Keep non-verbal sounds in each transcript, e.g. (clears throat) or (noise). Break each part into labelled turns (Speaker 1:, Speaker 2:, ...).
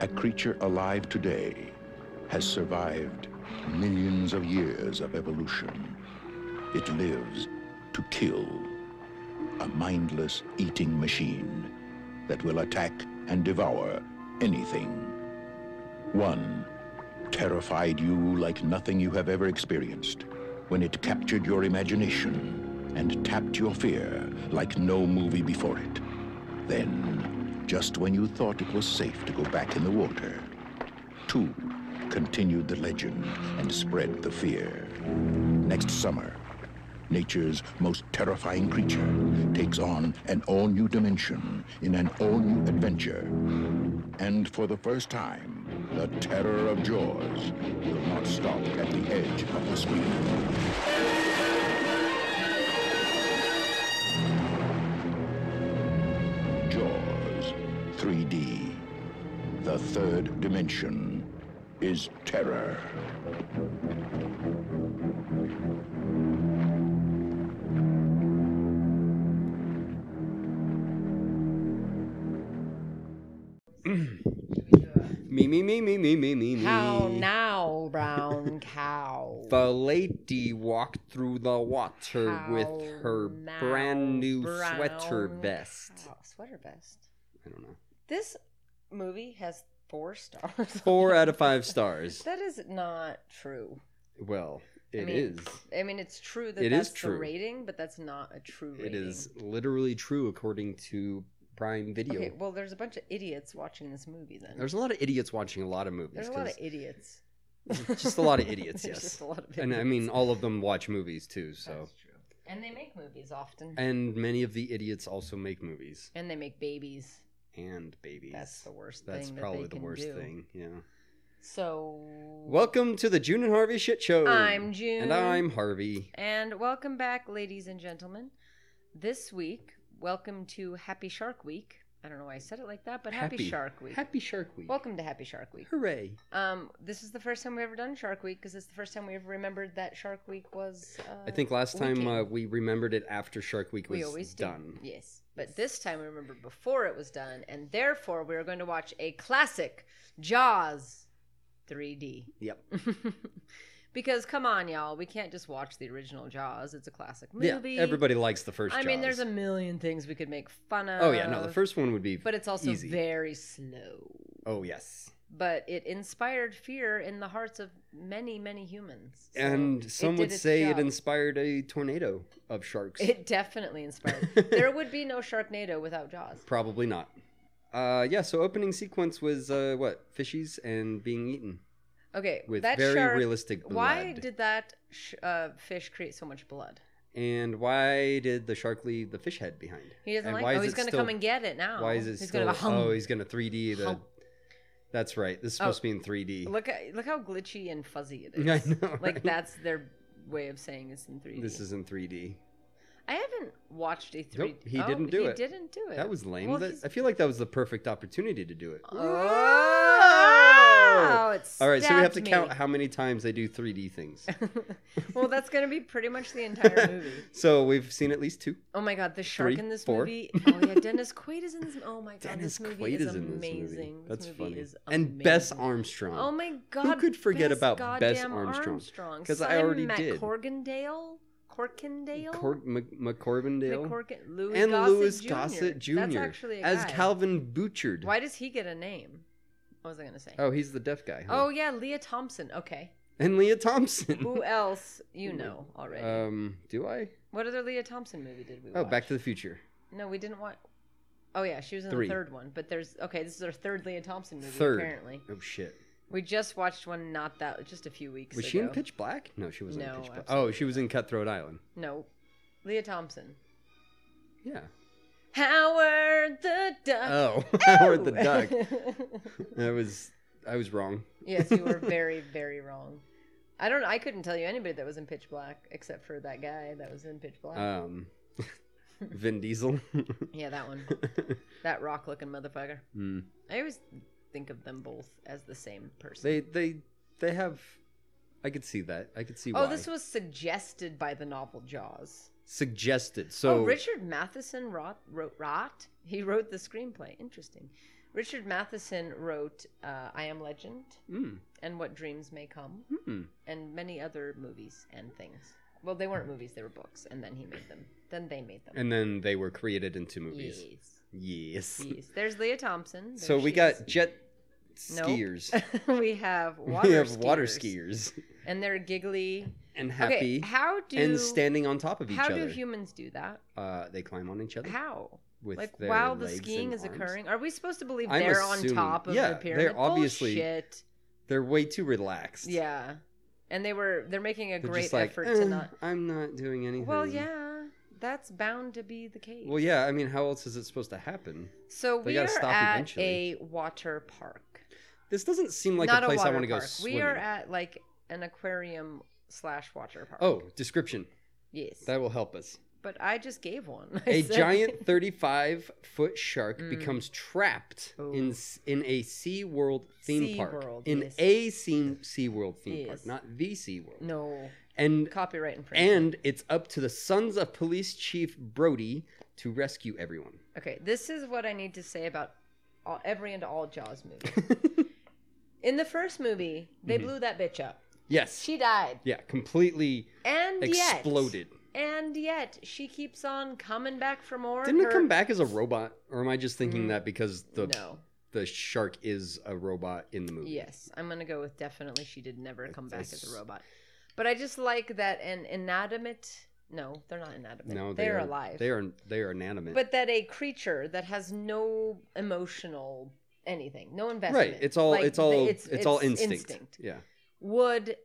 Speaker 1: a creature alive today has survived millions of years of evolution. It lives to kill, a mindless eating machine that will attack and devour anything. One terrified you like nothing you have ever experienced when it captured your imagination and tapped your fear like no movie before it. Then, just when you thought it was safe to go back in the water, two continued the legend and spread the fear. Next summer, nature's most terrifying creature takes on an all-new dimension in an all-new adventure. And for the first time, the terror of Jaws will not stop at the edge of the screen. Jaws 3D. The third dimension is terror.
Speaker 2: Me, me, me, me, me, me, me, me.
Speaker 3: How now,
Speaker 2: (laughs)
Speaker 3: brown cow?
Speaker 2: The lady walked through the water with
Speaker 3: How
Speaker 2: her
Speaker 3: now,
Speaker 2: brand new sweater
Speaker 3: brown
Speaker 2: vest.
Speaker 3: cow. Sweater vest.
Speaker 2: I don't know.
Speaker 3: This movie has four stars.
Speaker 2: Four out of five stars.
Speaker 3: (laughs) That is not true.
Speaker 2: Well,
Speaker 3: I
Speaker 2: it
Speaker 3: mean,
Speaker 2: is.
Speaker 3: I mean, it's true that
Speaker 2: It is
Speaker 3: that's
Speaker 2: true.
Speaker 3: the rating, but that's not a true
Speaker 2: It
Speaker 3: rating.
Speaker 2: is literally true according to Prime Video.
Speaker 3: Okay, well, there's a bunch of idiots watching this movie then.
Speaker 2: There's a lot of idiots watching a lot of movies.
Speaker 3: There's a lot of
Speaker 2: 'cause-
Speaker 3: idiots.
Speaker 2: (laughs) Just a lot of idiots,
Speaker 3: (laughs) There's
Speaker 2: yes.
Speaker 3: Just a lot of idiots.
Speaker 2: and I mean, all of them watch movies too. So,
Speaker 3: That's true. And they make movies often. And,
Speaker 2: and many of the idiots also make movies
Speaker 3: they make babies.
Speaker 2: and babies.
Speaker 3: That's the worst
Speaker 2: That's
Speaker 3: thing.
Speaker 2: probably
Speaker 3: that
Speaker 2: the
Speaker 3: they can
Speaker 2: worst
Speaker 3: do.
Speaker 2: thing. Yeah.
Speaker 3: So.
Speaker 2: Welcome to the June and Harvey Shit Show.
Speaker 3: I'm June.
Speaker 2: And I'm Harvey.
Speaker 3: And welcome back, ladies and gentlemen. This week, welcome to Happy Shark Week. I don't know why I said it like that, but Happy, Shark Week.
Speaker 2: Happy Shark Week.
Speaker 3: Welcome to Happy Shark Week.
Speaker 2: Hooray.
Speaker 3: Um, this is the first time we've ever done Shark Week because it's the first time we ever remembered that Shark Week was. Uh,
Speaker 2: I think last time
Speaker 3: weekend.
Speaker 2: uh, we remembered it after Shark Week was
Speaker 3: we always do.
Speaker 2: done.
Speaker 3: Yes, but this time we remembered before it was done, and therefore we are going to watch a classic Jaws 3D.
Speaker 2: Yep.
Speaker 3: (laughs) because come on, y'all, we can't just watch the original Jaws. It's a classic
Speaker 2: Yeah.
Speaker 3: movie.
Speaker 2: Everybody likes the first
Speaker 3: I mean, there's a
Speaker 2: Jaws.
Speaker 3: million things we could make fun of.
Speaker 2: Oh, yeah. No, the first one would be.
Speaker 3: But it's also
Speaker 2: easy.
Speaker 3: very slow.
Speaker 2: Oh, yes.
Speaker 3: but it inspired fear in the hearts of many, many humans. So
Speaker 2: and
Speaker 3: it
Speaker 2: some
Speaker 3: did
Speaker 2: would
Speaker 3: its
Speaker 2: say
Speaker 3: job.
Speaker 2: it inspired a tornado of sharks.
Speaker 3: (laughs) It definitely
Speaker 2: (laughs)
Speaker 3: inspired. there would be no Sharknado without Jaws.
Speaker 2: Probably not. Uh, yeah, so opening sequence was uh, what? Fishies and being eaten
Speaker 3: Okay,
Speaker 2: with
Speaker 3: that
Speaker 2: very
Speaker 3: shark.
Speaker 2: realistic blood.
Speaker 3: Why did that sh- uh, fish create so much blood?
Speaker 2: And why did the shark leave the fish head behind?
Speaker 3: He doesn't
Speaker 2: And
Speaker 3: like.
Speaker 2: why
Speaker 3: Oh,
Speaker 2: is
Speaker 3: he's
Speaker 2: it
Speaker 3: gonna
Speaker 2: still-
Speaker 3: come and get it now.
Speaker 2: Why is it
Speaker 3: he's
Speaker 2: still?
Speaker 3: gonna go, hum.
Speaker 2: Oh, he's gonna 3D the.
Speaker 3: Hum.
Speaker 2: That's right. This is
Speaker 3: Oh.
Speaker 2: supposed to be in 3D. (laughs)
Speaker 3: Look at look how glitchy and fuzzy it is.
Speaker 2: I know.
Speaker 3: Like
Speaker 2: right?
Speaker 3: that's their way of saying it's in 3D.
Speaker 2: This is in 3D.
Speaker 3: I haven't watched a 3D.
Speaker 2: Nope, he didn't do it.
Speaker 3: He didn't do it.
Speaker 2: That was lame.
Speaker 3: Well,
Speaker 2: That-
Speaker 3: he's-
Speaker 2: I feel like that was the perfect opportunity to do it.
Speaker 3: Oh! It
Speaker 2: All right, so we have to
Speaker 3: stabbed
Speaker 2: count
Speaker 3: me.
Speaker 2: how many times they do 3D
Speaker 3: (laughs)
Speaker 2: things.
Speaker 3: well, that's going to be pretty much
Speaker 2: (laughs)
Speaker 3: the entire movie.
Speaker 2: so we've seen at least two.
Speaker 3: Oh my god, the shark
Speaker 2: Three,
Speaker 3: in this
Speaker 2: four. (laughs)
Speaker 3: movie. Oh yeah, Dennis Quaid is in this. Oh my god,
Speaker 2: Dennis
Speaker 3: this movie
Speaker 2: Quaid
Speaker 3: is,
Speaker 2: is in this
Speaker 3: amazing.
Speaker 2: movie. That's
Speaker 3: movie
Speaker 2: funny.
Speaker 3: Is
Speaker 2: And Bess
Speaker 3: amazing.
Speaker 2: Armstrong.
Speaker 3: Oh my god,
Speaker 2: could forget
Speaker 3: Bess
Speaker 2: about Bess
Speaker 3: goddamn
Speaker 2: Armstrong?
Speaker 3: Armstrong?
Speaker 2: 'Cause I
Speaker 3: Simon
Speaker 2: already did.
Speaker 3: McCorkindale, Corkindale,
Speaker 2: Cor- Mc- McCorvindale.
Speaker 3: McCorkin- Louis
Speaker 2: and
Speaker 3: Gossett
Speaker 2: Louis
Speaker 3: Jr.
Speaker 2: Gossett Jr.
Speaker 3: That's actually a
Speaker 2: as
Speaker 3: guy.
Speaker 2: Calvin Butchard.
Speaker 3: Why does he get a name? What was I going to say?
Speaker 2: Oh, he's the deaf guy. huh?
Speaker 3: Oh, yeah, Leah Thompson. Okay,
Speaker 2: and Leah Thompson. (laughs)
Speaker 3: who else you know already?
Speaker 2: Um, do I?
Speaker 3: what other Leah Thompson movie did we?
Speaker 2: Oh,
Speaker 3: watch?
Speaker 2: Back to the Future.
Speaker 3: No, we didn't watch. Oh yeah, she was in
Speaker 2: Three.
Speaker 3: the third one. But there's okay. This is our third Leah Thompson movie.
Speaker 2: Third.
Speaker 3: Apparently,
Speaker 2: Oh shit.
Speaker 3: we just watched one not that just a few weeks.
Speaker 2: Was
Speaker 3: ago.
Speaker 2: she in Pitch Black? No, she wasn't in
Speaker 3: No,
Speaker 2: Pitch Black. Oh,
Speaker 3: absolutely
Speaker 2: she was in Cutthroat Island.
Speaker 3: No, Leah Thompson.
Speaker 2: Yeah.
Speaker 3: Howard the Duck.
Speaker 2: Oh, (laughs) Howard the
Speaker 3: Ow! (laughs)
Speaker 2: Duck. I was I was wrong.
Speaker 3: yes, you were very very wrong. I don't. I couldn't tell you anybody that was in Pitch Black except for that guy that was in Pitch Black.
Speaker 2: Um, (laughs) Vin Diesel. (laughs)
Speaker 3: yeah, that one. That rock looking motherfucker.
Speaker 2: Hmm.
Speaker 3: I always think of them both as the same person.
Speaker 2: They they they have. I could see that. I could see
Speaker 3: oh,
Speaker 2: why.
Speaker 3: this was suggested by the novel Jaws.
Speaker 2: suggested. So
Speaker 3: oh, Richard Matheson wrote, wrote, wrote. He wrote the screenplay. Interesting. Richard Matheson wrote uh, I Am Legend
Speaker 2: Mm.
Speaker 3: and What Dreams May Come
Speaker 2: Hmm.
Speaker 3: and many other movies and things. Well, they weren't movies, they were books, and then he made them. Then they made them.
Speaker 2: And then they were created into movies.
Speaker 3: yes.
Speaker 2: Yes.
Speaker 3: yes. There's Leah Thompson. There
Speaker 2: So we
Speaker 3: she
Speaker 2: got jet
Speaker 3: Nope.
Speaker 2: skiers. (laughs)
Speaker 3: is. (laughs) we have water
Speaker 2: we have
Speaker 3: skiers,
Speaker 2: water skiers
Speaker 3: And they're giggly.
Speaker 2: and happy
Speaker 3: Okay, how do
Speaker 2: and standing on top of each
Speaker 3: How
Speaker 2: other.
Speaker 3: do humans do that?
Speaker 2: uh, they climb on each other
Speaker 3: How?
Speaker 2: with
Speaker 3: like
Speaker 2: their
Speaker 3: while the
Speaker 2: legs and
Speaker 3: skiing is
Speaker 2: arms.
Speaker 3: occurring, are we supposed to believe
Speaker 2: I'm
Speaker 3: they're
Speaker 2: assuming-
Speaker 3: on top of
Speaker 2: yeah,
Speaker 3: the
Speaker 2: they're
Speaker 3: pyramid?
Speaker 2: obviously-
Speaker 3: Bullshit.
Speaker 2: They're way too relaxed.
Speaker 3: Yeah, and they were they're making a
Speaker 2: They're
Speaker 3: great
Speaker 2: just like,
Speaker 3: effort
Speaker 2: "Eh,
Speaker 3: to not.
Speaker 2: I'm not doing anything.
Speaker 3: Well, yeah, that's bound to be the case.
Speaker 2: Well, yeah. I mean, how else is it supposed to happen?
Speaker 3: so
Speaker 2: they
Speaker 3: we are
Speaker 2: gotta stop
Speaker 3: at
Speaker 2: eventually.
Speaker 3: a water park,
Speaker 2: This doesn't seem like
Speaker 3: not
Speaker 2: a place I
Speaker 3: water
Speaker 2: want to go
Speaker 3: park.
Speaker 2: swimming.
Speaker 3: We are at like an aquarium slash water park.
Speaker 2: oh, description.
Speaker 3: yes,
Speaker 2: That will help us.
Speaker 3: but I just gave one. (laughs) I
Speaker 2: A
Speaker 3: said-
Speaker 2: giant 35 foot shark
Speaker 3: Mm.
Speaker 2: becomes trapped in
Speaker 3: Ooh.
Speaker 2: s- in a Sea World theme
Speaker 3: Sea
Speaker 2: park.
Speaker 3: World,
Speaker 2: in
Speaker 3: yes.
Speaker 2: a sea, sea World theme park,
Speaker 3: Yes.
Speaker 2: not the Sea World.
Speaker 3: No
Speaker 2: And
Speaker 3: copyright infringement.
Speaker 2: and it's up to the sons of police chief Brody to rescue everyone.
Speaker 3: Okay, this is what I need to say about all, every and all Jaws movie.
Speaker 2: (laughs)
Speaker 3: In the first movie, they
Speaker 2: Mhm.
Speaker 3: blew that bitch up.
Speaker 2: yes.
Speaker 3: She died.
Speaker 2: yeah, completely
Speaker 3: And yet.
Speaker 2: exploded.
Speaker 3: And yet, she keeps on coming back for more.
Speaker 2: Didn't
Speaker 3: Her-
Speaker 2: it come back as a robot or am I just thinking
Speaker 3: Mm,
Speaker 2: that because the
Speaker 3: No.
Speaker 2: the shark is a robot in the movie?
Speaker 3: Yes, I'm gonna go with definitely. She did never come back as
Speaker 2: That's-
Speaker 3: a robot. But I just like that an inanimate. No, they're not inanimate.
Speaker 2: No,
Speaker 3: they're
Speaker 2: are
Speaker 3: alive.
Speaker 2: They are they are inanimate.
Speaker 3: But that a creature that has no emotional anything, no investment.
Speaker 2: right. It's all
Speaker 3: like,
Speaker 2: it's all
Speaker 3: th-
Speaker 2: it's, all instinct. Yeah.
Speaker 3: would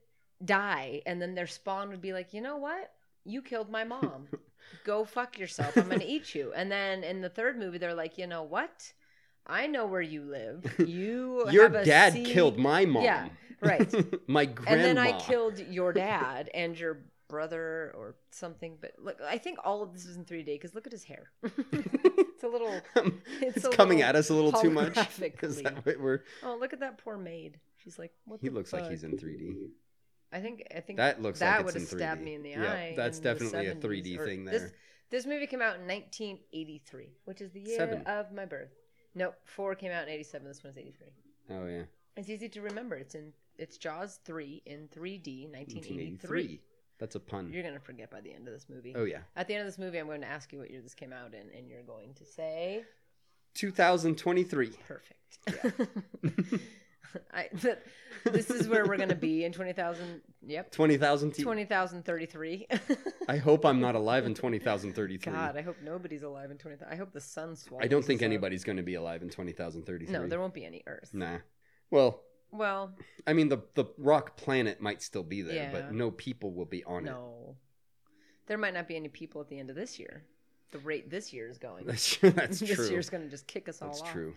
Speaker 3: die and then their spawn would be like you know what you killed my mom
Speaker 2: (laughs)
Speaker 3: go fuck yourself i'm gonna eat you and then in the third movie they're like you know what i know where you live you
Speaker 2: (laughs) Your
Speaker 3: have a
Speaker 2: dad
Speaker 3: sea-
Speaker 2: killed
Speaker 3: (laughs)
Speaker 2: my mom.
Speaker 3: Yeah, right
Speaker 2: (laughs) my grandma.
Speaker 3: and then i
Speaker 2: (laughs)
Speaker 3: killed your dad and your brother or something but look i think all of this is in 3d because look at his hair (laughs) it's a little
Speaker 2: Um, it's
Speaker 3: (laughs) It's a
Speaker 2: coming
Speaker 3: little
Speaker 2: at us a little too much. (laughs) Is
Speaker 3: holographically.
Speaker 2: that what we're?
Speaker 3: oh look at that poor maid she's like what
Speaker 2: He
Speaker 3: the
Speaker 2: looks like
Speaker 3: fuck?
Speaker 2: he's in 3D.
Speaker 3: I think I think
Speaker 2: That looks
Speaker 3: that
Speaker 2: like it's
Speaker 3: would
Speaker 2: in
Speaker 3: have
Speaker 2: 3D.
Speaker 3: stabbed me in the
Speaker 2: Yeah,
Speaker 3: eye.
Speaker 2: that's
Speaker 3: in the
Speaker 2: definitely a
Speaker 3: 70s,
Speaker 2: 3D
Speaker 3: or-
Speaker 2: thing
Speaker 3: This,
Speaker 2: there.
Speaker 3: this movie came out in 1983, which is the year
Speaker 2: Seven.
Speaker 3: of my birth. No, four came out in 87. This one's 83.
Speaker 2: Oh yeah,
Speaker 3: It's easy to remember. It's in it's Jaws 3 in 3D, 1983.
Speaker 2: 1983. That's a pun.
Speaker 3: You're gonna forget by the end of this movie.
Speaker 2: Oh yeah,
Speaker 3: At the end of this movie, I'm going to ask you what year this came out in, and you're going to say
Speaker 2: 2023.
Speaker 3: perfect. (laughs) I, this is where we're going to be in 20,000.
Speaker 2: (laughs)
Speaker 3: Yep.
Speaker 2: 20,000.
Speaker 3: 20,033.
Speaker 2: I hope I'm not alive in 20,033.
Speaker 3: God, I hope nobody's alive in 20. I hope the sun swallows.
Speaker 2: I don't think
Speaker 3: us up.
Speaker 2: anybody's going to be alive in 20,033.
Speaker 3: No, there won't be any Earth.
Speaker 2: Nah. Well,
Speaker 3: Well,
Speaker 2: I mean, the the rock planet might still be there,
Speaker 3: Yeah.
Speaker 2: but no people will be on
Speaker 3: no. There might not be any people at the end of this year. The rate this year is
Speaker 2: it. (laughs)
Speaker 3: going.
Speaker 2: That's, (laughs) that's
Speaker 3: (laughs) this
Speaker 2: true.
Speaker 3: year's going to just kick us
Speaker 2: That's
Speaker 3: all off.
Speaker 2: true.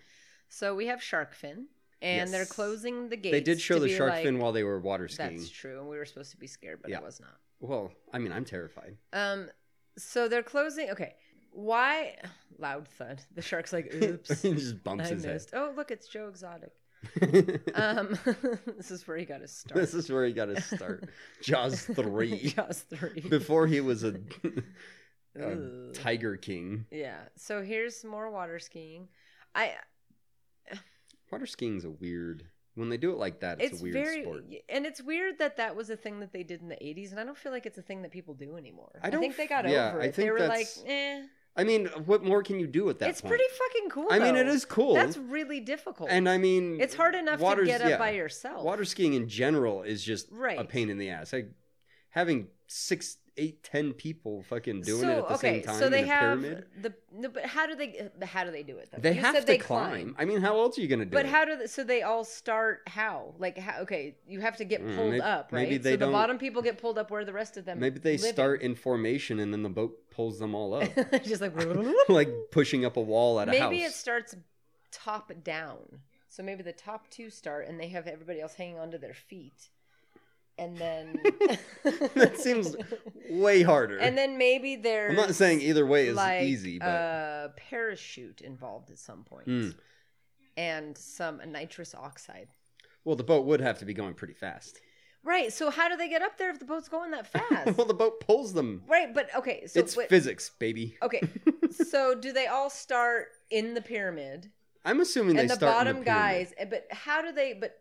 Speaker 3: So we have shark fin, and they're
Speaker 2: Yes.
Speaker 3: closing the gates.
Speaker 2: They did show
Speaker 3: to
Speaker 2: the
Speaker 3: be
Speaker 2: shark
Speaker 3: like,
Speaker 2: fin while they were water skiing.
Speaker 3: That's true, and we were supposed to be scared, but
Speaker 2: Yeah.
Speaker 3: I was not.
Speaker 2: well, I mean, I'm terrified. (laughs)
Speaker 3: Um, so they're closing. Okay, why? Loud thud. The shark's like,
Speaker 2: (laughs)
Speaker 3: "Oops,
Speaker 2: he just bumps
Speaker 3: I
Speaker 2: his (laughs)
Speaker 3: missed." Oh, look, it's Joe Exotic.
Speaker 2: head.
Speaker 3: Um, (laughs) this is where he got his
Speaker 2: (laughs)
Speaker 3: start.
Speaker 2: this is where he got his
Speaker 3: (laughs)
Speaker 2: start. Jaws three.
Speaker 3: Jaws three.
Speaker 2: (laughs) Before uh, he was
Speaker 3: (laughs)
Speaker 2: a, a
Speaker 3: Ugh.
Speaker 2: Tiger King.
Speaker 3: Yeah. So here's some more water skiing. I
Speaker 2: Water skiing's a weird. When they do it like that, it's,
Speaker 3: it's,
Speaker 2: a weird
Speaker 3: very
Speaker 2: sport.
Speaker 3: and it's weird that that was a thing that they did in the 80s and I don't feel like it's a thing that people do anymore.
Speaker 2: I
Speaker 3: I,
Speaker 2: don't
Speaker 3: think they
Speaker 2: f-
Speaker 3: got
Speaker 2: yeah,
Speaker 3: over
Speaker 2: I
Speaker 3: it. They
Speaker 2: think
Speaker 3: were like,
Speaker 2: that's-
Speaker 3: "Eh,
Speaker 2: I mean, what more can you do at that
Speaker 3: it's
Speaker 2: point?
Speaker 3: pretty fucking cool."
Speaker 2: I mean, it
Speaker 3: though.
Speaker 2: is cool.
Speaker 3: That's really difficult.
Speaker 2: and I mean,
Speaker 3: it's hard enough
Speaker 2: water's-
Speaker 3: to get up
Speaker 2: yeah.
Speaker 3: by yourself.
Speaker 2: Water skiing in general is just a
Speaker 3: Right.
Speaker 2: pain in the ass. Like having six, eight, ten people fucking doing
Speaker 3: so,
Speaker 2: it at the
Speaker 3: okay,
Speaker 2: same time
Speaker 3: so
Speaker 2: in
Speaker 3: they
Speaker 2: a
Speaker 3: have
Speaker 2: pyramid.
Speaker 3: the no, but how do they how do they do it though?
Speaker 2: They
Speaker 3: You
Speaker 2: have
Speaker 3: said
Speaker 2: to
Speaker 3: they
Speaker 2: climb. I mean, how else are you gonna do
Speaker 3: But
Speaker 2: it?
Speaker 3: how do they, so they all start how like how okay you have to get
Speaker 2: Mm,
Speaker 3: pulled
Speaker 2: may-
Speaker 3: up right
Speaker 2: maybe they
Speaker 3: so
Speaker 2: don't-
Speaker 3: the bottom people get pulled up where the rest of them
Speaker 2: Maybe they
Speaker 3: live
Speaker 2: start in formation and then the boat pulls them all up,
Speaker 3: (laughs)
Speaker 2: (laughs)
Speaker 3: just like (laughs)
Speaker 2: like pushing up a wall at a house.
Speaker 3: maybe it starts top down so maybe the top two start and they have everybody else hanging onto their feet and then
Speaker 2: (laughs) (laughs) that
Speaker 3: (laughs)
Speaker 2: seems way harder.
Speaker 3: and then maybe there's
Speaker 2: I'm not saying either way is
Speaker 3: like uh,
Speaker 2: easy, but
Speaker 3: a parachute involved at some point
Speaker 2: Hmm.
Speaker 3: and some nitrous oxide
Speaker 2: well, the boat would have to be going pretty fast.
Speaker 3: right so how do they get up there if the boat's
Speaker 2: (laughs)
Speaker 3: going that fast
Speaker 2: well, the boat pulls them.
Speaker 3: right but okay so
Speaker 2: it's (laughs)
Speaker 3: what-
Speaker 2: physics, baby.
Speaker 3: Okay. so do they all start in the pyramid
Speaker 2: I'm assuming they
Speaker 3: and the
Speaker 2: start
Speaker 3: bottom
Speaker 2: in the pyramid.
Speaker 3: guys. eh, But how do they? But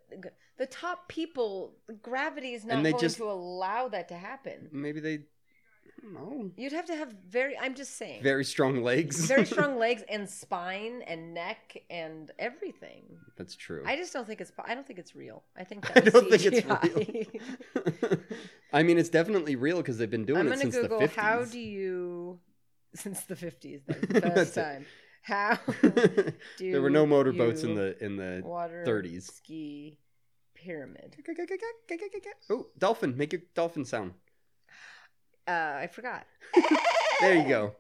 Speaker 3: the top people, gravity is not
Speaker 2: And they
Speaker 3: going
Speaker 2: just-
Speaker 3: to allow that to happen.
Speaker 2: Maybe they. I don't know.
Speaker 3: You'd have to have very. I'm just saying.
Speaker 2: Very strong legs.
Speaker 3: (laughs) very strong legs and spine and neck and everything.
Speaker 2: (laughs) That's true.
Speaker 3: I just don't think it's. po- I don't think it's real. I think
Speaker 2: (laughs)
Speaker 3: that
Speaker 2: I
Speaker 3: was
Speaker 2: don't think
Speaker 3: CGI.
Speaker 2: it's real. (laughs) I mean, it's definitely real because they've been doing
Speaker 3: (laughs) I'm
Speaker 2: it
Speaker 3: gonna
Speaker 2: since
Speaker 3: Google
Speaker 2: the 50s. (laughs)
Speaker 3: how do you since the 50s the first
Speaker 2: That's it.
Speaker 3: time. How
Speaker 2: (laughs)
Speaker 3: do
Speaker 2: there were no motorboats
Speaker 3: (laughs)
Speaker 2: in
Speaker 3: you
Speaker 2: the in the. (laughs)
Speaker 3: water
Speaker 2: 30s.
Speaker 3: ski pyramid?
Speaker 2: Oh, dolphin! Make your dolphin sound.
Speaker 3: Uh, I forgot.
Speaker 2: There you go.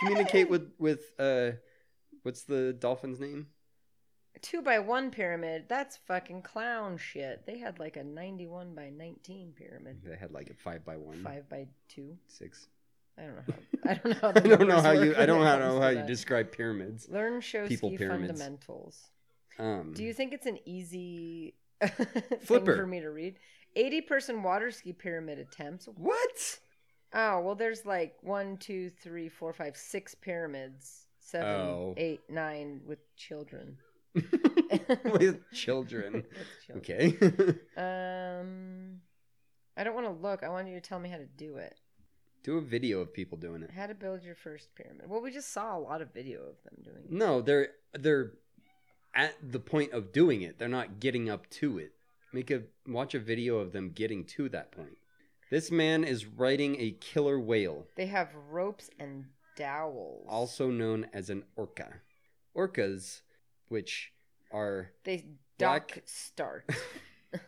Speaker 2: Communicate with with uh, what's the dolphin's name?
Speaker 3: Two by one pyramid. That's fucking clown shit. They had like a 91 by 19 pyramid.
Speaker 2: They had like a five by one,
Speaker 3: Five by two.
Speaker 2: six.
Speaker 3: I don't know. How, (laughs) I
Speaker 2: (laughs)
Speaker 3: don't know. How
Speaker 2: I
Speaker 3: the
Speaker 2: don't know
Speaker 3: numbers
Speaker 2: how
Speaker 3: work
Speaker 2: you. I
Speaker 3: when (laughs)
Speaker 2: don't
Speaker 3: it
Speaker 2: know
Speaker 3: comes
Speaker 2: how,
Speaker 3: to
Speaker 2: you
Speaker 3: that.
Speaker 2: descrive pyramids.
Speaker 3: learn show
Speaker 2: people
Speaker 3: ski
Speaker 2: pyramids.
Speaker 3: fundamentals.
Speaker 2: Um,
Speaker 3: Do you think it's an easy (laughs) thing
Speaker 2: Flipper.
Speaker 3: for me to read? 80 person water ski pyramid attempts.
Speaker 2: what? (laughs)
Speaker 3: Oh, well, there's like one, two, three, four, five, six pyramids,
Speaker 2: Oh.
Speaker 3: seven, eight, nine with children. (laughs)
Speaker 2: (laughs) with children.
Speaker 3: With children.
Speaker 2: Okay. (laughs)
Speaker 3: Um, I don't want to look. I want you to tell me how to do it.
Speaker 2: Do a video of people doing it.
Speaker 3: How to build your first pyramid. Well, we just saw a lot of video of them doing it.
Speaker 2: No, they're they're at the point of doing it. They're not getting up to it. Make a watch a video of them getting to that point. This man is riding a killer whale,
Speaker 3: They have ropes and dowels.
Speaker 2: also known as an orca. Orcas, which are
Speaker 3: They
Speaker 2: Black-
Speaker 3: dock
Speaker 2: (laughs)
Speaker 3: start. (laughs) the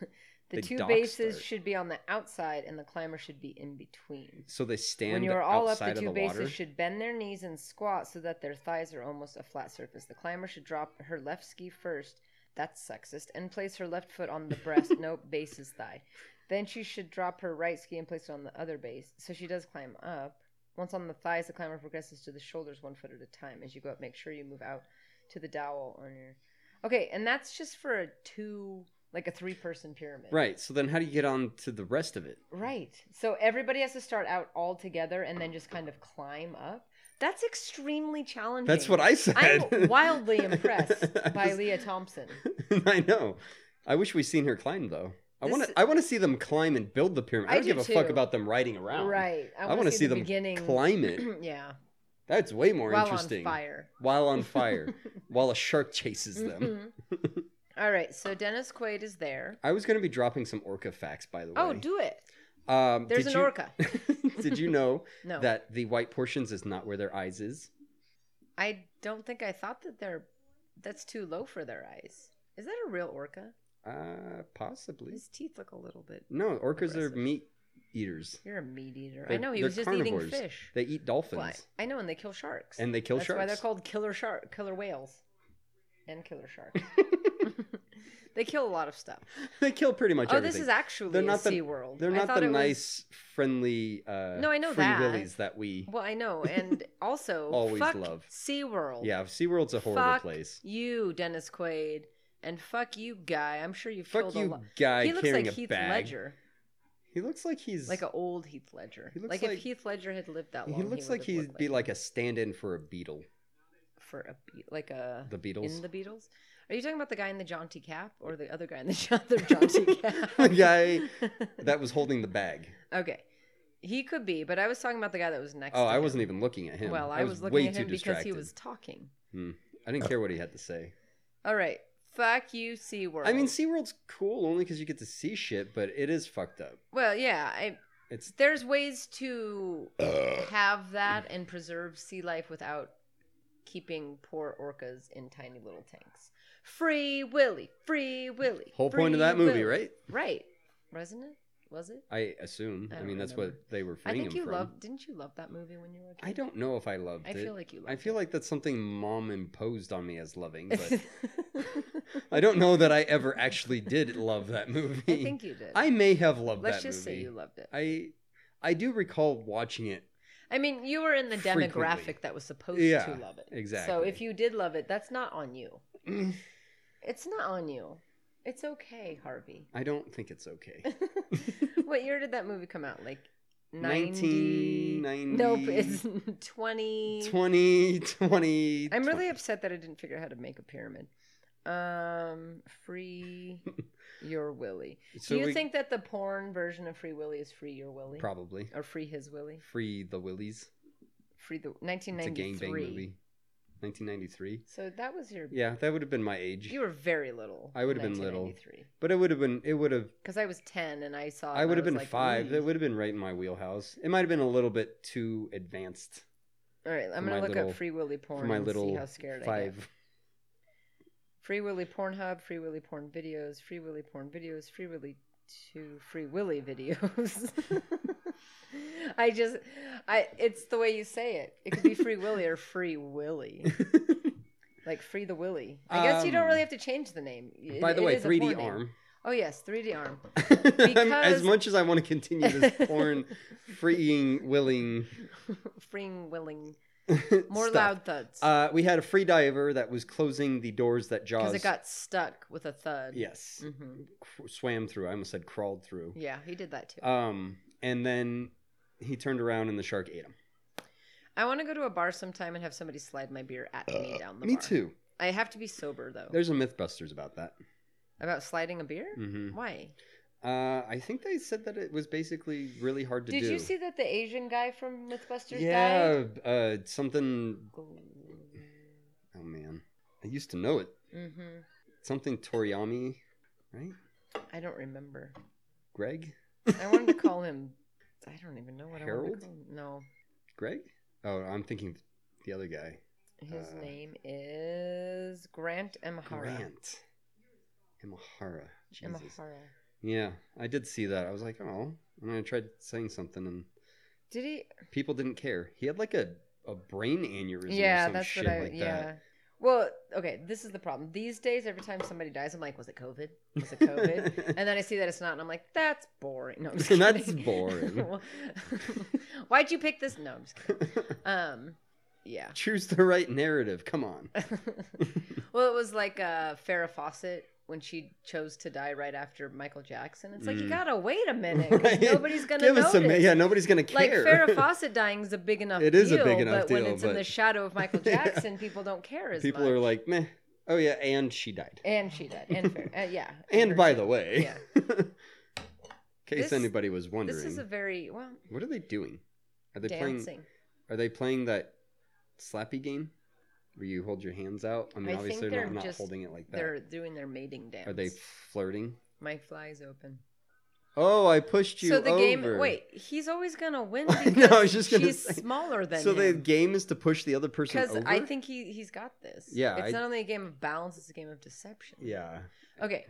Speaker 2: They
Speaker 3: two
Speaker 2: dock
Speaker 3: bases
Speaker 2: start.
Speaker 3: should be on the outside and the climber should be in between.
Speaker 2: so they stand
Speaker 3: when you are all up,
Speaker 2: outside
Speaker 3: the two
Speaker 2: of the
Speaker 3: bases
Speaker 2: water.
Speaker 3: should bend their knees and squat so that their thighs are almost a flat surface. The climber should drop her left ski first. That's sexist. And place her left foot on the
Speaker 2: (laughs)
Speaker 3: breast. nope, base's thigh. Then she should drop her right ski and place it on the other base. So she does climb up. Once on the thighs, the climber progresses to the shoulders one foot at a time. As you go up, make sure you move out to the dowel on your. Okay, and that's just for a two, like a three person pyramid.
Speaker 2: Right. So then, how do you get on to the rest of it?
Speaker 3: Right. So everybody has to start out all together and then just kind of climb up. That's extremely challenging.
Speaker 2: That's what I said. (laughs)
Speaker 3: I'm wildly impressed
Speaker 2: I
Speaker 3: by
Speaker 2: just-
Speaker 3: Leah Thompson.
Speaker 2: (laughs) I know. I wish we seen her climb though. I
Speaker 3: This-
Speaker 2: want to. I want to see them climb and build the pyramid. I
Speaker 3: I
Speaker 2: don't
Speaker 3: do
Speaker 2: give a fuck
Speaker 3: too.
Speaker 2: about them riding around.
Speaker 3: Right.
Speaker 2: I,
Speaker 3: wanna
Speaker 2: want to see,
Speaker 3: the
Speaker 2: them
Speaker 3: beginning. (clears throat)
Speaker 2: climb it.
Speaker 3: yeah.
Speaker 2: That's way more
Speaker 3: While
Speaker 2: interesting.
Speaker 3: on fire.
Speaker 2: While
Speaker 3: (laughs)
Speaker 2: on fire. while a shark chases them.
Speaker 3: Mhm. all right. So Dennis Quaid is there.
Speaker 2: I was going to be dropping some orca facts, by the way.
Speaker 3: Oh, do it.
Speaker 2: um,
Speaker 3: There's
Speaker 2: did
Speaker 3: an
Speaker 2: you- (laughs)
Speaker 3: orca.
Speaker 2: did you know
Speaker 3: (laughs) No.
Speaker 2: that the white portions is not where their eyes is?
Speaker 3: I don't think I thought that they're. That's too low for their eyes. Is that a real orca?
Speaker 2: Uh, possibly.
Speaker 3: His teeth look a little bit.
Speaker 2: No, orcas are
Speaker 3: Aggressive.
Speaker 2: meat eaters.
Speaker 3: You're a meat eater. I
Speaker 2: They're-
Speaker 3: know he
Speaker 2: they're
Speaker 3: was just
Speaker 2: carnivores.
Speaker 3: eating fish.
Speaker 2: They eat
Speaker 3: Well,
Speaker 2: dolphins
Speaker 3: I I know, and they kill sharks.
Speaker 2: and they kill
Speaker 3: That's
Speaker 2: sharks.
Speaker 3: why they're called killer shark, killer whales, and killer
Speaker 2: (laughs)
Speaker 3: sharks. (laughs) they kill a lot of stuff.
Speaker 2: (laughs) they kill pretty much
Speaker 3: oh,
Speaker 2: everything.
Speaker 3: this is actually
Speaker 2: They're
Speaker 3: they're
Speaker 2: not the-
Speaker 3: SeaWorld.
Speaker 2: They're
Speaker 3: I
Speaker 2: not
Speaker 3: thought
Speaker 2: the
Speaker 3: it was-
Speaker 2: nice, friendly. Uh,
Speaker 3: No, I know
Speaker 2: free
Speaker 3: that.
Speaker 2: willies that we.
Speaker 3: Well,
Speaker 2: (laughs)
Speaker 3: I know, and also
Speaker 2: Always
Speaker 3: fuck
Speaker 2: love.
Speaker 3: SeaWorld.
Speaker 2: yeah, SeaWorld's a horrible
Speaker 3: Fuck
Speaker 2: place.
Speaker 3: You, Dennis Quaid, and fuck you, guy. I'm sure you've
Speaker 2: Fuck
Speaker 3: killed a
Speaker 2: you,
Speaker 3: lot.
Speaker 2: guy
Speaker 3: He looks
Speaker 2: carrying
Speaker 3: like
Speaker 2: a
Speaker 3: Heath
Speaker 2: bag.
Speaker 3: Ledger,
Speaker 2: He looks like he's
Speaker 3: like an old Heath Ledger.
Speaker 2: He looks
Speaker 3: like,
Speaker 2: like-
Speaker 3: if Heath Ledger had lived that long,
Speaker 2: He looks like
Speaker 3: would have
Speaker 2: he'd
Speaker 3: looked
Speaker 2: be
Speaker 3: him.
Speaker 2: like a stand-in for a beetle.
Speaker 3: for a be- like a
Speaker 2: The Beatles.
Speaker 3: (laughs) in the Beatles. Are you talking about the guy in the jaunty cap or the other guy in the (laughs) other jaunty cap?
Speaker 2: (laughs) The guy that was holding the bag.
Speaker 3: (laughs) okay, he could be, but I was talking about the guy that was next.
Speaker 2: Oh,
Speaker 3: to
Speaker 2: I
Speaker 3: him.
Speaker 2: wasn't even looking at him.
Speaker 3: Well, I, was,
Speaker 2: way
Speaker 3: looking at
Speaker 2: too
Speaker 3: him because he
Speaker 2: distracted.
Speaker 3: was talking.
Speaker 2: I didn't care what he had to say.
Speaker 3: All right, fuck you, SeaWorld.
Speaker 2: I mean, SeaWorld's cool only because you get to see shit, but it is fucked up.
Speaker 3: well, yeah, I,
Speaker 2: It's
Speaker 3: there's ways
Speaker 2: (coughs)
Speaker 3: to
Speaker 1: Uh,
Speaker 3: have that and preserve sea life without keeping poor orcas in tiny little tanks. Free Willy, Free Willy.
Speaker 2: whole point of that
Speaker 3: Free
Speaker 2: movie,
Speaker 3: Willy.
Speaker 2: right?
Speaker 3: Right, wasn't it? Was it?
Speaker 2: I assume.
Speaker 3: I
Speaker 2: I,
Speaker 3: don't
Speaker 2: mean, that's
Speaker 3: remember.
Speaker 2: what they were
Speaker 3: I
Speaker 2: freeing
Speaker 3: think
Speaker 2: him
Speaker 3: you
Speaker 2: from.
Speaker 3: loved. Didn't you love that movie when you were a kid?
Speaker 2: I don't know if I loved
Speaker 3: I
Speaker 2: it.
Speaker 3: feel like you. Loved
Speaker 2: I feel
Speaker 3: it.
Speaker 2: like that's something mom imposed on me as loving,
Speaker 3: (laughs)
Speaker 2: but I don't know that I ever actually did love that (laughs) movie.
Speaker 3: I think you did.
Speaker 2: I may have loved
Speaker 3: Let's
Speaker 2: that
Speaker 3: just
Speaker 2: movie.
Speaker 3: say you loved it. I,
Speaker 2: I I do recall watching it.
Speaker 3: mean, you were in the
Speaker 2: Frequently.
Speaker 3: demographic that was supposed
Speaker 2: Yeah,
Speaker 3: to love it. So
Speaker 2: exactly.
Speaker 3: if you did love it, that's not
Speaker 2: (clears throat)
Speaker 3: on you.
Speaker 2: Mm,
Speaker 3: It's not on you. It's okay, Harvey.
Speaker 2: (laughs)
Speaker 3: (laughs)
Speaker 2: I don't think it's okay.
Speaker 3: what year did that movie come out? Like 90
Speaker 2: 1990.
Speaker 3: Nope, it's (laughs) 20.
Speaker 2: 20, 20.
Speaker 3: I'm really
Speaker 2: 20.
Speaker 3: upset that I didn't figure out how to make a pyramid. Um,
Speaker 2: (laughs)
Speaker 3: free your Willy.
Speaker 2: So
Speaker 3: Do you
Speaker 2: we-
Speaker 3: think that the porn version of Free Willy is Free Your Willy?
Speaker 2: Probably.
Speaker 3: Or Free His Willy?
Speaker 2: Free the Willies.
Speaker 3: Free the
Speaker 2: It's a gangbang
Speaker 3: 1993.
Speaker 2: movie. 1993.
Speaker 3: So that was your.
Speaker 2: Yeah, that would have been my age.
Speaker 3: You were very little.
Speaker 2: I would have been little. But it would have been, it would have,
Speaker 3: Because I was 10 and I saw. it
Speaker 2: I
Speaker 3: and
Speaker 2: would have
Speaker 3: was
Speaker 2: been
Speaker 3: like,
Speaker 2: five. That
Speaker 3: "Ooh."
Speaker 2: would have been right in my wheelhouse. It might have been a little bit too advanced
Speaker 3: All right, I'm
Speaker 2: for
Speaker 3: gonna
Speaker 2: my
Speaker 3: look
Speaker 2: little-
Speaker 3: up Free Willy porn
Speaker 2: for my
Speaker 3: and
Speaker 2: little
Speaker 3: see how scared I get.
Speaker 2: five.
Speaker 3: Free Willy Pornhub, Free Willy Porn videos, Free Willy Porn videos, Free Willy Two, Free Willy videos. (laughs) I just, I it's the way you say it. It could be Free Willy or Free Willy,
Speaker 2: (laughs)
Speaker 3: like Free the Willy. I guess you don't
Speaker 2: Um,
Speaker 3: really have to change the name. It-
Speaker 2: By the
Speaker 3: it
Speaker 2: way,
Speaker 3: is a
Speaker 2: 3D
Speaker 3: porn name.
Speaker 2: arm. (laughs)
Speaker 3: Oh yes, 3D arm. (laughs)
Speaker 2: I'm-
Speaker 3: Because-
Speaker 2: As much as I want to continue this
Speaker 3: (laughs)
Speaker 2: porn freeing willing
Speaker 3: Freeing willing, (laughs) more
Speaker 2: stuff.
Speaker 3: loud thuds
Speaker 2: Uh, we had a free diver that was closing the doors that Jaws.
Speaker 3: because it got stuck with a thud.
Speaker 2: (laughs) yes,
Speaker 3: Mhm.
Speaker 2: Cr- swam through. I almost said crawled through.
Speaker 3: yeah, he did that too.
Speaker 2: Um, and then he turned around and the shark ate him.
Speaker 3: I want to go to a bar sometime and have somebody slide my beer at me down the
Speaker 2: uh,
Speaker 3: Oh.
Speaker 2: Me
Speaker 3: bar.
Speaker 2: too.
Speaker 3: I have to be sober though.
Speaker 2: There's a MythBusters about that.
Speaker 3: About sliding a beer?
Speaker 2: hmm
Speaker 3: Why?
Speaker 2: Uh, I think they said that it was basically really hard to
Speaker 3: Did
Speaker 2: do.
Speaker 3: you see that the Asian guy from MythBusters died?
Speaker 2: yeah, uh, something.
Speaker 3: Mm-hmm.
Speaker 2: Oh man, I used to know it. Something Toriyami, right?
Speaker 3: I don't remember.
Speaker 2: Greg,
Speaker 3: I wanted to call him. I don't even know what I wanted
Speaker 2: Harold?
Speaker 3: to call him. No,
Speaker 2: Greg. Oh, I'm thinking of the other guy.
Speaker 3: his
Speaker 2: Uh,
Speaker 3: name is Grant Emahara.
Speaker 2: Grant. Imahara. Jesus.
Speaker 3: Emahara.
Speaker 2: Yeah, I did see that. I was like, oh, and I tried saying something, and
Speaker 3: Did he?
Speaker 2: people didn't care. He had like a, a brain aneurysm. or
Speaker 3: Yeah,
Speaker 2: some
Speaker 3: that's
Speaker 2: shit
Speaker 3: what I.
Speaker 2: Like
Speaker 3: yeah.
Speaker 2: That.
Speaker 3: Well, okay. This is the problem. These days, every time somebody dies, I'm like, was it COVID? Was it COVID? And then I see that it's not, and I'm like, that's boring. No, I'm just
Speaker 2: (laughs) That's
Speaker 3: kidding. (laughs)
Speaker 2: boring.
Speaker 3: Why'd you pick this? No, I'm just kidding.
Speaker 2: (laughs)
Speaker 3: Um, yeah.
Speaker 2: (laughs)
Speaker 3: (laughs)
Speaker 2: Choose the right narrative. Come on.
Speaker 3: well, it was like uh, Farrah Fawcett when she chose to die right after Michael Jackson. It's like you
Speaker 2: Mm.
Speaker 3: gotta wait a minute. 'cause
Speaker 2: (laughs) Right?
Speaker 3: Nobody's gonna
Speaker 2: Give
Speaker 3: notice.
Speaker 2: us a ma- yeah. Nobody's gonna
Speaker 3: like
Speaker 2: care. (laughs)
Speaker 3: Farrah Fawcett dying is a big enough.
Speaker 2: It is a
Speaker 3: deal,
Speaker 2: big enough
Speaker 3: but when
Speaker 2: deal,
Speaker 3: it's in
Speaker 2: but-
Speaker 3: the shadow of Michael
Speaker 2: (laughs) Yeah.
Speaker 3: Jackson, people don't care as
Speaker 2: People
Speaker 3: much.
Speaker 2: are like, meh. Oh yeah, and she died.
Speaker 3: and she died, and Farrah, uh, yeah,
Speaker 2: And
Speaker 3: her
Speaker 2: by
Speaker 3: too.
Speaker 2: the way,
Speaker 3: Yeah.
Speaker 2: (laughs) in case
Speaker 3: This-
Speaker 2: anybody was wondering,
Speaker 3: this is a very well
Speaker 2: what are they doing? Are they playing?
Speaker 3: dancing.
Speaker 2: Are they playing that slappy game where you hold your hands out? I mean,
Speaker 3: I think
Speaker 2: obviously they're
Speaker 3: they're
Speaker 2: not, not
Speaker 3: just-
Speaker 2: holding it like
Speaker 3: They're
Speaker 2: that.
Speaker 3: doing their mating dance.
Speaker 2: Are they flirting?
Speaker 3: My fly's open.
Speaker 2: Oh, I pushed you
Speaker 3: So the
Speaker 2: over.
Speaker 3: game. Wait, he's always gonna
Speaker 2: (laughs)
Speaker 3: win
Speaker 2: I
Speaker 3: because
Speaker 2: know, I was just gonna
Speaker 3: she's
Speaker 2: say.
Speaker 3: smaller than
Speaker 2: So the
Speaker 3: him.
Speaker 2: game is to push the other person
Speaker 3: Because
Speaker 2: over.
Speaker 3: I think he he's got this.
Speaker 2: Yeah,
Speaker 3: it's
Speaker 2: I-
Speaker 3: not only a game of balance; it's a game of deception.
Speaker 2: Yeah,
Speaker 3: Okay,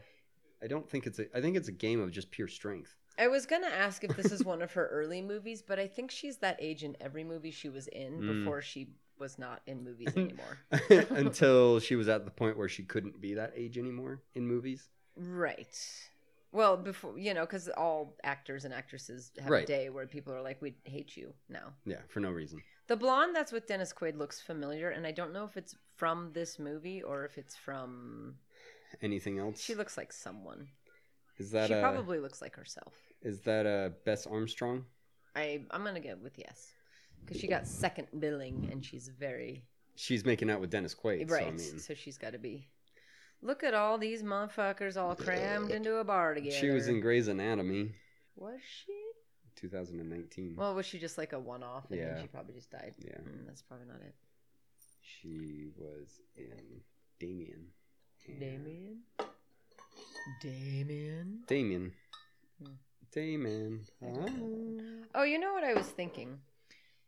Speaker 2: I don't think it's a. I think it's a game of just pure strength.
Speaker 3: I was gonna ask if
Speaker 2: (laughs)
Speaker 3: this is one of her early movies, but I think she's that age in every movie she was in
Speaker 2: Mm.
Speaker 3: before she was not
Speaker 2: (laughs)
Speaker 3: in movies anymore. (laughs)
Speaker 2: Until she was at the point where she couldn't be that age anymore in movies.
Speaker 3: right. Well, before you know, because all actors and actresses have a
Speaker 2: Right.
Speaker 3: day where people are like, "We hate you now."
Speaker 2: Yeah, for no reason.
Speaker 3: The blonde that's with Dennis Quaid looks familiar, and I don't know if it's from this movie or if it's from.
Speaker 2: Anything else?
Speaker 3: She looks like someone.
Speaker 2: is that
Speaker 3: she
Speaker 2: uh,
Speaker 3: probably looks like herself.
Speaker 2: is that uh, Bess Armstrong?
Speaker 3: I I'm gonna go with yes, because she got second billing and she's very
Speaker 2: She's making out with Dennis Quaid.
Speaker 3: right.
Speaker 2: So, I
Speaker 3: So,
Speaker 2: mean,
Speaker 3: she's got to be. Look at all these motherfuckers all crammed into a bar together.
Speaker 2: she was in Grey's Anatomy,
Speaker 3: Was she?
Speaker 2: 2019.
Speaker 3: Well, was she just like a one-off? And then
Speaker 2: Yeah.
Speaker 3: she probably just died.
Speaker 2: yeah.
Speaker 3: Mm, that's probably not it.
Speaker 2: She was in Damien. and-
Speaker 3: Damien. Damien.
Speaker 2: Damien.
Speaker 3: Hmm.
Speaker 2: Damien.
Speaker 3: I don't
Speaker 2: (laughs) Ah.
Speaker 3: Oh, you know what I was thinking?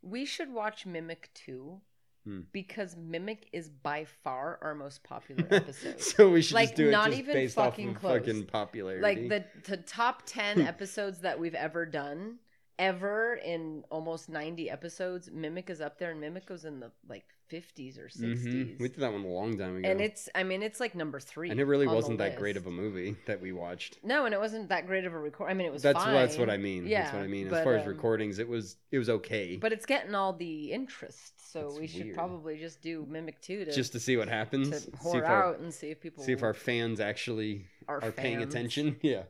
Speaker 3: We should watch Mimic 2
Speaker 2: Hmm.
Speaker 3: because Mimic is by far our most
Speaker 2: (laughs)
Speaker 3: popular episode.
Speaker 2: so we should
Speaker 3: Like,
Speaker 2: just do it
Speaker 3: not
Speaker 2: just
Speaker 3: even
Speaker 2: based off
Speaker 3: fucking
Speaker 2: of
Speaker 3: close.
Speaker 2: fucking popularity.
Speaker 3: like the, the top
Speaker 2: (laughs)
Speaker 3: 10 episodes that we've ever done, ever in almost 90 episodes, Mimic is up there and Mimic was in the like 50s or 60s.
Speaker 2: Mhm. We did that one a long time ago.
Speaker 3: And it's, I mean, it's like number three.
Speaker 2: and it really
Speaker 3: on the
Speaker 2: wasn't that great
Speaker 3: list.
Speaker 2: of a movie that we watched.
Speaker 3: No, and it wasn't that great of a record. I mean, it was
Speaker 2: That's
Speaker 3: fine,
Speaker 2: that's what I mean. that's
Speaker 3: Yeah,
Speaker 2: what I mean. As
Speaker 3: but,
Speaker 2: far as
Speaker 3: um,
Speaker 2: recordings, it was it was okay.
Speaker 3: But it's getting all the interest, so
Speaker 2: That's
Speaker 3: we should
Speaker 2: weird.
Speaker 3: probably just do Mimic 2 to
Speaker 2: just to see what happens,
Speaker 3: to
Speaker 2: Mm-hmm. see
Speaker 3: whore
Speaker 2: if
Speaker 3: out and see if people
Speaker 2: our see if our fans actually are paying
Speaker 3: fans-
Speaker 2: attention. (laughs) Yeah,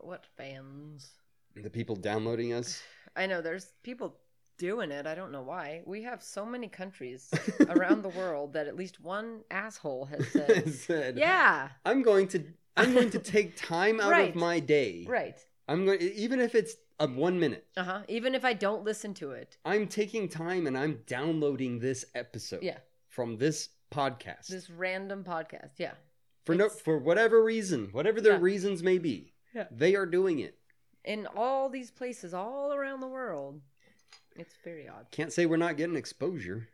Speaker 3: What fans?
Speaker 2: the people downloading us.
Speaker 3: I know there's people doing it. I don't know why. We have so many
Speaker 2: (laughs)
Speaker 3: countries around the world that at least one asshole has (laughs) said,
Speaker 2: (laughs) Said,
Speaker 3: "Yeah,
Speaker 2: I'm going to I'm
Speaker 3: (laughs)
Speaker 2: going to take time out
Speaker 3: Right.
Speaker 2: of my day.
Speaker 3: right."
Speaker 2: I'm going even if it's a 1 minute.
Speaker 3: Uh huh. Even if I don't listen to it,
Speaker 2: I'm taking time and I'm downloading this episode
Speaker 3: Yeah.
Speaker 2: from this podcast.
Speaker 3: this random podcast. Yeah.
Speaker 2: for no
Speaker 3: it's-
Speaker 2: for whatever reason, whatever their
Speaker 3: Yeah.
Speaker 2: reasons may be.
Speaker 3: Yeah.
Speaker 2: They are doing it.
Speaker 3: in all these places all around the world. It's very odd.
Speaker 2: Can't say we're not getting exposure.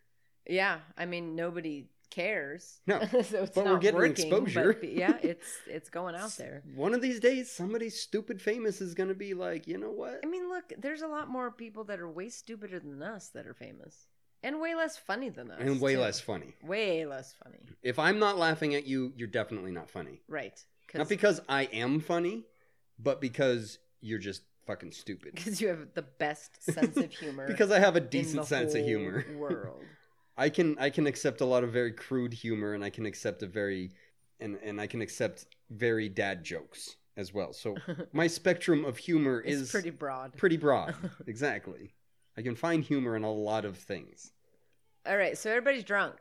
Speaker 3: Yeah, I mean nobody cares.
Speaker 2: No,
Speaker 3: (laughs) so it's
Speaker 2: but we're
Speaker 3: not
Speaker 2: getting
Speaker 3: working,
Speaker 2: exposure.
Speaker 3: But yeah,
Speaker 2: (laughs)
Speaker 3: it's it's going out there.
Speaker 2: One of these days somebody stupid famous is going to be like, "You know what?
Speaker 3: I mean, look, there's a lot more people that are way stupider than us that are famous, and way less funny than us,
Speaker 2: and way
Speaker 3: too.
Speaker 2: less funny.
Speaker 3: way less funny,
Speaker 2: If I'm not laughing at you, you're definitely not funny.
Speaker 3: right?
Speaker 2: Not
Speaker 3: (laughs)
Speaker 2: because I am funny, but because you're just fucking
Speaker 3: (laughs)
Speaker 2: stupid.
Speaker 3: because you have the best sense of humor.
Speaker 2: (laughs) Because I have a
Speaker 3: in
Speaker 2: decent
Speaker 3: the
Speaker 2: sense of
Speaker 3: whole
Speaker 2: humor. (laughs)
Speaker 3: world.
Speaker 2: I can I can accept a lot of very crude humor and I can accept a very and and I can accept very dad jokes as well.
Speaker 3: (laughs)
Speaker 2: So my spectrum of humor
Speaker 3: it's
Speaker 2: is
Speaker 3: pretty broad.
Speaker 2: (laughs) pretty
Speaker 3: (laughs)
Speaker 2: broad. exactly. I can find humor in a lot of things.
Speaker 3: all right, so everybody's drunk.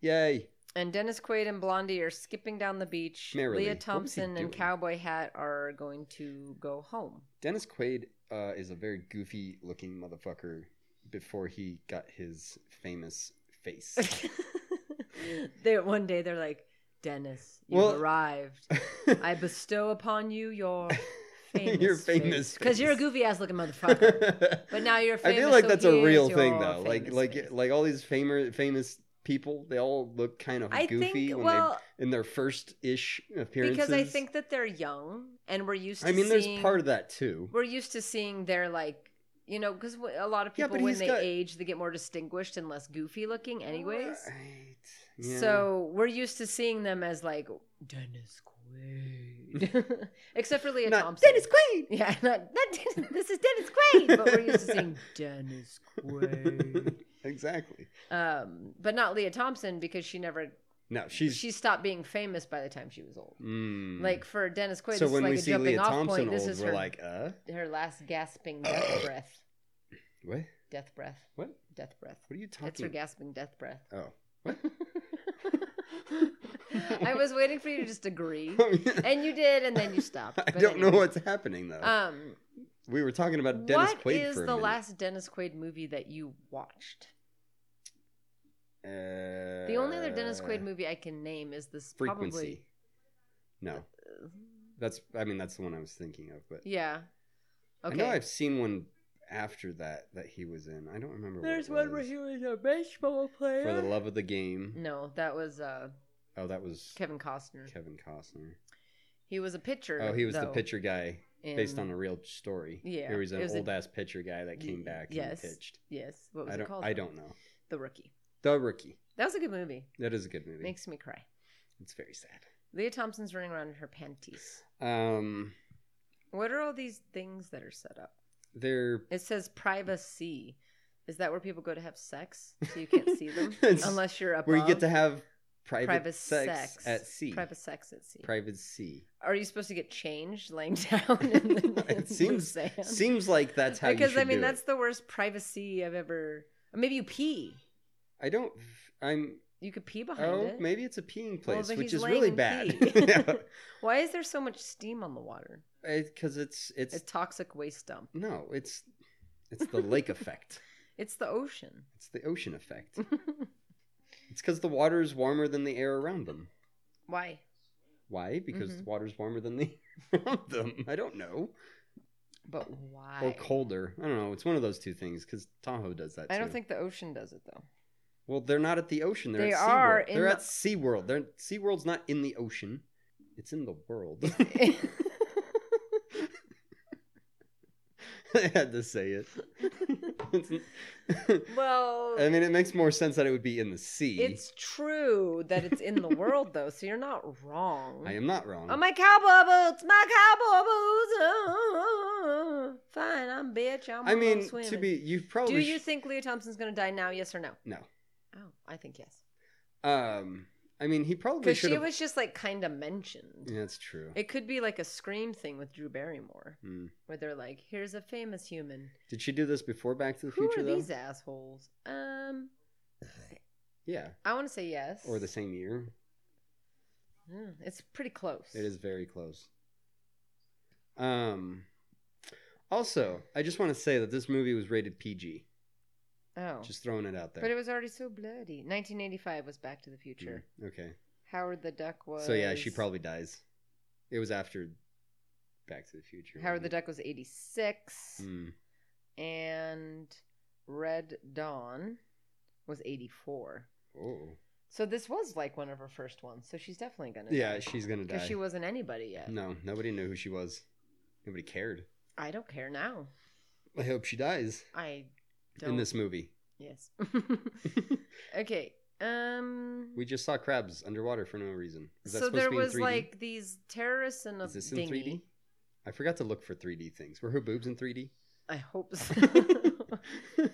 Speaker 2: Yay.
Speaker 3: And Dennis Quaid and Blondie are skipping down the beach.
Speaker 2: Merrily. What
Speaker 3: Leah
Speaker 2: was he
Speaker 3: Thompson
Speaker 2: doing?
Speaker 3: and Cowboy Hat are going to go home. (laughs)
Speaker 2: Dennis Quaid uh, is a very goofy looking motherfucker before he got his famous face.
Speaker 3: they one day they're like, Dennis, you
Speaker 2: Well-
Speaker 3: arrived. (laughs)
Speaker 2: (laughs)
Speaker 3: I bestow upon you your famous
Speaker 2: Your famous
Speaker 3: because you're a
Speaker 2: face."
Speaker 3: goofy ass looking motherfucker. but now
Speaker 2: (laughs)
Speaker 3: you're
Speaker 2: I
Speaker 3: famous.
Speaker 2: feel like
Speaker 3: so
Speaker 2: that's a
Speaker 3: here's
Speaker 2: real thing
Speaker 3: your
Speaker 2: though. Like
Speaker 3: famous
Speaker 2: like
Speaker 3: face.
Speaker 2: like all these famous famous people, they all look kind of
Speaker 3: I
Speaker 2: goofy
Speaker 3: think
Speaker 2: when
Speaker 3: well
Speaker 2: they in their first ish appearances.
Speaker 3: because I think that they're young and we're used. to
Speaker 2: I mean, there's
Speaker 3: seeing-
Speaker 2: part of that too.
Speaker 3: we're used to seeing their like you know because a lot of
Speaker 2: Yeah,
Speaker 3: people
Speaker 2: but
Speaker 3: when
Speaker 2: he's
Speaker 3: they
Speaker 2: got-
Speaker 3: age they get more distinguished and less goofy looking anyways
Speaker 2: Right. Yeah.
Speaker 3: so we're used to seeing them as like dennis quaid (laughs) except for leah
Speaker 2: Not
Speaker 3: thompson
Speaker 2: Dennis Quaid.
Speaker 3: (laughs) yeah not, not Den- this is dennis quaid but we're used
Speaker 2: (laughs)
Speaker 3: to seeing dennis quaid
Speaker 2: (laughs) exactly.
Speaker 3: um, but not leah thompson because she never
Speaker 2: No, she's
Speaker 3: she stopped being famous by the time she was old
Speaker 2: mm.
Speaker 3: like for dennis quaid
Speaker 2: so
Speaker 3: this
Speaker 2: when
Speaker 3: is like
Speaker 2: we
Speaker 3: a
Speaker 2: see
Speaker 3: jumping
Speaker 2: Leah
Speaker 3: off
Speaker 2: Thompson
Speaker 3: point
Speaker 2: old,
Speaker 3: this is
Speaker 2: we're
Speaker 3: her,
Speaker 2: like, uh,
Speaker 3: her last
Speaker 2: (coughs)
Speaker 3: gasping death breath
Speaker 2: what?
Speaker 3: Death breath.
Speaker 2: What?
Speaker 3: Death breath.
Speaker 2: What are you talking?
Speaker 3: That's her gasping death breath.
Speaker 2: Oh,
Speaker 3: (laughs) (laughs)
Speaker 2: (laughs)
Speaker 3: I was waiting for you to just agree. And you did, and then you
Speaker 2: (laughs)
Speaker 3: stopped.
Speaker 2: I
Speaker 3: But
Speaker 2: don't know
Speaker 3: anyway.
Speaker 2: what's happening though.
Speaker 3: Um,
Speaker 2: we were talking about Dennis
Speaker 3: what
Speaker 2: Quaid
Speaker 3: is
Speaker 2: for a
Speaker 3: the
Speaker 2: minute.
Speaker 3: last Dennis Quaid movie that you watched?
Speaker 2: Uh,
Speaker 3: The only other Dennis Quaid movie I can name is this
Speaker 2: frequency. No,
Speaker 3: probably.
Speaker 2: that's. I mean, that's the one I was thinking of. But
Speaker 3: Yeah. Okay.
Speaker 2: I know I've seen one after that that he was in. I don't remember. what it was.
Speaker 3: was a baseball player.
Speaker 2: For the love of the game.
Speaker 3: no, that was uh,
Speaker 2: Oh, that was
Speaker 3: Kevin Costner.
Speaker 2: Kevin Costner.
Speaker 3: He was a pitcher.
Speaker 2: Oh, he was the
Speaker 3: though,
Speaker 2: pitcher guy
Speaker 3: in-
Speaker 2: based on a real story.
Speaker 3: Yeah,
Speaker 2: he was an
Speaker 3: it was a-
Speaker 2: old ass pitcher guy that came
Speaker 3: Y-
Speaker 2: back
Speaker 3: yes.
Speaker 2: and pitched.
Speaker 3: Yes. What was
Speaker 2: I
Speaker 3: it
Speaker 2: don't.
Speaker 3: called?
Speaker 2: I don't know.
Speaker 3: The Rookie.
Speaker 2: The rookie.
Speaker 3: That was a good movie.
Speaker 2: That is a good movie.
Speaker 3: Makes me cry.
Speaker 2: It's very sad.
Speaker 3: Leah Thompson's running around in her panties.
Speaker 2: Um,
Speaker 3: What are all these things that are set up?
Speaker 2: they're
Speaker 3: It says privacy. Is that where people go to have sex so you can't
Speaker 2: (laughs)
Speaker 3: see them
Speaker 2: It's
Speaker 3: unless you're above?
Speaker 2: where you get to have private,
Speaker 3: private
Speaker 2: sex, at sea.
Speaker 3: Private sex at sea.
Speaker 2: private sea.
Speaker 3: are you supposed to get changed laying (laughs) down? In the,
Speaker 2: (laughs)
Speaker 3: in
Speaker 2: it seems
Speaker 3: the sand?
Speaker 2: seems like that's how you
Speaker 3: because
Speaker 2: should
Speaker 3: I mean
Speaker 2: do
Speaker 3: that's
Speaker 2: it.
Speaker 3: the worst privacy I've ever. Maybe you pee.
Speaker 2: I don't. I'm.
Speaker 3: You could pee behind
Speaker 2: Oh,
Speaker 3: it.
Speaker 2: maybe it's a peeing place,
Speaker 3: but
Speaker 2: which
Speaker 3: he's
Speaker 2: is really
Speaker 3: laying
Speaker 2: bad.
Speaker 3: in pee.
Speaker 2: (laughs)
Speaker 3: (laughs) Why is there so much steam on the water?
Speaker 2: Because it's it's
Speaker 3: It's toxic waste dump.
Speaker 2: no, it's it's the lake effect.
Speaker 3: It's the ocean.
Speaker 2: It's the ocean
Speaker 3: (laughs)
Speaker 2: effect. It's because the water is warmer than the air around them.
Speaker 3: Why?
Speaker 2: Why? Because the
Speaker 3: Mhm.
Speaker 2: water's warmer than the (laughs) air around them. I don't know.
Speaker 3: But
Speaker 2: Oh,
Speaker 3: why?
Speaker 2: Or colder. I don't know. It's one of those two things. Because Tahoe does that.
Speaker 3: I don't
Speaker 2: too.
Speaker 3: think the ocean does it though.
Speaker 2: Well, they're not at the ocean. They're
Speaker 3: They
Speaker 2: at
Speaker 3: are
Speaker 2: SeaWorld.
Speaker 3: in
Speaker 2: They're
Speaker 3: the-
Speaker 2: at SeaWorld. They're SeaWorld's not in the ocean. It's in the world. (laughs)
Speaker 3: (laughs)
Speaker 2: I had to say it. (laughs) It's-
Speaker 3: well,
Speaker 2: I mean, it makes more sense that it would be in the sea.
Speaker 3: it's true that it's in the world though, so you're not wrong.
Speaker 2: I am not wrong.
Speaker 3: Oh my cowboy boots, my cowboy boots. oh, fine, I'm bitch. I'm.
Speaker 2: I
Speaker 3: gonna go
Speaker 2: mean,
Speaker 3: swimming.
Speaker 2: to be you probably
Speaker 3: Do you
Speaker 2: sh-
Speaker 3: Oh, think Leah Thompson's gonna die now? Yes or no?
Speaker 2: no.
Speaker 3: Oh, I think yes.
Speaker 2: Um, I mean, he probably
Speaker 3: Because
Speaker 2: should
Speaker 3: she
Speaker 2: have.
Speaker 3: was just like kind of mentioned.
Speaker 2: Yeah, that's true.
Speaker 3: It could be like a scream thing with Drew Barrymore,
Speaker 2: Hmm.
Speaker 3: where they're like, "Here's a famous human.
Speaker 2: Did she do this before Back to the
Speaker 3: Who
Speaker 2: Future?
Speaker 3: are
Speaker 2: though?
Speaker 3: these assholes?" Um,
Speaker 2: Yeah,
Speaker 3: I want to say yes.
Speaker 2: or the same year.
Speaker 3: Mm, it's pretty close.
Speaker 2: It is very close. Um. Also, I just want to say that this movie was rated PG.
Speaker 3: Oh,
Speaker 2: Just throwing it out there.
Speaker 3: but it was already so bloody. 1985 was Back to the Future.
Speaker 2: Mm, Okay.
Speaker 3: Howard the Duck was.
Speaker 2: So yeah, she probably dies. It was after Back to the Future.
Speaker 3: Howard the
Speaker 2: wasn't
Speaker 3: Duck was 86,
Speaker 2: it? Mm,
Speaker 3: and Red Dawn was 84.
Speaker 2: Oh.
Speaker 3: So this was like one of her first ones. So she's definitely gonna.
Speaker 2: Yeah, she's gonna die.
Speaker 3: because she wasn't anybody yet.
Speaker 2: No, nobody knew who she was. Nobody cared.
Speaker 3: I don't care now.
Speaker 2: I hope she dies
Speaker 3: I don't.
Speaker 2: in this movie. (laughs)
Speaker 3: Yes. (laughs) okay. Um.
Speaker 2: We just saw crabs underwater for no reason. Is that
Speaker 3: so
Speaker 2: supposed
Speaker 3: there
Speaker 2: to be in
Speaker 3: was
Speaker 2: 3D?
Speaker 3: like these terrorists in a
Speaker 2: Is this in
Speaker 3: dinghy.
Speaker 2: 3D? I forgot to look for 3D things. Were her boobs in 3D?
Speaker 3: I hope so.
Speaker 2: (laughs)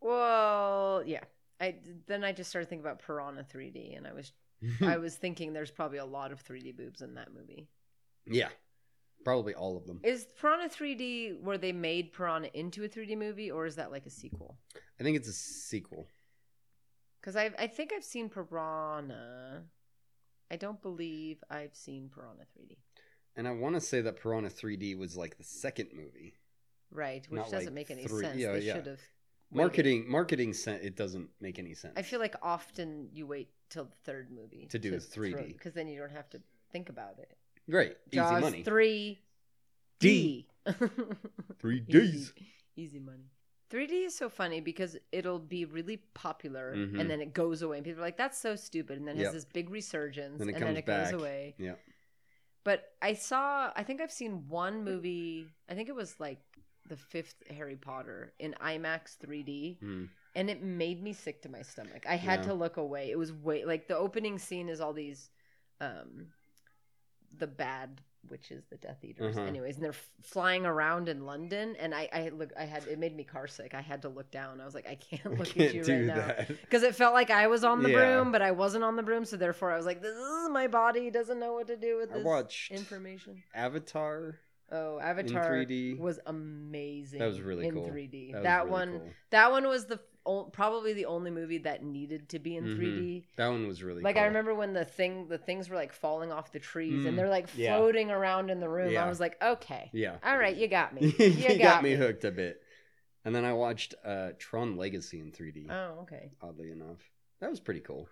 Speaker 3: well, yeah. I then I just started thinking about Piranha 3D, and I was (laughs)
Speaker 2: Hmm.
Speaker 3: I was thinking there's probably a lot of 3D boobs in that movie.
Speaker 2: (laughs) yeah, probably all of them.
Speaker 3: Is Piranha 3D where they made Piranha into a 3D movie, or is that like a sequel?
Speaker 2: I think it's a sequel.
Speaker 3: Because I I think I've seen Piranha. I don't believe I've seen Piranha 3D.
Speaker 2: And I want to say that Piranha 3D was like the second movie.
Speaker 3: Right, which
Speaker 2: Not,
Speaker 3: doesn't
Speaker 2: like,
Speaker 3: make any
Speaker 2: three-
Speaker 3: sense.
Speaker 2: yeah,
Speaker 3: they
Speaker 2: yeah.
Speaker 3: should have
Speaker 2: Marketing, marketing sent it doesn't make any sense.
Speaker 3: I feel like often you wait till the third movie
Speaker 2: To do 3D.
Speaker 3: because then you don't have to think about it.
Speaker 2: great,
Speaker 3: Jaws
Speaker 2: easy money.
Speaker 3: three D.
Speaker 2: D.
Speaker 3: (laughs)
Speaker 2: Three
Speaker 3: Easy, easy money. 3D is so funny because it'll be really popular
Speaker 2: Mhm.
Speaker 3: and then it goes away and people are like, "That's so stupid," and then it
Speaker 2: Yep.
Speaker 3: has this big resurgence
Speaker 2: Then it
Speaker 3: and then
Speaker 2: comes
Speaker 3: it
Speaker 2: back.
Speaker 3: goes away.
Speaker 2: Yeah.
Speaker 3: But I saw, I think I've seen one movie. I think it was like the fifth Harry Potter in IMAX 3D
Speaker 2: Mm.
Speaker 3: and it made me sick to my stomach. I had
Speaker 2: Yeah.
Speaker 3: to look away. It was way like the opening scene is all these, um, the bad witches, the Death Eaters,
Speaker 2: Uh-huh.
Speaker 3: anyways, and they're f- flying around in London. And I, I look, I had it made me car sick. I had to look down. I was like, I can't
Speaker 2: I
Speaker 3: look
Speaker 2: can't
Speaker 3: at you
Speaker 2: do
Speaker 3: right now
Speaker 2: that.
Speaker 3: because it felt like I was on the
Speaker 2: Yeah.
Speaker 3: broom, but I wasn't on the broom. So therefore, I was like, this is my body doesn't know what to do with
Speaker 2: I
Speaker 3: this
Speaker 2: watched
Speaker 3: information.
Speaker 2: Avatar.
Speaker 3: Oh, Avatar
Speaker 2: 3D.
Speaker 3: was amazing.
Speaker 2: That was really
Speaker 3: in
Speaker 2: cool.
Speaker 3: 3D.
Speaker 2: was
Speaker 3: That,
Speaker 2: really
Speaker 3: one.
Speaker 2: cool.
Speaker 3: That one was the o- probably the only movie that needed to be in
Speaker 2: Mhm.
Speaker 3: 3D.
Speaker 2: That one was really
Speaker 3: Like
Speaker 2: cool.
Speaker 3: I remember when the thing the things were like falling off the trees
Speaker 2: Mm,
Speaker 3: and they're like
Speaker 2: yeah.
Speaker 3: floating around in the room.
Speaker 2: Yeah.
Speaker 3: I was like, okay,
Speaker 2: Yeah.
Speaker 3: all right, you
Speaker 2: (laughs)
Speaker 3: got me.
Speaker 2: you
Speaker 3: You,
Speaker 2: got, me hooked a bit. And then I watched uh, Tron Legacy in 3D.
Speaker 3: Oh, okay.
Speaker 2: oddly enough, that was pretty cool.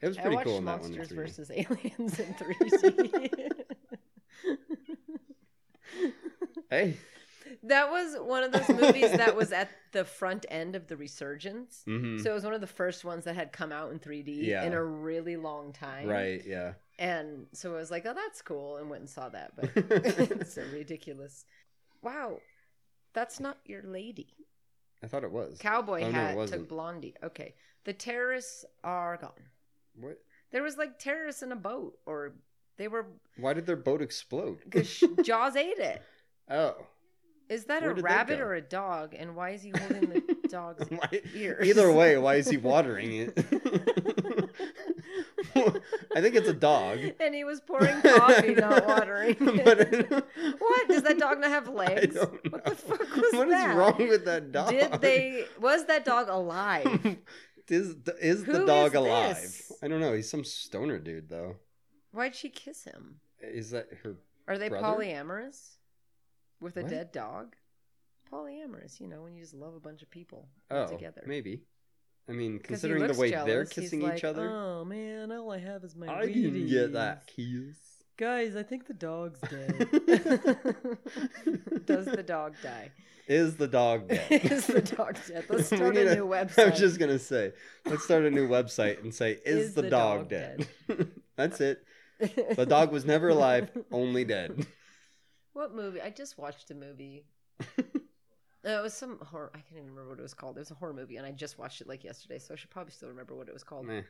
Speaker 2: It was
Speaker 3: I
Speaker 2: pretty
Speaker 3: watched
Speaker 2: cool in that one. in
Speaker 3: Monsters
Speaker 2: 3D.
Speaker 3: versus Aliens in 3D.
Speaker 2: Hey.
Speaker 3: (laughs) that was one of those movies that
Speaker 2: (laughs)
Speaker 3: was at the front end of the resurgence.
Speaker 2: Mhm.
Speaker 3: So it was one of the first ones that had come out in 3D
Speaker 2: Yeah.
Speaker 3: in a really long time.
Speaker 2: right. Yeah.
Speaker 3: And so I was like, oh, that's cool, and went and saw that.
Speaker 2: (laughs)
Speaker 3: But it's so ridiculous. Wow. That's not your lady.
Speaker 2: I thought it was.
Speaker 3: Cowboy
Speaker 2: Oh, no, it
Speaker 3: hat to
Speaker 2: wasn't.
Speaker 3: Blondie. Okay. The terrorists are gone.
Speaker 2: what?
Speaker 3: There was like terrorists in a boat, or they were
Speaker 2: Why did their boat explode? (laughs)
Speaker 3: because Jaws ate it.
Speaker 2: oh. (laughs)
Speaker 3: Is that
Speaker 2: Where
Speaker 3: a
Speaker 2: did they
Speaker 3: rabbit
Speaker 2: go?
Speaker 3: or a dog? And why is he
Speaker 2: (laughs)
Speaker 3: holding the dog's
Speaker 2: Why-
Speaker 3: ears?
Speaker 2: (laughs) Either way, why
Speaker 3: (laughs)
Speaker 2: is he watering it? (laughs) I think it's a dog.
Speaker 3: And he was pouring
Speaker 2: (laughs)
Speaker 3: coffee, not watering. it.
Speaker 2: But-
Speaker 3: (laughs) what? Does that dog not
Speaker 2: (laughs)
Speaker 3: have
Speaker 2: I
Speaker 3: legs?
Speaker 2: don't know.
Speaker 3: What the fuck was
Speaker 2: What is
Speaker 3: that?
Speaker 2: wrong with that dog? (laughs)
Speaker 3: Did they? Was that dog alive?
Speaker 2: is the, is
Speaker 3: Who
Speaker 2: the dog
Speaker 3: is
Speaker 2: alive?
Speaker 3: this?
Speaker 2: I don't know. He's some stoner dude, though.
Speaker 3: Why'd she kiss him?
Speaker 2: Is that her?
Speaker 3: Are they
Speaker 2: Brother?
Speaker 3: polyamorous? With a
Speaker 2: What?
Speaker 3: dead dog? Polyamorous, you know, when you just love a bunch of people
Speaker 2: Oh,
Speaker 3: together.
Speaker 2: maybe. I mean,
Speaker 3: 'Cause he
Speaker 2: considering the
Speaker 3: looks
Speaker 2: way they're
Speaker 3: jealous, he's
Speaker 2: kissing
Speaker 3: like,
Speaker 2: each other,
Speaker 3: Oh man, all I have is my
Speaker 2: I didn't get that
Speaker 3: Wheaties."
Speaker 2: kiss.
Speaker 3: Guys, I think
Speaker 2: (laughs)
Speaker 3: the dog's dead. (laughs) Does the dog die?
Speaker 2: Is the
Speaker 3: (laughs)
Speaker 2: dog dead?
Speaker 3: Is
Speaker 2: (laughs)
Speaker 3: the dog dead?
Speaker 2: We
Speaker 3: Let's start
Speaker 2: need
Speaker 3: a
Speaker 2: a- (laughs)
Speaker 3: new
Speaker 2: I
Speaker 3: website.
Speaker 2: was just gonna say, let's start a new website and
Speaker 3: (laughs)
Speaker 2: say, "Is, the, dog, dead?" (laughs) That's it. The dog was never
Speaker 3: (laughs)
Speaker 2: alive, only dead.
Speaker 3: What movie? I just watched a movie.
Speaker 2: (laughs)
Speaker 3: Uh, it was some horror. I can't even remember what it was called. It was a horror movie, and I just watched it like yesterday, so I should probably still remember what it was called.
Speaker 2: Meh.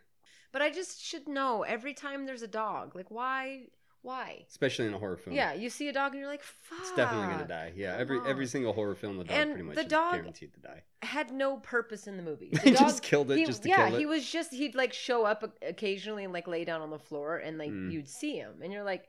Speaker 3: But I just should know every time there's a dog. Like, why? Why?
Speaker 2: especially in a horror film.
Speaker 3: Yeah, you see a dog and you're like, fuck.
Speaker 2: Hmm. it's definitely gonna die. Yeah,
Speaker 3: come
Speaker 2: every every
Speaker 3: on.
Speaker 2: single horror film, the dog
Speaker 3: And
Speaker 2: pretty much
Speaker 3: the
Speaker 2: is
Speaker 3: dog-
Speaker 2: guaranteed to die.
Speaker 3: Had no purpose in
Speaker 2: (laughs)
Speaker 3: the movie.
Speaker 2: They
Speaker 3: The dog,
Speaker 2: just killed it
Speaker 3: he,
Speaker 2: just to
Speaker 3: yeah,
Speaker 2: kill it.
Speaker 3: he was just he'd like show up o- occasionally and like lay down on the floor and like
Speaker 2: Mm.
Speaker 3: you'd see him and you're like,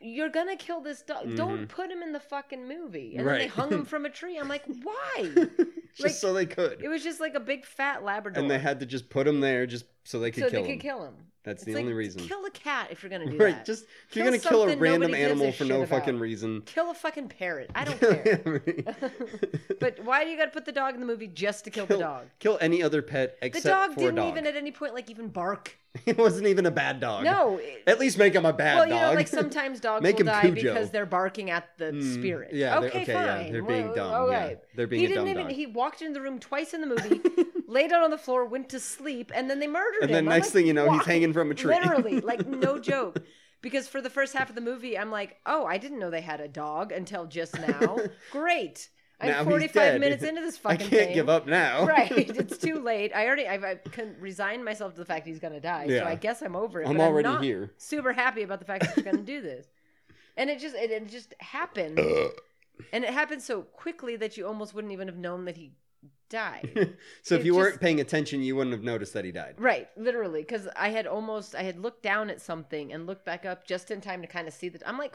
Speaker 3: you're gonna kill this dog. Don't put him in the fucking movie. And then
Speaker 2: Mm-hmm.
Speaker 3: they
Speaker 2: Right. (laughs)
Speaker 3: hung him from a tree. I'm like, why?
Speaker 2: just
Speaker 3: (laughs) Like,
Speaker 2: so they could,
Speaker 3: it was just like a big fat Labrador.
Speaker 2: and they had to just put him there just so they could
Speaker 3: so
Speaker 2: kill
Speaker 3: they
Speaker 2: him.
Speaker 3: could kill him.
Speaker 2: That's
Speaker 3: It's
Speaker 2: the
Speaker 3: like,
Speaker 2: only reason. (laughs)
Speaker 3: Kill a cat if you're gonna do
Speaker 2: Right,
Speaker 3: that.
Speaker 2: just if you're
Speaker 3: Kill
Speaker 2: gonna kill a
Speaker 3: something
Speaker 2: random
Speaker 3: nobody gives a
Speaker 2: animal for
Speaker 3: shit
Speaker 2: no
Speaker 3: about.
Speaker 2: fucking reason.
Speaker 3: kill a fucking parrot.
Speaker 2: (laughs)
Speaker 3: I don't care.
Speaker 2: but
Speaker 3: But why do you got to put the dog in the movie just to kill,
Speaker 2: Kill-
Speaker 3: the dog?
Speaker 2: kill any other pet
Speaker 3: The
Speaker 2: except
Speaker 3: dog
Speaker 2: for
Speaker 3: didn't
Speaker 2: a dog.
Speaker 3: even at any point like even bark.
Speaker 2: (laughs) it wasn't even a bad dog.
Speaker 3: No. it-
Speaker 2: At least make him a bad
Speaker 3: well, you
Speaker 2: dog. (laughs)
Speaker 3: know, like sometimes dogs
Speaker 2: Make
Speaker 3: will
Speaker 2: him
Speaker 3: die
Speaker 2: Cujo.
Speaker 3: because they're barking at the
Speaker 2: Mm,
Speaker 3: spirit.
Speaker 2: Yeah. they're-
Speaker 3: okay,
Speaker 2: okay.
Speaker 3: fine.
Speaker 2: Yeah. They're being
Speaker 3: Well,
Speaker 2: dumb.
Speaker 3: all
Speaker 2: yeah.
Speaker 3: right.
Speaker 2: They're being
Speaker 3: he
Speaker 2: a
Speaker 3: didn't
Speaker 2: dumb
Speaker 3: even.
Speaker 2: dog.
Speaker 3: He walked in the room twice in the movie, (laughs) lay down on the floor, went to sleep, and then they murdered
Speaker 2: and
Speaker 3: him.
Speaker 2: then
Speaker 3: I'm
Speaker 2: next
Speaker 3: like,
Speaker 2: thing you know, he's
Speaker 3: why?
Speaker 2: hanging from a tree.
Speaker 3: Literally, like no joke. Because for the first half of the movie, I'm like, oh, I didn't know they had a dog until
Speaker 2: (laughs)
Speaker 3: just now. Great. I'm
Speaker 2: Now he's
Speaker 3: 45
Speaker 2: dead. (laughs)
Speaker 3: minutes into this
Speaker 2: (laughs) I
Speaker 3: fucking
Speaker 2: can't
Speaker 3: thing.
Speaker 2: give up now. (laughs)
Speaker 3: (laughs) Right. It's too late. I already, I've, I've con- resigned myself to the fact he's going to die.
Speaker 2: Yeah.
Speaker 3: So I guess I'm over it.
Speaker 2: I'm
Speaker 3: but
Speaker 2: already
Speaker 3: not
Speaker 2: here.
Speaker 3: Super happy about the fact that he's going to do this. And it just, it, it just happened. and it happened so quickly that you almost wouldn't even have known that he died.
Speaker 2: So if
Speaker 3: It
Speaker 2: you
Speaker 3: just-
Speaker 2: weren't paying attention, you wouldn't have noticed that he died.
Speaker 3: Right, literally, because I had almost I had looked down at something and looked back up just in time to kind of see that. I'm like,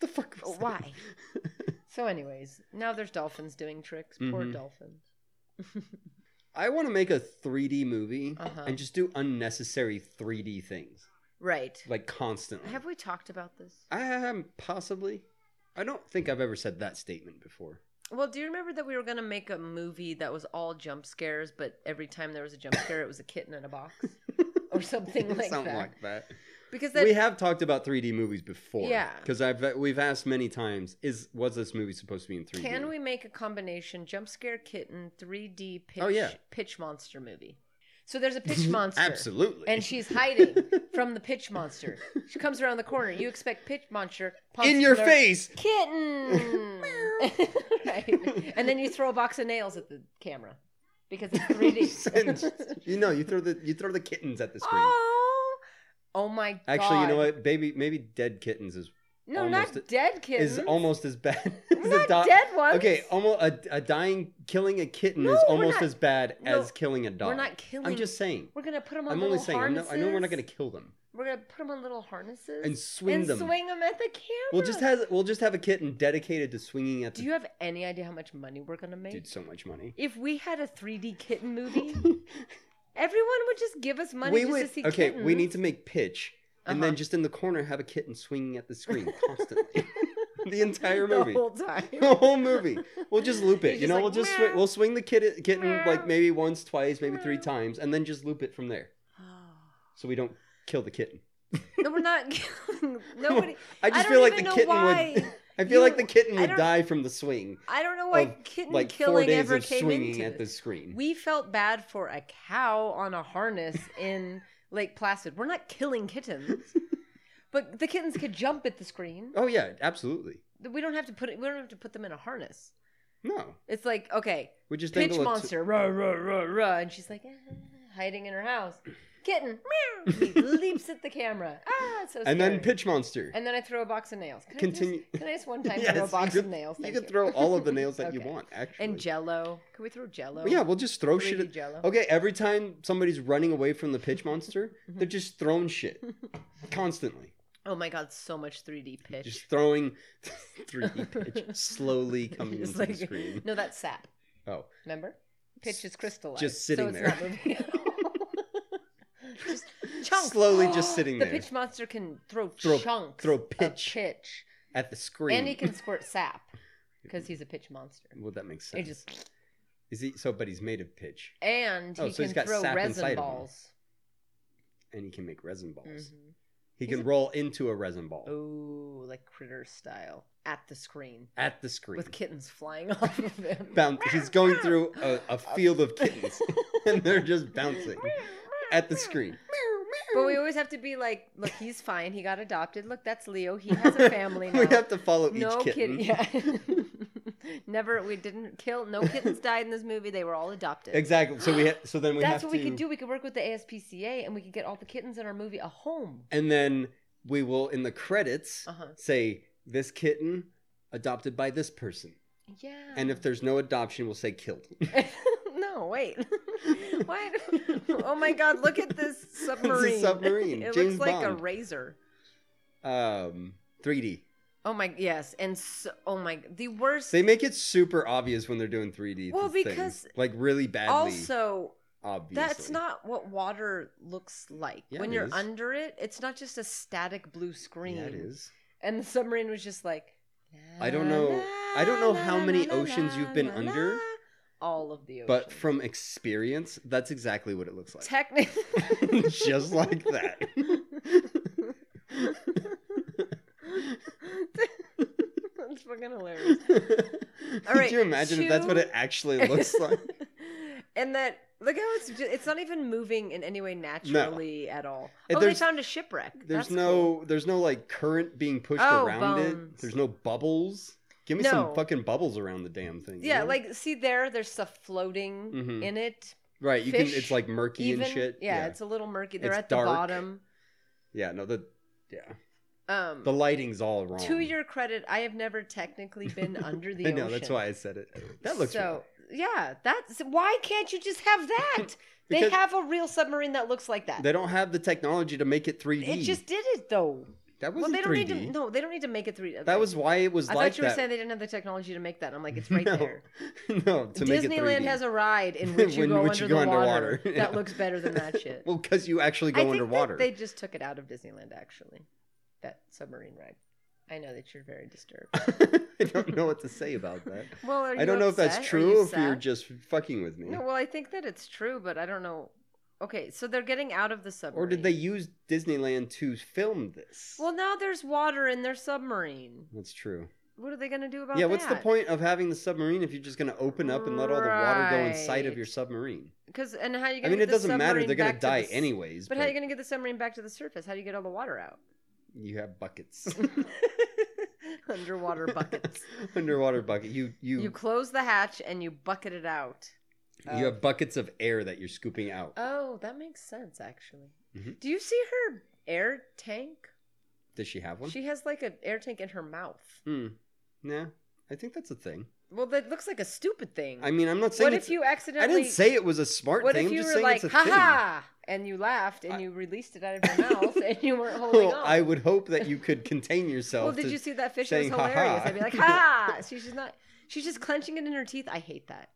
Speaker 2: The fuck? was that?
Speaker 3: why?
Speaker 2: (laughs)
Speaker 3: so, anyways, now there's dolphins doing tricks. Poor
Speaker 2: Mhm.
Speaker 3: dolphins.
Speaker 2: I want to make a 3D movie
Speaker 3: Uh-huh.
Speaker 2: and just do unnecessary 3D things
Speaker 3: Right.
Speaker 2: like constantly.
Speaker 3: Have we talked about this?
Speaker 2: Um, possibly. I don't think I've ever said that statement before.
Speaker 3: Well, do you remember that we were gonna make a movie that was all jump scares, but every time there was a jump scare, it was a kitten in a
Speaker 2: (laughs)
Speaker 3: box or something like
Speaker 2: Something
Speaker 3: that?
Speaker 2: like that.
Speaker 3: Because that
Speaker 2: we have talked about 3D movies before.
Speaker 3: Yeah.
Speaker 2: Because I've we've asked many times, is was this movie supposed to be in 3D?
Speaker 3: can we make a combination jump scare kitten 3D pitch
Speaker 2: Oh, yeah.
Speaker 3: pitch monster movie? So there's a
Speaker 2: (laughs)
Speaker 3: pitch monster.
Speaker 2: Absolutely.
Speaker 3: and she's hiding
Speaker 2: (laughs)
Speaker 3: from the pitch monster. She comes around the corner. You expect pitch monster
Speaker 2: in your
Speaker 3: monster-
Speaker 2: face. (laughs)
Speaker 3: kitten. (laughs) right. And then you throw a box of nails at the camera because
Speaker 2: (laughs)
Speaker 3: it's
Speaker 2: And
Speaker 3: 3D.
Speaker 2: you know, you throw the you throw the kittens at the screen.
Speaker 3: oh, oh my god!
Speaker 2: Actually, you know what? Baby, maybe dead kittens is
Speaker 3: No,
Speaker 2: Almost-
Speaker 3: not dead kittens.
Speaker 2: is almost as bad. (laughs) As
Speaker 3: not
Speaker 2: dog.
Speaker 3: dead ones.
Speaker 2: Okay, almost a, a dying killing a kitten
Speaker 3: No,
Speaker 2: is
Speaker 3: we're
Speaker 2: almost
Speaker 3: not-
Speaker 2: as bad
Speaker 3: no,
Speaker 2: as killing a dog.
Speaker 3: We're not killing.
Speaker 2: I'm just saying.
Speaker 3: We're gonna put them on.
Speaker 2: I'm only
Speaker 3: little
Speaker 2: saying. I'm not,
Speaker 3: Harnesses.
Speaker 2: I know we're not going to kill them
Speaker 3: We're gonna put them on little harnesses
Speaker 2: and swing
Speaker 3: and
Speaker 2: them.
Speaker 3: swing 'em at the camera.
Speaker 2: We'll just have we'll just have a kitten dedicated to swinging at the
Speaker 3: Do you have any idea how much money we're gonna make?
Speaker 2: dude so much money.
Speaker 3: If we had a 3D kitten
Speaker 2: (laughs)
Speaker 3: movie, everyone would just give us money
Speaker 2: we
Speaker 3: just
Speaker 2: would
Speaker 3: to see
Speaker 2: okay.
Speaker 3: kittens.
Speaker 2: We need to make pitch, and then
Speaker 3: Uh-huh.
Speaker 2: just in the corner have a kitten swinging at the
Speaker 3: (laughs)
Speaker 2: screen constantly, the entire
Speaker 3: the
Speaker 2: movie.
Speaker 3: whole
Speaker 2: (laughs)
Speaker 3: time. (sighs)
Speaker 2: the whole movie. We'll just
Speaker 3: (laughs)
Speaker 2: loop it.
Speaker 3: He's
Speaker 2: You
Speaker 3: just
Speaker 2: know,
Speaker 3: like,
Speaker 2: we'll just
Speaker 3: "Meow,
Speaker 2: swi- we'll swing the kitten, kitten
Speaker 3: meow,
Speaker 2: like maybe once, twice, maybe three
Speaker 3: meow."
Speaker 2: times, and then just loop it from there, so we don't kill the kitten.
Speaker 3: no, we're not. (laughs) killing- Nobody.
Speaker 2: I just
Speaker 3: don't
Speaker 2: feel like the
Speaker 3: even know
Speaker 2: kitten would.
Speaker 3: why
Speaker 2: (laughs) I feel like
Speaker 3: you-
Speaker 2: the kitten
Speaker 3: I
Speaker 2: would
Speaker 3: don't-
Speaker 2: die from the swing.
Speaker 3: I don't know why
Speaker 2: of,
Speaker 3: kitten
Speaker 2: like four
Speaker 3: killing
Speaker 2: days
Speaker 3: ever
Speaker 2: of
Speaker 3: came
Speaker 2: swinging
Speaker 3: into
Speaker 2: at the
Speaker 3: this.
Speaker 2: screen.
Speaker 3: We felt bad for a cow on a
Speaker 2: (laughs)
Speaker 3: harness in Lake Placid. We're not killing kittens. But the kittens could jump at the screen.
Speaker 2: oh yeah, absolutely.
Speaker 3: We don't have to put it, we don't have to put them in a harness.
Speaker 2: No,
Speaker 3: It's like okay,
Speaker 2: we just
Speaker 3: pitch
Speaker 2: angle it to-
Speaker 3: monster, rah, rah, rah, rah, and she's like ah, hiding in her
Speaker 2: (clears throat)
Speaker 3: house. Kitten, meow. He leaps at the camera. Ah, it's so
Speaker 2: and then
Speaker 3: scary.
Speaker 2: pitch monster.
Speaker 3: And then I throw a box of nails. Can
Speaker 2: Continue-
Speaker 3: I just, can I just one
Speaker 2: (laughs)
Speaker 3: time
Speaker 2: Yes,
Speaker 3: throw a box
Speaker 2: you
Speaker 3: of
Speaker 2: could,
Speaker 3: nails?
Speaker 2: You
Speaker 3: Thank
Speaker 2: could throw all of the
Speaker 3: (laughs)
Speaker 2: nails that you
Speaker 3: Okay.
Speaker 2: want, actually.
Speaker 3: And Jello. Can we throw Jello?
Speaker 2: Yeah, we'll just throw shit. Oh.
Speaker 3: 3D
Speaker 2: At,
Speaker 3: Jell-O.
Speaker 2: Okay, every time somebody's running away from the pitch
Speaker 3: (laughs)
Speaker 2: monster,
Speaker 3: Mm-hmm.
Speaker 2: they're just throwing shit constantly.
Speaker 3: Oh my god, so much 3D pitch.
Speaker 2: Just throwing (laughs) 3D pitch
Speaker 3: (laughs)
Speaker 2: slowly coming
Speaker 3: It's
Speaker 2: into the screen.
Speaker 3: (laughs) No, that's sap.
Speaker 2: Oh,
Speaker 3: Remember, pitch is crystallized.
Speaker 2: just sitting
Speaker 3: so it's
Speaker 2: there.
Speaker 3: Not moving at all. (laughs)
Speaker 2: (laughs)
Speaker 3: just chunks.
Speaker 2: Slowly
Speaker 3: (gasps)
Speaker 2: just sitting
Speaker 3: the
Speaker 2: there.
Speaker 3: pitch monster can throw,
Speaker 2: Throw-
Speaker 3: chunks.
Speaker 2: throw
Speaker 3: of
Speaker 2: pitch.
Speaker 3: pitch.
Speaker 2: at the screen.
Speaker 3: And he can squirt sap
Speaker 2: (laughs)
Speaker 3: because he's a pitch monster.
Speaker 2: Well, that makes
Speaker 3: He
Speaker 2: sense.
Speaker 3: just
Speaker 2: Is he so? But he's made of pitch,
Speaker 3: and
Speaker 2: Oh,
Speaker 3: he
Speaker 2: so he's
Speaker 3: can
Speaker 2: got
Speaker 3: throw
Speaker 2: sap inside
Speaker 3: resin
Speaker 2: of him.
Speaker 3: balls.
Speaker 2: and he can make resin balls.
Speaker 3: Mm-hmm.
Speaker 2: He
Speaker 3: He's
Speaker 2: can
Speaker 3: a-
Speaker 2: roll into a resin ball
Speaker 3: Ooh, like critter style at the screen
Speaker 2: at the screen.
Speaker 3: with kittens flying (laughs) off of him.
Speaker 2: Boun- he's
Speaker 3: (laughs)
Speaker 2: going through a, a field of kittens, (laughs) and they're just bouncing at the screen.
Speaker 3: But we always have to be like, look, he's fine. He got adopted. Look, that's Leo. (laughs) He has
Speaker 2: (laughs)
Speaker 3: a family now.
Speaker 2: we have to follow each
Speaker 3: no
Speaker 2: kitten.
Speaker 3: kidding. Yeah. (laughs) Never. We didn't
Speaker 2: (laughs)
Speaker 3: kill. No kittens died in this movie. They were all adopted.
Speaker 2: Exactly. So we ha- so then we
Speaker 3: That's
Speaker 2: have
Speaker 3: what we
Speaker 2: to
Speaker 3: could do. We could work with the ASPCA and we could get all the kittens in our movie a home.
Speaker 2: and then we will in the credits
Speaker 3: Uh-huh.
Speaker 2: say this kitten adopted by this person.
Speaker 3: Yeah.
Speaker 2: And if there's no adoption, we'll say
Speaker 3: (laughs)
Speaker 2: killed.
Speaker 3: no, wait. (laughs) what?
Speaker 2: (laughs)
Speaker 3: (laughs) Oh my God! Look at this submarine.
Speaker 2: submarine,
Speaker 3: (laughs) it
Speaker 2: James
Speaker 3: looks like a
Speaker 2: Bond.
Speaker 3: razor.
Speaker 2: um 3D.
Speaker 3: Oh my yes, and so, oh my the worst.
Speaker 2: They make it super obvious when they're doing 3D.
Speaker 3: Well,
Speaker 2: things,
Speaker 3: because
Speaker 2: like really badly
Speaker 3: also,
Speaker 2: obvious.
Speaker 3: that's not what water looks like.
Speaker 2: Yeah,
Speaker 3: when
Speaker 2: it
Speaker 3: you're
Speaker 2: is.
Speaker 3: under it, it's not just a static blue screen.
Speaker 2: Yeah, it is.
Speaker 3: And the submarine was just like.
Speaker 2: I don't know- I don't know how many oceans you've been under.
Speaker 3: All of the oceans.
Speaker 2: But from experience, that's exactly what it looks like. (laughs)
Speaker 3: technically, (laughs)
Speaker 2: Just like that.
Speaker 3: That's fucking hilarious.
Speaker 2: Could
Speaker 3: right,
Speaker 2: you imagine if that's what
Speaker 3: two-
Speaker 2: it actually
Speaker 3: (laughs)
Speaker 2: looks like?
Speaker 3: and that look how it's just, it's not even moving in any way naturally at all.
Speaker 2: And
Speaker 3: oh, they
Speaker 2: there's-
Speaker 3: found a shipwreck.
Speaker 2: There's
Speaker 3: That's
Speaker 2: no
Speaker 3: cool.
Speaker 2: there's no like current being pushed
Speaker 3: Oh,
Speaker 2: around it.
Speaker 3: bones.
Speaker 2: There's no bubbles. Give me
Speaker 3: No.
Speaker 2: some fucking bubbles around the damn thing. you
Speaker 3: Yeah,
Speaker 2: know?
Speaker 3: like see there, there's stuff floating
Speaker 2: Mhm.
Speaker 3: in it.
Speaker 2: right, you can it's
Speaker 3: fish,
Speaker 2: like murky
Speaker 3: Even
Speaker 2: and shit.
Speaker 3: Yeah,
Speaker 2: yeah.
Speaker 3: it's a little murky. They're
Speaker 2: It's
Speaker 3: at
Speaker 2: dark.
Speaker 3: the bottom.
Speaker 2: Yeah, no the yeah.
Speaker 3: Um,
Speaker 2: The lighting's all wrong.
Speaker 3: to your credit, I have never
Speaker 2: (laughs)
Speaker 3: technically been under the
Speaker 2: Um, I know
Speaker 3: ocean.
Speaker 2: that's why I said it. That looks
Speaker 3: so.
Speaker 2: wrong.
Speaker 3: Yeah, that's why can't you just
Speaker 2: (laughs)
Speaker 3: have that? they
Speaker 2: Because
Speaker 3: have a real submarine that looks like that.
Speaker 2: they don't have the technology to make it 3D.
Speaker 3: It just did it though.
Speaker 2: that
Speaker 3: Well,
Speaker 2: wasn't
Speaker 3: they don't
Speaker 2: 3D.
Speaker 3: need to. No, they don't need to make it 3D.
Speaker 2: That was why it was
Speaker 3: I
Speaker 2: like
Speaker 3: thought you were
Speaker 2: that.
Speaker 3: saying they didn't have the technology to make that. I'm like, it's
Speaker 2: (laughs)
Speaker 3: right
Speaker 2: No.
Speaker 3: there.
Speaker 2: (laughs) no, to make it 3D.
Speaker 3: Disneyland has a
Speaker 2: (laughs)
Speaker 3: ride in which you
Speaker 2: When-
Speaker 3: go
Speaker 2: which
Speaker 3: under
Speaker 2: you
Speaker 3: the
Speaker 2: go underwater,
Speaker 3: water
Speaker 2: yeah. (laughs)
Speaker 3: that looks better than that shit.
Speaker 2: Well, because you actually
Speaker 3: I
Speaker 2: go
Speaker 3: think that
Speaker 2: underwater.
Speaker 3: they just took it out of Disneyland. Actually, that submarine ride. I know that you're
Speaker 2: (laughs)
Speaker 3: very disturbed.
Speaker 2: (laughs) I don't know what to say about that.
Speaker 3: Well, are
Speaker 2: I
Speaker 3: you
Speaker 2: don't know if that's
Speaker 3: upset? Are
Speaker 2: true
Speaker 3: you
Speaker 2: or if you're
Speaker 3: sad?
Speaker 2: just fucking with me.
Speaker 3: No, well, I think that it's true, but I don't know. Okay, so they're getting out of the submarine.
Speaker 2: or did they use Disneyland to film this?
Speaker 3: Well, now there's water in their submarine.
Speaker 2: that's true.
Speaker 3: What are they going to do about
Speaker 2: yeah,
Speaker 3: that?
Speaker 2: what's the point of having the submarine if you're just going to open up and let all the water go inside of your
Speaker 3: Right.
Speaker 2: submarine?
Speaker 3: Because and how you?
Speaker 2: I
Speaker 3: Gonna
Speaker 2: mean,
Speaker 3: get
Speaker 2: it
Speaker 3: the
Speaker 2: doesn't matter.
Speaker 3: submarine
Speaker 2: They're going
Speaker 3: back
Speaker 2: to
Speaker 3: to
Speaker 2: die
Speaker 3: the s-
Speaker 2: anyways.
Speaker 3: But how are you going to get the submarine back to the surface? How do you get all the
Speaker 2: (laughs)
Speaker 3: water out? (laughs)
Speaker 2: you have buckets.
Speaker 3: Underwater buckets.
Speaker 2: (laughs) Underwater bucket. You you
Speaker 3: You
Speaker 2: you,
Speaker 3: close the hatch and you bucket it out. uh, Um,
Speaker 2: have buckets of air that you're scooping out.
Speaker 3: Oh, that makes sense actually.
Speaker 2: Mhm.
Speaker 3: Do you see her air tank?
Speaker 2: Does she have one?
Speaker 3: She has like an air tank in her mouth.
Speaker 2: hmm. Nah. I think that's a thing.
Speaker 3: Well, that looks like a stupid thing.
Speaker 2: I mean, I'm not saying
Speaker 3: what
Speaker 2: it's
Speaker 3: if you
Speaker 2: I
Speaker 3: accidentally?
Speaker 2: didn't say it was a smart
Speaker 3: What
Speaker 2: thing.
Speaker 3: if
Speaker 2: I'm
Speaker 3: you
Speaker 2: just
Speaker 3: were
Speaker 2: saying
Speaker 3: like,
Speaker 2: it's a thing.
Speaker 3: haha, and you laughed and you released it out of your mouth and you
Speaker 2: (laughs)
Speaker 3: weren't holding
Speaker 2: Well,
Speaker 3: on?
Speaker 2: Oh, I would hope that you
Speaker 3: (laughs)
Speaker 2: could contain yourself.
Speaker 3: Well, did
Speaker 2: to-
Speaker 3: you see that fish? It was
Speaker 2: saying, "Ha, ha."
Speaker 3: hilarious.
Speaker 2: (laughs)
Speaker 3: I'd be like, ha! She's just not. She's just clenching it in her teeth. I hate that.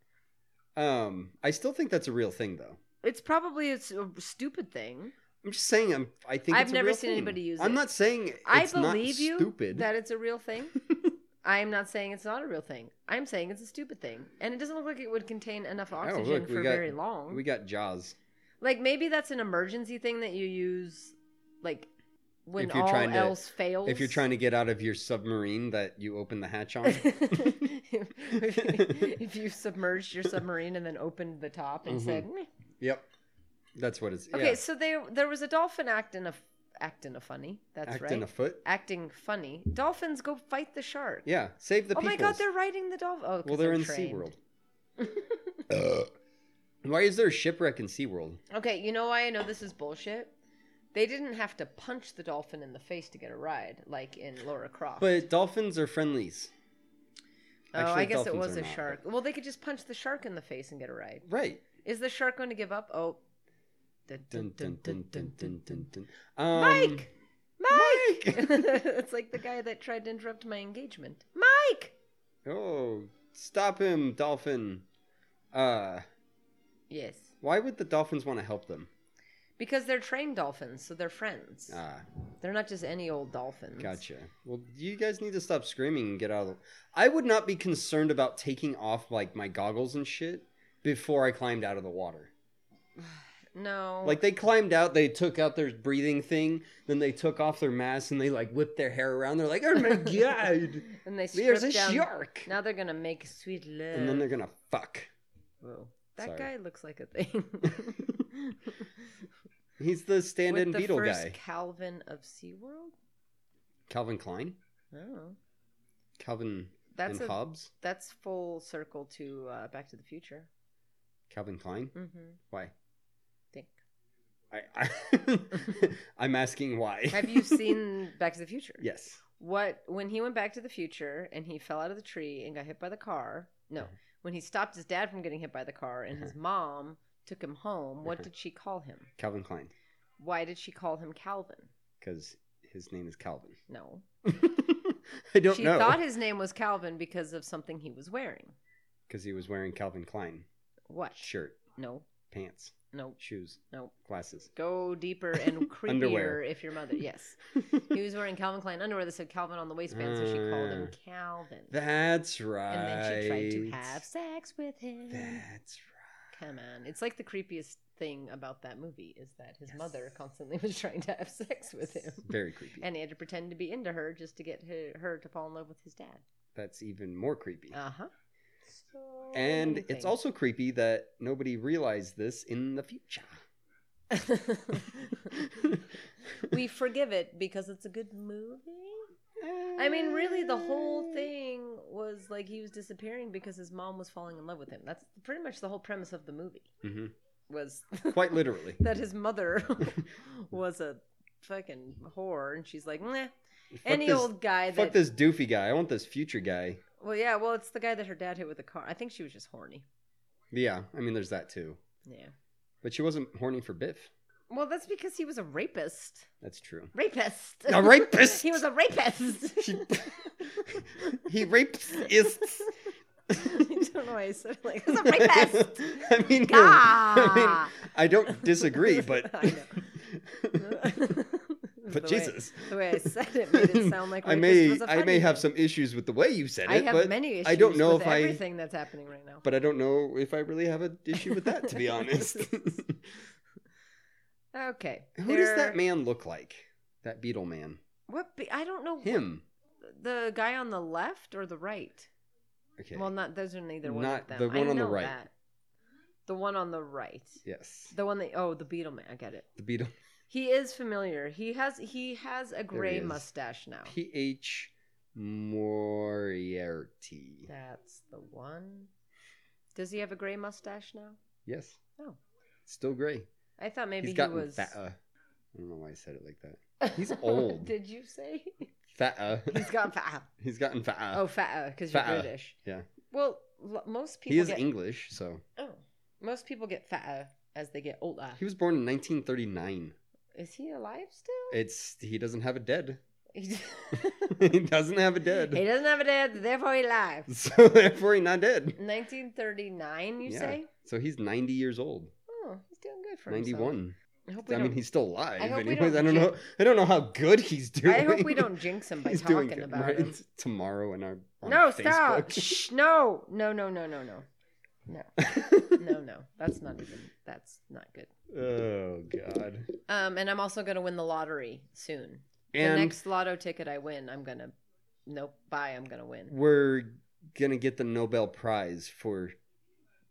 Speaker 2: Um, I still think that's a real thing, though.
Speaker 3: It's probably it's a stupid thing.
Speaker 2: I'm just saying. I'm. I think
Speaker 3: I've
Speaker 2: it's a
Speaker 3: never
Speaker 2: real
Speaker 3: seen
Speaker 2: thing.
Speaker 3: anybody use
Speaker 2: I'm
Speaker 3: it.
Speaker 2: not saying
Speaker 3: I
Speaker 2: it's not
Speaker 3: believe you
Speaker 2: Stupid.
Speaker 3: that it's a
Speaker 2: (laughs)
Speaker 3: real thing. I am not saying it's not a real thing. I'm saying it's a stupid thing, and it doesn't look like it would contain enough oxygen
Speaker 2: Oh, look, we
Speaker 3: for
Speaker 2: got-
Speaker 3: very long.
Speaker 2: we got Jaws.
Speaker 3: Like maybe that's an emergency thing that you use, like when
Speaker 2: If you're
Speaker 3: all
Speaker 2: trying to-
Speaker 3: else fails.
Speaker 2: If you're trying to get out of your submarine that you open the hatch
Speaker 3: (laughs)
Speaker 2: on, (laughs)
Speaker 3: if you submerged your submarine and then opened the top and
Speaker 2: Mhm.
Speaker 3: said, "Meh."
Speaker 2: yep, that's what it's.
Speaker 3: okay,
Speaker 2: yeah.
Speaker 3: so they, there was a dolphin acting a acting a funny. That's
Speaker 2: acting
Speaker 3: right.
Speaker 2: a foot.
Speaker 3: acting funny. Dolphins go fight the shark.
Speaker 2: Yeah, save the
Speaker 3: oh
Speaker 2: people.
Speaker 3: my god, they're riding the dolphin. Oh, 'cause
Speaker 2: well, they're in
Speaker 3: trained.
Speaker 2: SeaWorld. Why is there a shipwreck in SeaWorld?
Speaker 3: Okay, you know why I know this is bullshit? They didn't have to punch the dolphin in the face to get a ride, like in Laura Croft.
Speaker 2: But dolphins are friendlies.
Speaker 3: oh,
Speaker 2: actually,
Speaker 3: I guess it
Speaker 2: dolphins
Speaker 3: was
Speaker 2: are
Speaker 3: a
Speaker 2: not,
Speaker 3: shark. Well, they could just punch the shark in the face and get a ride.
Speaker 2: Right.
Speaker 3: Is the shark going to give up? Oh. Dun,
Speaker 2: Dun, dun, dun, dun, dun, dun, dun. Um,
Speaker 3: Mike! Mike! (laughs) it's like the guy that tried to interrupt my engagement. Mike!
Speaker 2: Oh, stop him, dolphin. Uh,
Speaker 3: Yes.
Speaker 2: why would the dolphins want to help them?
Speaker 3: Because they're trained dolphins, so they're friends.
Speaker 2: Ah,
Speaker 3: They're not just any old dolphins.
Speaker 2: gotcha. Well, you guys need to stop screaming and get out of the. I would not be concerned about taking off like my goggles and shit before I climbed out of the water.
Speaker 3: No.
Speaker 2: Like they climbed out, they took out their breathing thing, then they took off their mask and they like whipped their hair around. They're like, "Oh my (laughs) god,
Speaker 3: and they
Speaker 2: there's
Speaker 3: strip
Speaker 2: a
Speaker 3: down-
Speaker 2: shark!"
Speaker 3: Now they're gonna make sweet love.
Speaker 2: And then they're gonna fuck.
Speaker 3: Whoa. That
Speaker 2: Sorry.
Speaker 3: guy looks like
Speaker 2: (laughs)
Speaker 3: a thing.
Speaker 2: He's the stand-in
Speaker 3: With the
Speaker 2: beetle
Speaker 3: first
Speaker 2: guy,
Speaker 3: Calvin of SeaWorld?
Speaker 2: Calvin Klein,
Speaker 3: No.
Speaker 2: Calvin
Speaker 3: That's
Speaker 2: and
Speaker 3: a,
Speaker 2: Hobbes,
Speaker 3: that's full circle to uh, Back to the Future.
Speaker 2: Calvin Klein.
Speaker 3: Mm-hmm.
Speaker 2: Why?
Speaker 3: Think.
Speaker 2: I,
Speaker 3: (laughs)
Speaker 2: I (laughs) am asking why.
Speaker 3: Have you seen Back to the Future?
Speaker 2: (laughs) Yes.
Speaker 3: What when he went back to the future and he fell out of the tree and got hit by the car? No,
Speaker 2: Uh-huh.
Speaker 3: when he stopped his dad from getting hit by the car and his
Speaker 2: Uh-huh.
Speaker 3: mom took him home. What
Speaker 2: Uh-huh.
Speaker 3: did she call him?
Speaker 2: Calvin Klein,
Speaker 3: Why did she call him Calvin?
Speaker 2: because his name is Calvin. (laughs)
Speaker 3: No,
Speaker 2: I don't
Speaker 3: she
Speaker 2: know.
Speaker 3: thought his name was Calvin because of something he was wearing.
Speaker 2: Because he was wearing Calvin Klein
Speaker 3: What?
Speaker 2: shirt,
Speaker 3: No,
Speaker 2: pants,
Speaker 3: no,
Speaker 2: shoes,
Speaker 3: no. (laughs)
Speaker 2: glasses.
Speaker 3: Go deeper and
Speaker 2: (laughs)
Speaker 3: creepier
Speaker 2: Underwear.
Speaker 3: if your mother. Yes, he was wearing Calvin Klein underwear that said Calvin on the waistband, so she called him
Speaker 2: Ah.
Speaker 3: Calvin.
Speaker 2: (laughs) That's right.
Speaker 3: and then she tried to have sex with him.
Speaker 2: That's
Speaker 3: Come on. It's like the creepiest thing about that movie is that his
Speaker 2: Yes.
Speaker 3: mother constantly (laughs) was trying to have sex
Speaker 2: right.
Speaker 3: with him.
Speaker 2: Very creepy.
Speaker 3: And he had to pretend to be into her just to get her, her to fall in love with his dad.
Speaker 2: That's even more creepy.
Speaker 3: Uh huh.
Speaker 2: and it's also creepy that nobody realized this in the future.
Speaker 3: (laughs) we forgive it because it's a good movie. I mean, really, the
Speaker 2: Eh.
Speaker 3: whole thing was like he was disappearing because his mom was falling in love with him. That's pretty much the whole premise of the movie
Speaker 2: Mhm.
Speaker 3: was (laughs)
Speaker 2: Quite literally.
Speaker 3: that
Speaker 2: (laughs)
Speaker 3: his mother was a fucking whore, and she's like, Meh.
Speaker 2: Fuck
Speaker 3: any
Speaker 2: this-
Speaker 3: old guy
Speaker 2: Fuck
Speaker 3: that.
Speaker 2: this doofy guy. I want this future guy.
Speaker 3: Well, yeah, well, it's the guy that her dad hit with a car. I think she was just horny.
Speaker 2: Yeah, I mean, there's that too.
Speaker 3: Yeah.
Speaker 2: But she wasn't horny for Biff.
Speaker 3: Well, that's because he was a rapist.
Speaker 2: That's
Speaker 3: (laughs)
Speaker 2: true.
Speaker 3: Rapist.
Speaker 2: A rapist?
Speaker 3: (laughs) he was a rapist.
Speaker 2: (laughs) She- He rapes is.
Speaker 3: (laughs) I don't know why I said
Speaker 2: (laughs)
Speaker 3: it like he's a rapist.
Speaker 2: I mean, you're- I
Speaker 3: Gah!
Speaker 2: mean, I don't disagree, but
Speaker 3: (laughs) I
Speaker 2: (laughs)
Speaker 3: The
Speaker 2: but
Speaker 3: way-
Speaker 2: Jesus,
Speaker 3: the way (laughs) I said it made it sound
Speaker 2: (laughs)
Speaker 3: like
Speaker 2: I
Speaker 3: rapist
Speaker 2: may
Speaker 3: was a
Speaker 2: I may
Speaker 3: funny
Speaker 2: have
Speaker 3: thing.
Speaker 2: some issues with the way you said
Speaker 3: I
Speaker 2: it,
Speaker 3: have
Speaker 2: but
Speaker 3: many issues.
Speaker 2: I don't know
Speaker 3: with
Speaker 2: if I-
Speaker 3: everything that's happening right now.
Speaker 2: but I don't know if I really have an issue with that, to be honest.
Speaker 3: (laughs) Okay.
Speaker 2: (laughs) Who does
Speaker 3: there-
Speaker 2: that man look like? That beetle man.
Speaker 3: What? Be- I don't know.
Speaker 2: Him.
Speaker 3: The guy on the left or the right?
Speaker 2: Okay.
Speaker 3: Well, not those are neither one.
Speaker 2: Not
Speaker 3: of them.
Speaker 2: the
Speaker 3: I
Speaker 2: one on the
Speaker 3: know
Speaker 2: right.
Speaker 3: That. The one on the right.
Speaker 2: yes.
Speaker 3: The one that oh, the Beetle Man. I get it.
Speaker 2: The
Speaker 3: (laughs)
Speaker 2: beetle.
Speaker 3: He is familiar. He has he has a gray
Speaker 2: is.
Speaker 3: mustache now.
Speaker 2: P. H. Moriarty.
Speaker 3: That's the one. Does he have a gray mustache now?
Speaker 2: Yes.
Speaker 3: Oh.
Speaker 2: Still gray.
Speaker 3: I thought maybe
Speaker 2: he's
Speaker 3: he
Speaker 2: gotten
Speaker 3: was.
Speaker 2: fatter. I don't know why I said it like
Speaker 3: (laughs)
Speaker 2: that. he's old.
Speaker 3: Did you say
Speaker 2: Fatter. (laughs)
Speaker 3: he's (laughs) got fat?
Speaker 2: he's gotten fatter.
Speaker 3: Oh, fat because you're
Speaker 2: fatter,
Speaker 3: British.
Speaker 2: yeah.
Speaker 3: Well, lo- most people
Speaker 2: he is
Speaker 3: get
Speaker 2: English, so
Speaker 3: oh, most people get fatter as they get older.
Speaker 2: he was born in 1939.
Speaker 3: Is he alive still?
Speaker 2: It's he doesn't have a dead.
Speaker 3: He-
Speaker 2: (laughs) he doesn't have a dead.
Speaker 3: (laughs) he doesn't have a dad, therefore he alive.
Speaker 2: (laughs) So therefore, he's not dead.
Speaker 3: 1939, you
Speaker 2: Yeah.
Speaker 3: say?
Speaker 2: So he's 90 years old.
Speaker 3: Oh, he's doing good for himself.
Speaker 2: 91.
Speaker 3: I hope we
Speaker 2: I mean,
Speaker 3: don't-
Speaker 2: he's still alive.
Speaker 3: I hope we
Speaker 2: anyways,
Speaker 3: don't
Speaker 2: I don't know.
Speaker 3: jinx-
Speaker 2: I don't know how good he's doing.
Speaker 3: I hope we don't jinx
Speaker 2: (laughs)
Speaker 3: him by
Speaker 2: He's doing
Speaker 3: talking
Speaker 2: good,
Speaker 3: about
Speaker 2: right?
Speaker 3: him.
Speaker 2: It's (laughs) tomorrow in our on
Speaker 3: No,
Speaker 2: (laughs)
Speaker 3: stop!
Speaker 2: Facebook.
Speaker 3: Shh, no, no, no, no, no, no, no, no. That's not even. That's not good.
Speaker 2: oh God.
Speaker 3: Um, and I'm also gonna win the lottery soon.
Speaker 2: And
Speaker 3: the next lotto ticket I win, I'm gonna nope buy. I'm gonna win
Speaker 2: we're gonna get the Nobel Prize for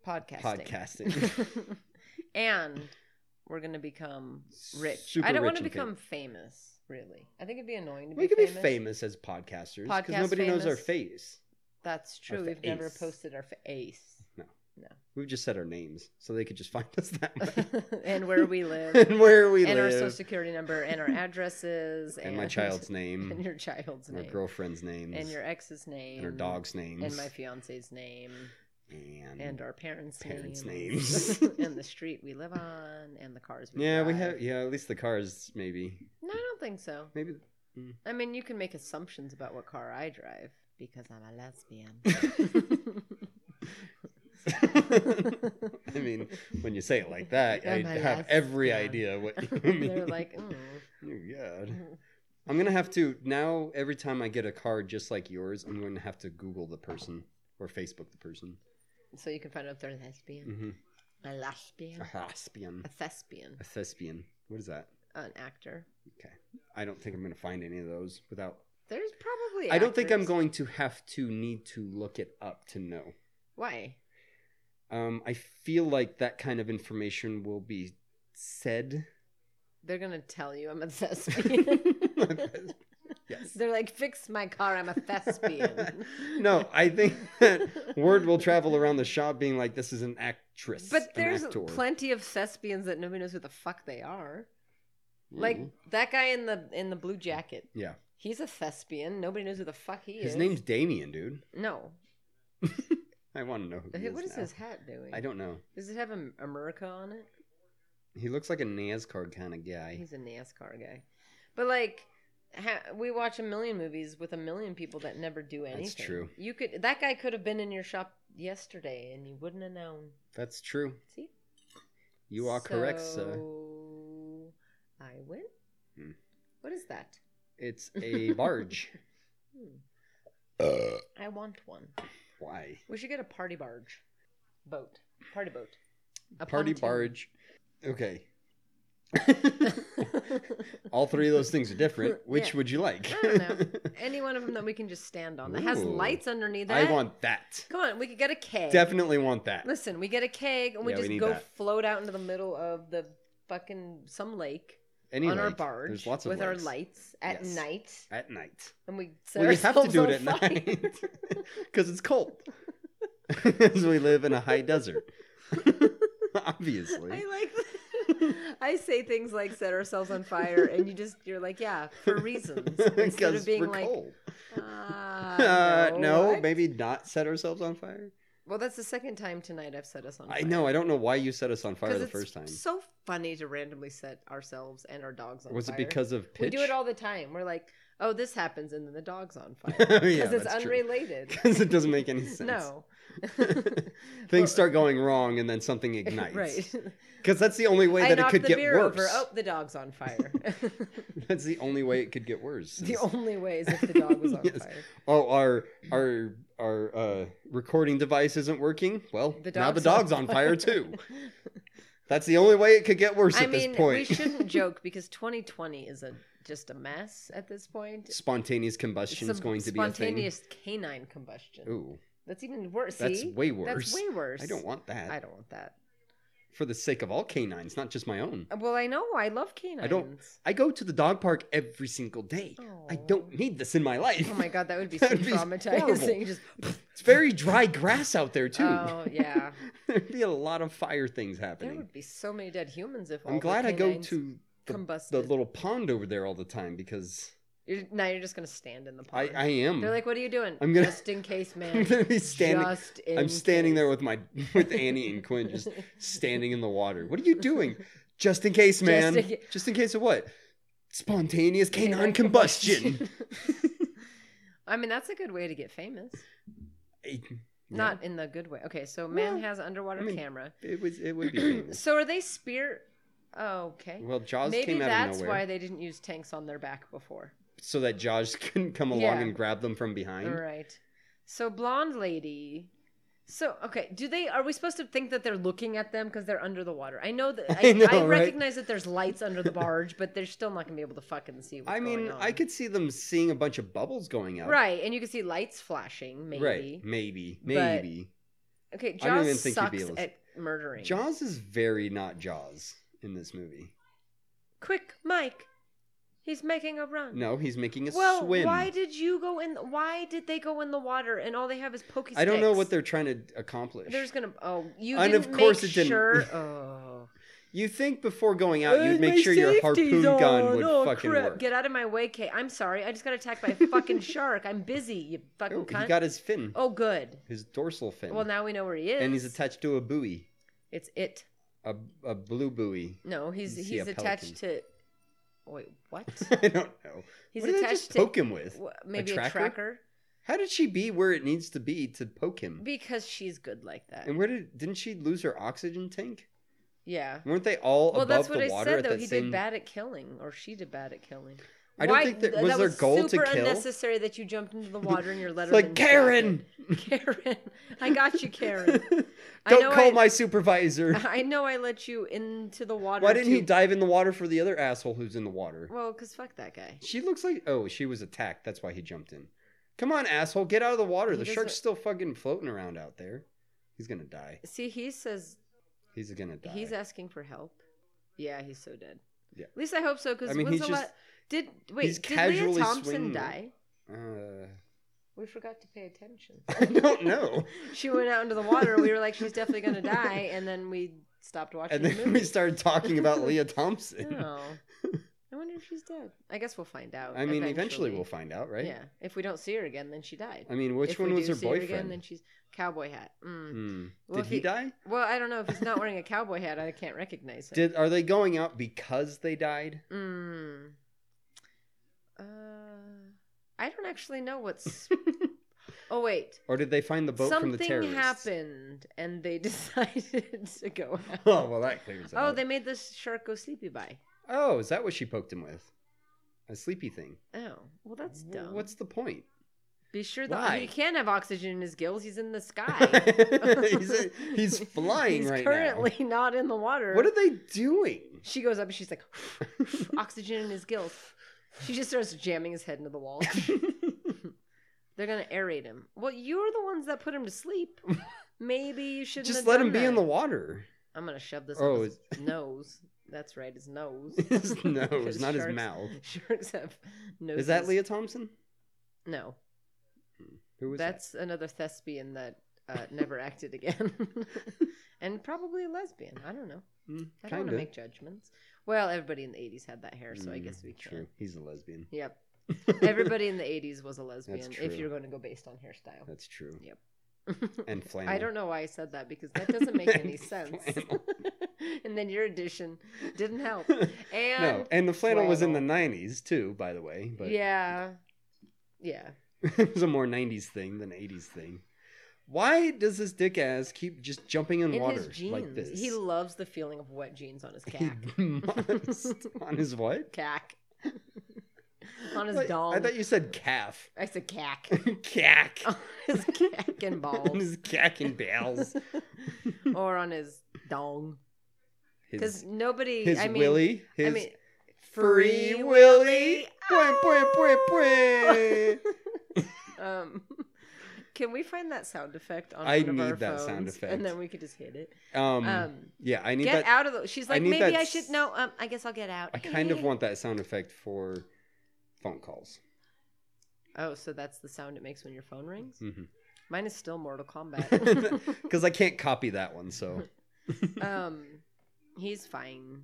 Speaker 3: podcasting. (laughs)
Speaker 2: podcasting. (laughs)
Speaker 3: and we're gonna become rich.
Speaker 2: Super
Speaker 3: I don't
Speaker 2: rich
Speaker 3: want to
Speaker 2: and
Speaker 3: become famous. Really, I think it'd be annoying to
Speaker 2: we
Speaker 3: be,
Speaker 2: could be
Speaker 3: famous.
Speaker 2: famous as podcasters because
Speaker 3: Podcast
Speaker 2: nobody knows our
Speaker 3: famous.
Speaker 2: face.
Speaker 3: That's true. We've never
Speaker 2: face.
Speaker 3: posted our
Speaker 2: (laughs)
Speaker 3: face
Speaker 2: We've just said our names, so they could just find (laughs) us that
Speaker 3: (laughs)
Speaker 2: way.
Speaker 3: (laughs) and
Speaker 2: (laughs)
Speaker 3: where we live.
Speaker 2: and where we
Speaker 3: and our
Speaker 2: live,
Speaker 3: social security number and our addresses
Speaker 2: and my child's name,
Speaker 3: (laughs) and your child's
Speaker 2: my
Speaker 3: name
Speaker 2: girlfriend's name,
Speaker 3: and your ex's name
Speaker 2: and our dog's names,
Speaker 3: and my fiance's name
Speaker 2: and,
Speaker 3: and our parents',
Speaker 2: Mm. parents' names. (laughs)
Speaker 3: (laughs) and the street we live on and the cars we
Speaker 2: yeah, we
Speaker 3: drive.
Speaker 2: have yeah at least the cars maybe
Speaker 3: No, I don't think so.
Speaker 2: maybe
Speaker 3: (laughs) I mean, you can make assumptions about what car I drive because I'm a
Speaker 2: (laughs)
Speaker 3: lesbian.
Speaker 2: (laughs)
Speaker 3: (laughs)
Speaker 2: I mean, when you say it like that, I
Speaker 3: I'm a
Speaker 2: have every
Speaker 3: lesbian.
Speaker 2: idea
Speaker 3: (laughs)
Speaker 2: what you mean.
Speaker 3: They're like, mm.
Speaker 2: (laughs) oh, God. I'm gonna have to now. Every time I get a car just like yours, I'm going to have to Google the person or Facebook the person.
Speaker 3: so you can find out if they're lesbian,
Speaker 2: Mm-hmm.
Speaker 3: a lesbian,
Speaker 2: A thespian.
Speaker 3: a thespian,
Speaker 2: A thespian. What is that?
Speaker 3: an actor.
Speaker 2: I don't think I'm gonna find any of those without.
Speaker 3: There's probably.
Speaker 2: I don't think I'm
Speaker 3: actors.
Speaker 2: going to have to need to look it up to know.
Speaker 3: Why?
Speaker 2: Um, I feel like that kind of information will be said.
Speaker 3: (laughs)
Speaker 2: (laughs)
Speaker 3: They're gonna tell you I'm a thespian.
Speaker 2: yes.
Speaker 3: They're like, fix my car. I'm
Speaker 2: (laughs)
Speaker 3: a thespian.
Speaker 2: no, I think that word will travel around the shop being like, this is an actress.
Speaker 3: But there's
Speaker 2: an actor.
Speaker 3: plenty of thespians that nobody knows who the fuck they are.
Speaker 2: Mhm.
Speaker 3: Like that guy in the in the blue jacket.
Speaker 2: Yeah.
Speaker 3: He's a thespian. Nobody knows who the fuck he is.
Speaker 2: His name's Damien, dude.
Speaker 3: no.
Speaker 2: I want to know who he
Speaker 3: What is
Speaker 2: now.
Speaker 3: his hat doing?
Speaker 2: I don't know.
Speaker 3: Does it have Am- America on it?
Speaker 2: He looks like a NASCAR kind of guy.
Speaker 3: He's a NASCAR guy. But like ha- we watch a million movies with a million people that never do anything.
Speaker 2: That's true.
Speaker 3: You could that guy could have been in your shop yesterday and you wouldn't have known.
Speaker 2: That's true.
Speaker 3: See?
Speaker 2: You are correct, sir.
Speaker 3: So, I win.
Speaker 2: Hmm.
Speaker 3: What is that?
Speaker 2: It's a barge.
Speaker 3: Hmm.
Speaker 1: Uh,
Speaker 3: I want one.
Speaker 2: Why?
Speaker 3: We should get a party barge, boat, party boat, a
Speaker 2: Party barge. Okay.
Speaker 3: (laughs)
Speaker 2: All three of those things are different. Which
Speaker 3: Yeah.
Speaker 2: would you like?
Speaker 3: I don't Any one of them that we can just stand on that has
Speaker 2: Ooh.
Speaker 3: lights underneath.
Speaker 2: (laughs) I
Speaker 3: That.
Speaker 2: want that.
Speaker 3: Come on, we could get a keg.
Speaker 2: Definitely want that.
Speaker 3: Listen, we get a keg and we
Speaker 2: Yeah, we
Speaker 3: just
Speaker 2: need
Speaker 3: go
Speaker 2: that.
Speaker 3: float out into the middle of the fucking some lake
Speaker 2: Anyway,
Speaker 3: on our barge
Speaker 2: there's lots of
Speaker 3: with our
Speaker 2: lakes.
Speaker 3: lights at
Speaker 2: Yes.
Speaker 3: night,
Speaker 2: at night.
Speaker 3: and we set
Speaker 2: Well, you have to
Speaker 3: ourselves
Speaker 2: do
Speaker 3: on (laughs)
Speaker 2: it at
Speaker 3: fire.
Speaker 2: night (laughs) because it's cold. (laughs) Because we live in a high desert. (laughs) Obviously.
Speaker 3: I like that. I say things like set ourselves on fire and you just you're like, yeah, for
Speaker 2: (laughs)
Speaker 3: reasons. Instead of
Speaker 2: Because
Speaker 3: being
Speaker 2: we're
Speaker 3: like
Speaker 2: cold. (laughs)
Speaker 3: uh,
Speaker 2: Uh, no,
Speaker 3: what?"
Speaker 2: maybe not set ourselves on fire.
Speaker 3: Well, that's the second time tonight I've set us on fire.
Speaker 2: I know. I don't know why you set us on fire
Speaker 3: 'Cause
Speaker 2: the
Speaker 3: it's
Speaker 2: first time.
Speaker 3: So funny to randomly set ourselves and our dogs on
Speaker 2: Was
Speaker 3: fire.
Speaker 2: it because of pitch?
Speaker 3: we do it all the time? We're like, oh, this happens and then the dog's on fire.
Speaker 2: (laughs)
Speaker 3: Because
Speaker 2: Yeah,
Speaker 3: it's
Speaker 2: that's true. (laughs)
Speaker 3: unrelated.
Speaker 2: Because it doesn't make any sense. (laughs)
Speaker 3: no. (laughs)
Speaker 2: Things start going wrong and then something ignites.
Speaker 3: Right.
Speaker 2: Because that's the only way
Speaker 3: I
Speaker 2: that it
Speaker 3: knocked
Speaker 2: could
Speaker 3: the
Speaker 2: get
Speaker 3: beer
Speaker 2: worse.
Speaker 3: over. Oh, the dog's on fire.
Speaker 2: (laughs)
Speaker 3: (laughs)
Speaker 2: That's the only way it could get worse.
Speaker 3: the
Speaker 2: is-
Speaker 3: only way is if the
Speaker 2: (laughs)
Speaker 3: dog was on
Speaker 2: Yes.
Speaker 3: fire.
Speaker 2: oh, our our our uh, recording device isn't working. Well,
Speaker 3: The
Speaker 2: now the dog's
Speaker 3: dog's
Speaker 2: on fire
Speaker 3: (laughs)
Speaker 2: too. That's the only way it could get worse
Speaker 3: I
Speaker 2: at
Speaker 3: mean,
Speaker 2: this point.
Speaker 3: we shouldn't joke because 2020 is a just a mess at this point.
Speaker 2: (laughs) Spontaneous combustion is
Speaker 3: Some
Speaker 2: going to be a thing.
Speaker 3: spontaneous canine combustion.
Speaker 2: Ooh,
Speaker 3: That's even worse.
Speaker 2: that's
Speaker 3: See?
Speaker 2: way worse.
Speaker 3: That's way worse.
Speaker 2: I don't want that.
Speaker 3: I don't want that.
Speaker 2: For the sake of all canines, not just my own.
Speaker 3: Well, I know. I love canines.
Speaker 2: don't- I go to the dog park every single day. I
Speaker 3: Aw.
Speaker 2: don't need this in my life.
Speaker 3: Oh my god, that
Speaker 2: (laughs)
Speaker 3: would be so
Speaker 2: That'd be horrible. (laughs)
Speaker 3: traumatizing. Just
Speaker 2: It's very dry grass out there too.
Speaker 3: oh yeah,
Speaker 2: (laughs) There'd be a lot of fire things
Speaker 3: there
Speaker 2: happening.
Speaker 3: would be so many dead humans if all
Speaker 2: I'm
Speaker 3: the
Speaker 2: glad I go
Speaker 3: canines
Speaker 2: to the,
Speaker 3: combusted.
Speaker 2: the little pond over there all the time because
Speaker 3: You're, now you're just gonna stand in the
Speaker 2: I,
Speaker 3: pond.
Speaker 2: I am. (laughs)
Speaker 3: They're like, "What are you doing?"
Speaker 2: I'm gonna-
Speaker 3: just in
Speaker 2: (laughs)
Speaker 3: case,
Speaker 2: I'm
Speaker 3: man.
Speaker 2: gonna be standing.
Speaker 3: Just in
Speaker 2: I'm standing
Speaker 3: case.
Speaker 2: there with my with Annie and Quinn,
Speaker 3: (laughs)
Speaker 2: just standing in the water. What are you doing? Just in case, man.
Speaker 3: in
Speaker 2: Just in,
Speaker 3: ca-
Speaker 2: case of what? Spontaneous canine
Speaker 3: (laughs)
Speaker 2: combustion.
Speaker 3: I mean, that's a good way to get famous.
Speaker 2: I-
Speaker 3: Not in the good way. Okay, so man
Speaker 2: Well,
Speaker 3: has underwater
Speaker 2: I mean,
Speaker 3: camera.
Speaker 2: it was. It would be.
Speaker 3: (clears throat)
Speaker 2: famous.
Speaker 3: So are they spear? Oh, okay.
Speaker 2: Well, Jaws
Speaker 3: Maybe
Speaker 2: came out
Speaker 3: that's
Speaker 2: of nowhere,
Speaker 3: why they didn't use tanks on their back before.
Speaker 2: so that Jaws couldn't come along
Speaker 3: Yeah.
Speaker 2: and grab them from behind.
Speaker 3: All right. So blonde lady. So okay, do they? Are we supposed to think that they're looking at them because they're under the water? I know
Speaker 2: (laughs)
Speaker 3: that I, I,
Speaker 2: I know, right?
Speaker 3: recognize that there's lights under the barge, but they're still not gonna be able to fucking see. What's
Speaker 2: I mean,
Speaker 3: going on.
Speaker 2: I could see them seeing a bunch of bubbles going up.
Speaker 3: Right, and you can see lights flashing. Maybe.
Speaker 2: Right. Maybe.
Speaker 3: But-
Speaker 2: Maybe.
Speaker 3: Okay, Jaws
Speaker 2: I don't even think you'd be
Speaker 3: sucks
Speaker 2: able to-
Speaker 3: at murdering.
Speaker 2: Jaws is very not Jaws in this movie.
Speaker 3: Quick, Mike. He's making a run.
Speaker 2: No, he's making a
Speaker 3: Well,
Speaker 2: swim.
Speaker 3: why did you go in? Why did they go in the water and all they have is pokey
Speaker 2: I don't know
Speaker 3: sticks?
Speaker 2: what they're trying to accomplish.
Speaker 3: There's gonna. Oh, you
Speaker 2: And
Speaker 3: didn't
Speaker 2: of course
Speaker 3: make
Speaker 2: it didn't. (laughs)
Speaker 3: sure. Oh.
Speaker 2: You think before going out,
Speaker 3: Oh,
Speaker 2: you'd
Speaker 3: my
Speaker 2: make sure your harpoon
Speaker 3: safety's
Speaker 2: gun
Speaker 3: on.
Speaker 2: would
Speaker 3: Oh,
Speaker 2: fucking
Speaker 3: crap.
Speaker 2: work.
Speaker 3: Get out of my way, Kate. I'm sorry. I just got attacked by
Speaker 2: (laughs)
Speaker 3: a fucking shark. I'm busy. You fucking
Speaker 2: Oh,
Speaker 3: cunt.
Speaker 2: he got his fin,
Speaker 3: oh, good.
Speaker 2: his dorsal fin,
Speaker 3: Well, now we know where he is.
Speaker 2: and he's attached to a buoy,
Speaker 3: It's it.
Speaker 2: a, a blue buoy. (laughs)
Speaker 3: No, he's
Speaker 2: You see
Speaker 3: he's
Speaker 2: a
Speaker 3: attached to. Wait, what?
Speaker 2: (laughs) I don't know.
Speaker 3: He's
Speaker 2: what did they just
Speaker 3: attached
Speaker 2: poke
Speaker 3: to
Speaker 2: him with?
Speaker 3: wh- maybe a
Speaker 2: tracker?
Speaker 3: tracker
Speaker 2: How did she be where it needs to be to poke him?
Speaker 3: because she's good like that.
Speaker 2: And where did didn't she lose her oxygen tank?
Speaker 3: Yeah.
Speaker 2: Weren't they all
Speaker 3: Well,
Speaker 2: above
Speaker 3: that's what
Speaker 2: the
Speaker 3: I
Speaker 2: water
Speaker 3: said
Speaker 2: at
Speaker 3: though.
Speaker 2: that
Speaker 3: He
Speaker 2: same?
Speaker 3: did bad at killing, or she did bad at killing.
Speaker 2: I don't think that-
Speaker 3: th-
Speaker 2: was their goal to
Speaker 3: super
Speaker 2: kill?
Speaker 3: unnecessary that you jumped into
Speaker 2: (laughs)
Speaker 3: the water and your
Speaker 2: It's
Speaker 3: letter.
Speaker 2: like Karen.
Speaker 3: (laughs) Karen, I got
Speaker 2: (laughs)
Speaker 3: you, Karen.
Speaker 2: don't
Speaker 3: I know
Speaker 2: call
Speaker 3: I-
Speaker 2: my supervisor.
Speaker 3: (laughs) I know I let you into the water.
Speaker 2: Why didn't he
Speaker 3: to-
Speaker 2: dive in the water for the other asshole who's in the water?
Speaker 3: Well, because fuck that guy.
Speaker 2: She looks like oh, she was attacked. That's why he jumped in. Come on, asshole, get out of the water.
Speaker 3: He
Speaker 2: The
Speaker 3: doesn't-
Speaker 2: shark's still fucking floating around out there. He's gonna die.
Speaker 3: See, he says
Speaker 2: He's gonna die.
Speaker 3: he's asking for help. Yeah, he's so dead.
Speaker 2: Yeah.
Speaker 3: At least I hope so. Because
Speaker 2: I mean,
Speaker 3: when's
Speaker 2: he's
Speaker 3: the la-
Speaker 2: just
Speaker 3: Did wait?
Speaker 2: He's
Speaker 3: did Leah
Speaker 2: casually
Speaker 3: Thompson
Speaker 2: swinging.
Speaker 3: die?
Speaker 2: Uh, (laughs)
Speaker 3: We forgot to pay attention.
Speaker 2: I don't
Speaker 3: (laughs)
Speaker 2: know.
Speaker 3: she went out into the water. We were like, she's definitely gonna die, and then we stopped watching
Speaker 2: and
Speaker 3: the
Speaker 2: then we (laughs)
Speaker 3: movie.
Speaker 2: started talking
Speaker 3: (laughs)
Speaker 2: about Leah Thompson.
Speaker 3: No. I wonder if she's dead. I guess we'll find out.
Speaker 2: I mean, eventually. we'll find out, right?
Speaker 3: Yeah. If we don't see her again, then she died.
Speaker 2: I mean, which
Speaker 3: if
Speaker 2: one
Speaker 3: we
Speaker 2: was
Speaker 3: do
Speaker 2: her
Speaker 3: see her
Speaker 2: boyfriend?
Speaker 3: again, then she's cowboy hat. Mm.
Speaker 2: Hmm.
Speaker 3: Well,
Speaker 2: Did
Speaker 3: if
Speaker 2: he
Speaker 3: he-
Speaker 2: die?
Speaker 3: Well, I don't know if he's not wearing a cowboy hat. I can't recognize him.
Speaker 2: Did are they going out because they died?
Speaker 3: Mm. Uh, I don't actually
Speaker 2: (laughs)
Speaker 3: know what's. oh wait,
Speaker 2: Or did they find the boat from the
Speaker 3: something
Speaker 2: terrorists?
Speaker 3: happened and they (laughs) decided to go out.
Speaker 2: (laughs) Oh well, that clears it
Speaker 3: Oh,
Speaker 2: up.
Speaker 3: they made this shark go sleepy by.
Speaker 2: Oh, is that what she poked him with? A sleepy thing.
Speaker 3: Oh, well that's
Speaker 2: Wh-
Speaker 3: dumb.
Speaker 2: What's the point?
Speaker 3: Be sure that
Speaker 2: Why?
Speaker 3: he can have oxygen in his gills. He's in the sky.
Speaker 2: (laughs) he's, uh, he's flying
Speaker 3: (laughs) He's
Speaker 2: right
Speaker 3: currently (laughs) not in the water.
Speaker 2: now. What are they
Speaker 3: (laughs)
Speaker 2: doing?
Speaker 3: She goes up
Speaker 2: (laughs)
Speaker 3: and she's like, oxygen in his gills. She just starts jamming his head into the wall. They're gonna aerate him. Well, you're the ones that put him to sleep.
Speaker 2: (laughs)
Speaker 3: Maybe you shouldn't
Speaker 2: Just
Speaker 3: have
Speaker 2: let
Speaker 3: done
Speaker 2: him be in
Speaker 3: that.
Speaker 2: the water. (laughs)
Speaker 3: I'm gonna shove this.
Speaker 2: Oh,
Speaker 3: Oh, his (laughs) nose. That's right, his nose.
Speaker 2: (laughs)
Speaker 3: (laughs)
Speaker 2: His nose,
Speaker 3: Because
Speaker 2: not his
Speaker 3: sharks-
Speaker 2: mouth.
Speaker 3: (laughs) Sharks have noses.
Speaker 2: Is that Leah Thompson?
Speaker 3: No,
Speaker 2: Who was
Speaker 3: that's another thespian that uh, (laughs) never acted again, (laughs) and probably a lesbian. I don't know.
Speaker 2: that? Mm,
Speaker 3: I don't want
Speaker 2: kinda.
Speaker 3: to make judgments. Well, everybody in the '80s had that hair, so I
Speaker 2: Mm,
Speaker 3: guess we can.
Speaker 2: True. He's a lesbian.
Speaker 3: Yep.
Speaker 2: (laughs)
Speaker 3: Everybody in the 80s was a lesbian
Speaker 2: true.
Speaker 3: if you're going to go based on hairstyle.
Speaker 2: That's true.
Speaker 3: Yep.
Speaker 2: And flannel.
Speaker 3: (laughs) I don't know why I said that because that
Speaker 2: (laughs)
Speaker 3: doesn't make any
Speaker 2: And
Speaker 3: sense. (laughs)
Speaker 2: flannel.
Speaker 3: and then your addition didn't
Speaker 2: (laughs)
Speaker 3: help.
Speaker 2: no,
Speaker 3: And
Speaker 2: and the flannel, was in the
Speaker 3: flannel.
Speaker 2: '90s too, by the way. But
Speaker 3: yeah. Yeah.
Speaker 2: (laughs) it was a more '90s thing than '80s thing. Why does this dick ass keep just jumping in,
Speaker 3: In
Speaker 2: water
Speaker 3: his jeans.
Speaker 2: like this? (laughs)
Speaker 3: He loves the feeling of wet jeans on his cack. (laughs)
Speaker 2: must on his what?
Speaker 3: cack. on his
Speaker 2: Like,
Speaker 3: dong.
Speaker 2: I thought you said calf. (laughs)
Speaker 3: I said cack.
Speaker 2: cack.
Speaker 3: (laughs) on
Speaker 2: (laughs)
Speaker 3: his cack and
Speaker 2: on (laughs)
Speaker 3: balls.
Speaker 2: his cack and
Speaker 3: (laughs)
Speaker 2: bales.
Speaker 3: or on his dong. Because
Speaker 2: His,
Speaker 3: nobody.
Speaker 2: his
Speaker 3: I mean,
Speaker 2: willy. His
Speaker 3: I mean,
Speaker 2: free
Speaker 3: Free
Speaker 2: willy.
Speaker 3: Willy.
Speaker 2: Pwah, pwah, pwah, pwah.
Speaker 3: (laughs) Um, (laughs) can we find that sound effect on
Speaker 2: I
Speaker 3: one of
Speaker 2: need
Speaker 3: our
Speaker 2: that sound
Speaker 3: phones?
Speaker 2: effect.
Speaker 3: and then we could just hit it.
Speaker 2: Um,
Speaker 3: Um,
Speaker 2: yeah, I need that.
Speaker 3: Get out of the. She's
Speaker 2: I
Speaker 3: like,
Speaker 2: need
Speaker 3: maybe
Speaker 2: that
Speaker 3: I
Speaker 2: s-
Speaker 3: should. No, um, I guess I'll get out.
Speaker 2: I kind of want that sound effect for phone calls.
Speaker 3: Oh, so that's the sound it makes when your phone rings.
Speaker 2: Mhm.
Speaker 3: Mine is still Mortal
Speaker 2: (laughs)
Speaker 3: Kombat. (laughs)
Speaker 2: Because I can't copy that one, so
Speaker 3: um, he's fine.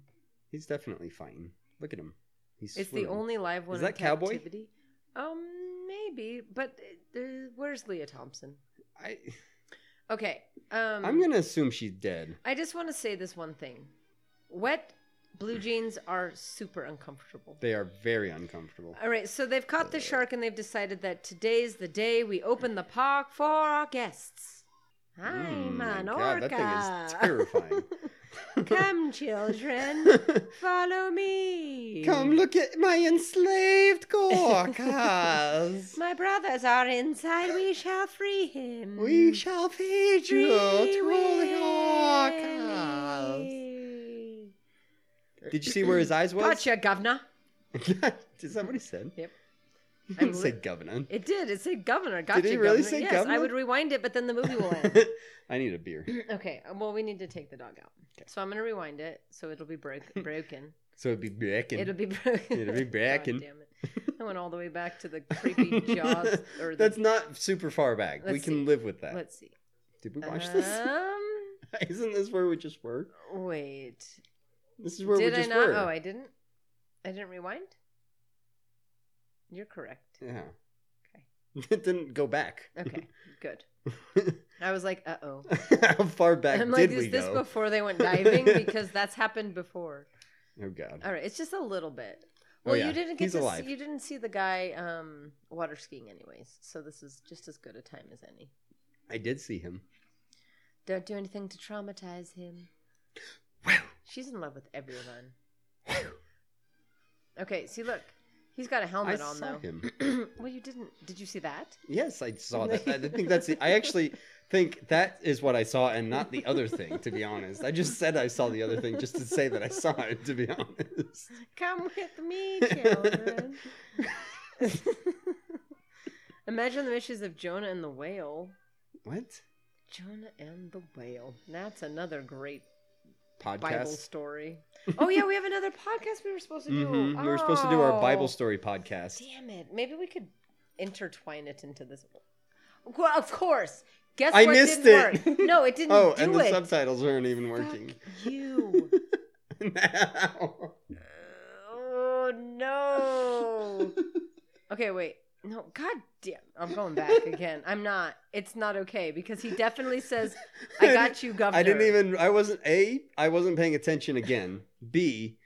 Speaker 2: he's definitely fine. Look at him. He's
Speaker 3: It's the
Speaker 2: swimming.
Speaker 3: only live one.
Speaker 2: Is
Speaker 3: in
Speaker 2: that Cowboy?
Speaker 3: captivity. Um, maybe, but uh, where's Leah Thompson?
Speaker 2: I,
Speaker 3: Okay. Um,
Speaker 2: I'm gonna assume she's dead.
Speaker 3: I just want to say this one thing. Wet blue jeans are super uncomfortable.
Speaker 2: They are very uncomfortable.
Speaker 3: All right, so they've caught the shark and they've decided that today's the day we open the park for our guests. I'm
Speaker 2: Mm,
Speaker 3: an
Speaker 2: my God,
Speaker 3: orca.
Speaker 2: that thing is terrifying.
Speaker 3: (laughs) Come, children, (laughs) follow me.
Speaker 2: Come look at my enslaved gorkas.
Speaker 3: (laughs) My brothers are inside. We shall free him.
Speaker 2: we shall feed you
Speaker 3: Free
Speaker 2: to the orcas.
Speaker 3: Willie.
Speaker 2: Did you see where his eyes was?
Speaker 3: Gotcha, governor.
Speaker 2: (laughs) Is that what he said?
Speaker 3: Yep.
Speaker 2: He
Speaker 3: I'm
Speaker 2: didn't say
Speaker 3: li-
Speaker 2: governor.
Speaker 3: It did. It said governor. Gotcha.
Speaker 2: it really
Speaker 3: governor.
Speaker 2: say
Speaker 3: yes,
Speaker 2: governor?
Speaker 3: I would rewind it, but then
Speaker 2: (laughs)
Speaker 3: the movie will end.
Speaker 2: I need a beer.
Speaker 3: okay. uh, Well, we need to take the dog out. So I'm gonna rewind it so it'll be broke
Speaker 2: (laughs)
Speaker 3: broken.
Speaker 2: So it'd be back
Speaker 3: It'll
Speaker 2: and
Speaker 3: be
Speaker 2: (laughs)
Speaker 3: broken.
Speaker 2: It'll
Speaker 3: (laughs)
Speaker 2: be broken.
Speaker 3: damn it! I went all the way back to the
Speaker 2: (laughs)
Speaker 3: creepy jaws. Or the,
Speaker 2: That's not super far back. we
Speaker 3: Let's
Speaker 2: can
Speaker 3: see.
Speaker 2: live with that.
Speaker 3: Let's see.
Speaker 2: Did we watch this?
Speaker 3: Um.
Speaker 2: (laughs) Isn't this where we just were?
Speaker 3: Wait.
Speaker 2: This is where
Speaker 3: Did
Speaker 2: we
Speaker 3: I
Speaker 2: just
Speaker 3: not?
Speaker 2: were.
Speaker 3: Oh, I didn't. I didn't rewind. You're correct.
Speaker 2: Yeah. (laughs) It didn't go back. (laughs)
Speaker 3: Okay. Good. I was like, uh oh.
Speaker 2: How far back
Speaker 3: I'm
Speaker 2: did
Speaker 3: like,
Speaker 2: we
Speaker 3: is this
Speaker 2: go?
Speaker 3: before they
Speaker 2: (laughs)
Speaker 3: went diving? Because that's happened before.
Speaker 2: Oh god.
Speaker 3: All right, it's just a little bit.
Speaker 2: Oh,
Speaker 3: Well,
Speaker 2: yeah,
Speaker 3: you didn't get
Speaker 2: he's
Speaker 3: to
Speaker 2: alive.
Speaker 3: See, you didn't see the guy um, water skiing, anyways. So this is just as good a time as any.
Speaker 2: I did see him.
Speaker 3: Don't do anything to traumatize him. She's in love with everyone. Okay, see, look, he's got a
Speaker 2: I
Speaker 3: helmet on
Speaker 2: saw
Speaker 3: though.
Speaker 2: him.
Speaker 3: (clears throat) well, you didn't. Did you see that?
Speaker 2: Yes, I saw that.
Speaker 3: (laughs)
Speaker 2: I think that's the, I actually think that is what I saw and not the other thing, to be honest. I just said I saw the other thing just to say that I saw it, to be honest.
Speaker 3: Come with (laughs) me, children. Imagine the wishes of Jonah and the whale.
Speaker 2: What?
Speaker 3: Jonah and the whale. That's another great Bible
Speaker 2: podcast.
Speaker 3: story. Oh yeah, we have another podcast we were supposed to do.
Speaker 2: Mhm. We were supposed to do our
Speaker 3: Oh,
Speaker 2: Bible story podcast.
Speaker 3: Damn it! Maybe we could intertwine it into this. Well, of course. Guess
Speaker 2: I
Speaker 3: what
Speaker 2: missed
Speaker 3: didn't
Speaker 2: it.
Speaker 3: work? No, it didn't
Speaker 2: (laughs) Oh,
Speaker 3: do
Speaker 2: and the
Speaker 3: it.
Speaker 2: subtitles aren't even working. (laughs)
Speaker 3: Fuck you.
Speaker 2: now.
Speaker 3: oh no. Okay, wait. No, god damn. I'm
Speaker 2: (laughs)
Speaker 3: going back again. I'm not. It's not okay because he
Speaker 2: (laughs)
Speaker 3: definitely says, I got you, governor.
Speaker 2: I didn't even. I wasn't a. I wasn't paying attention again. B.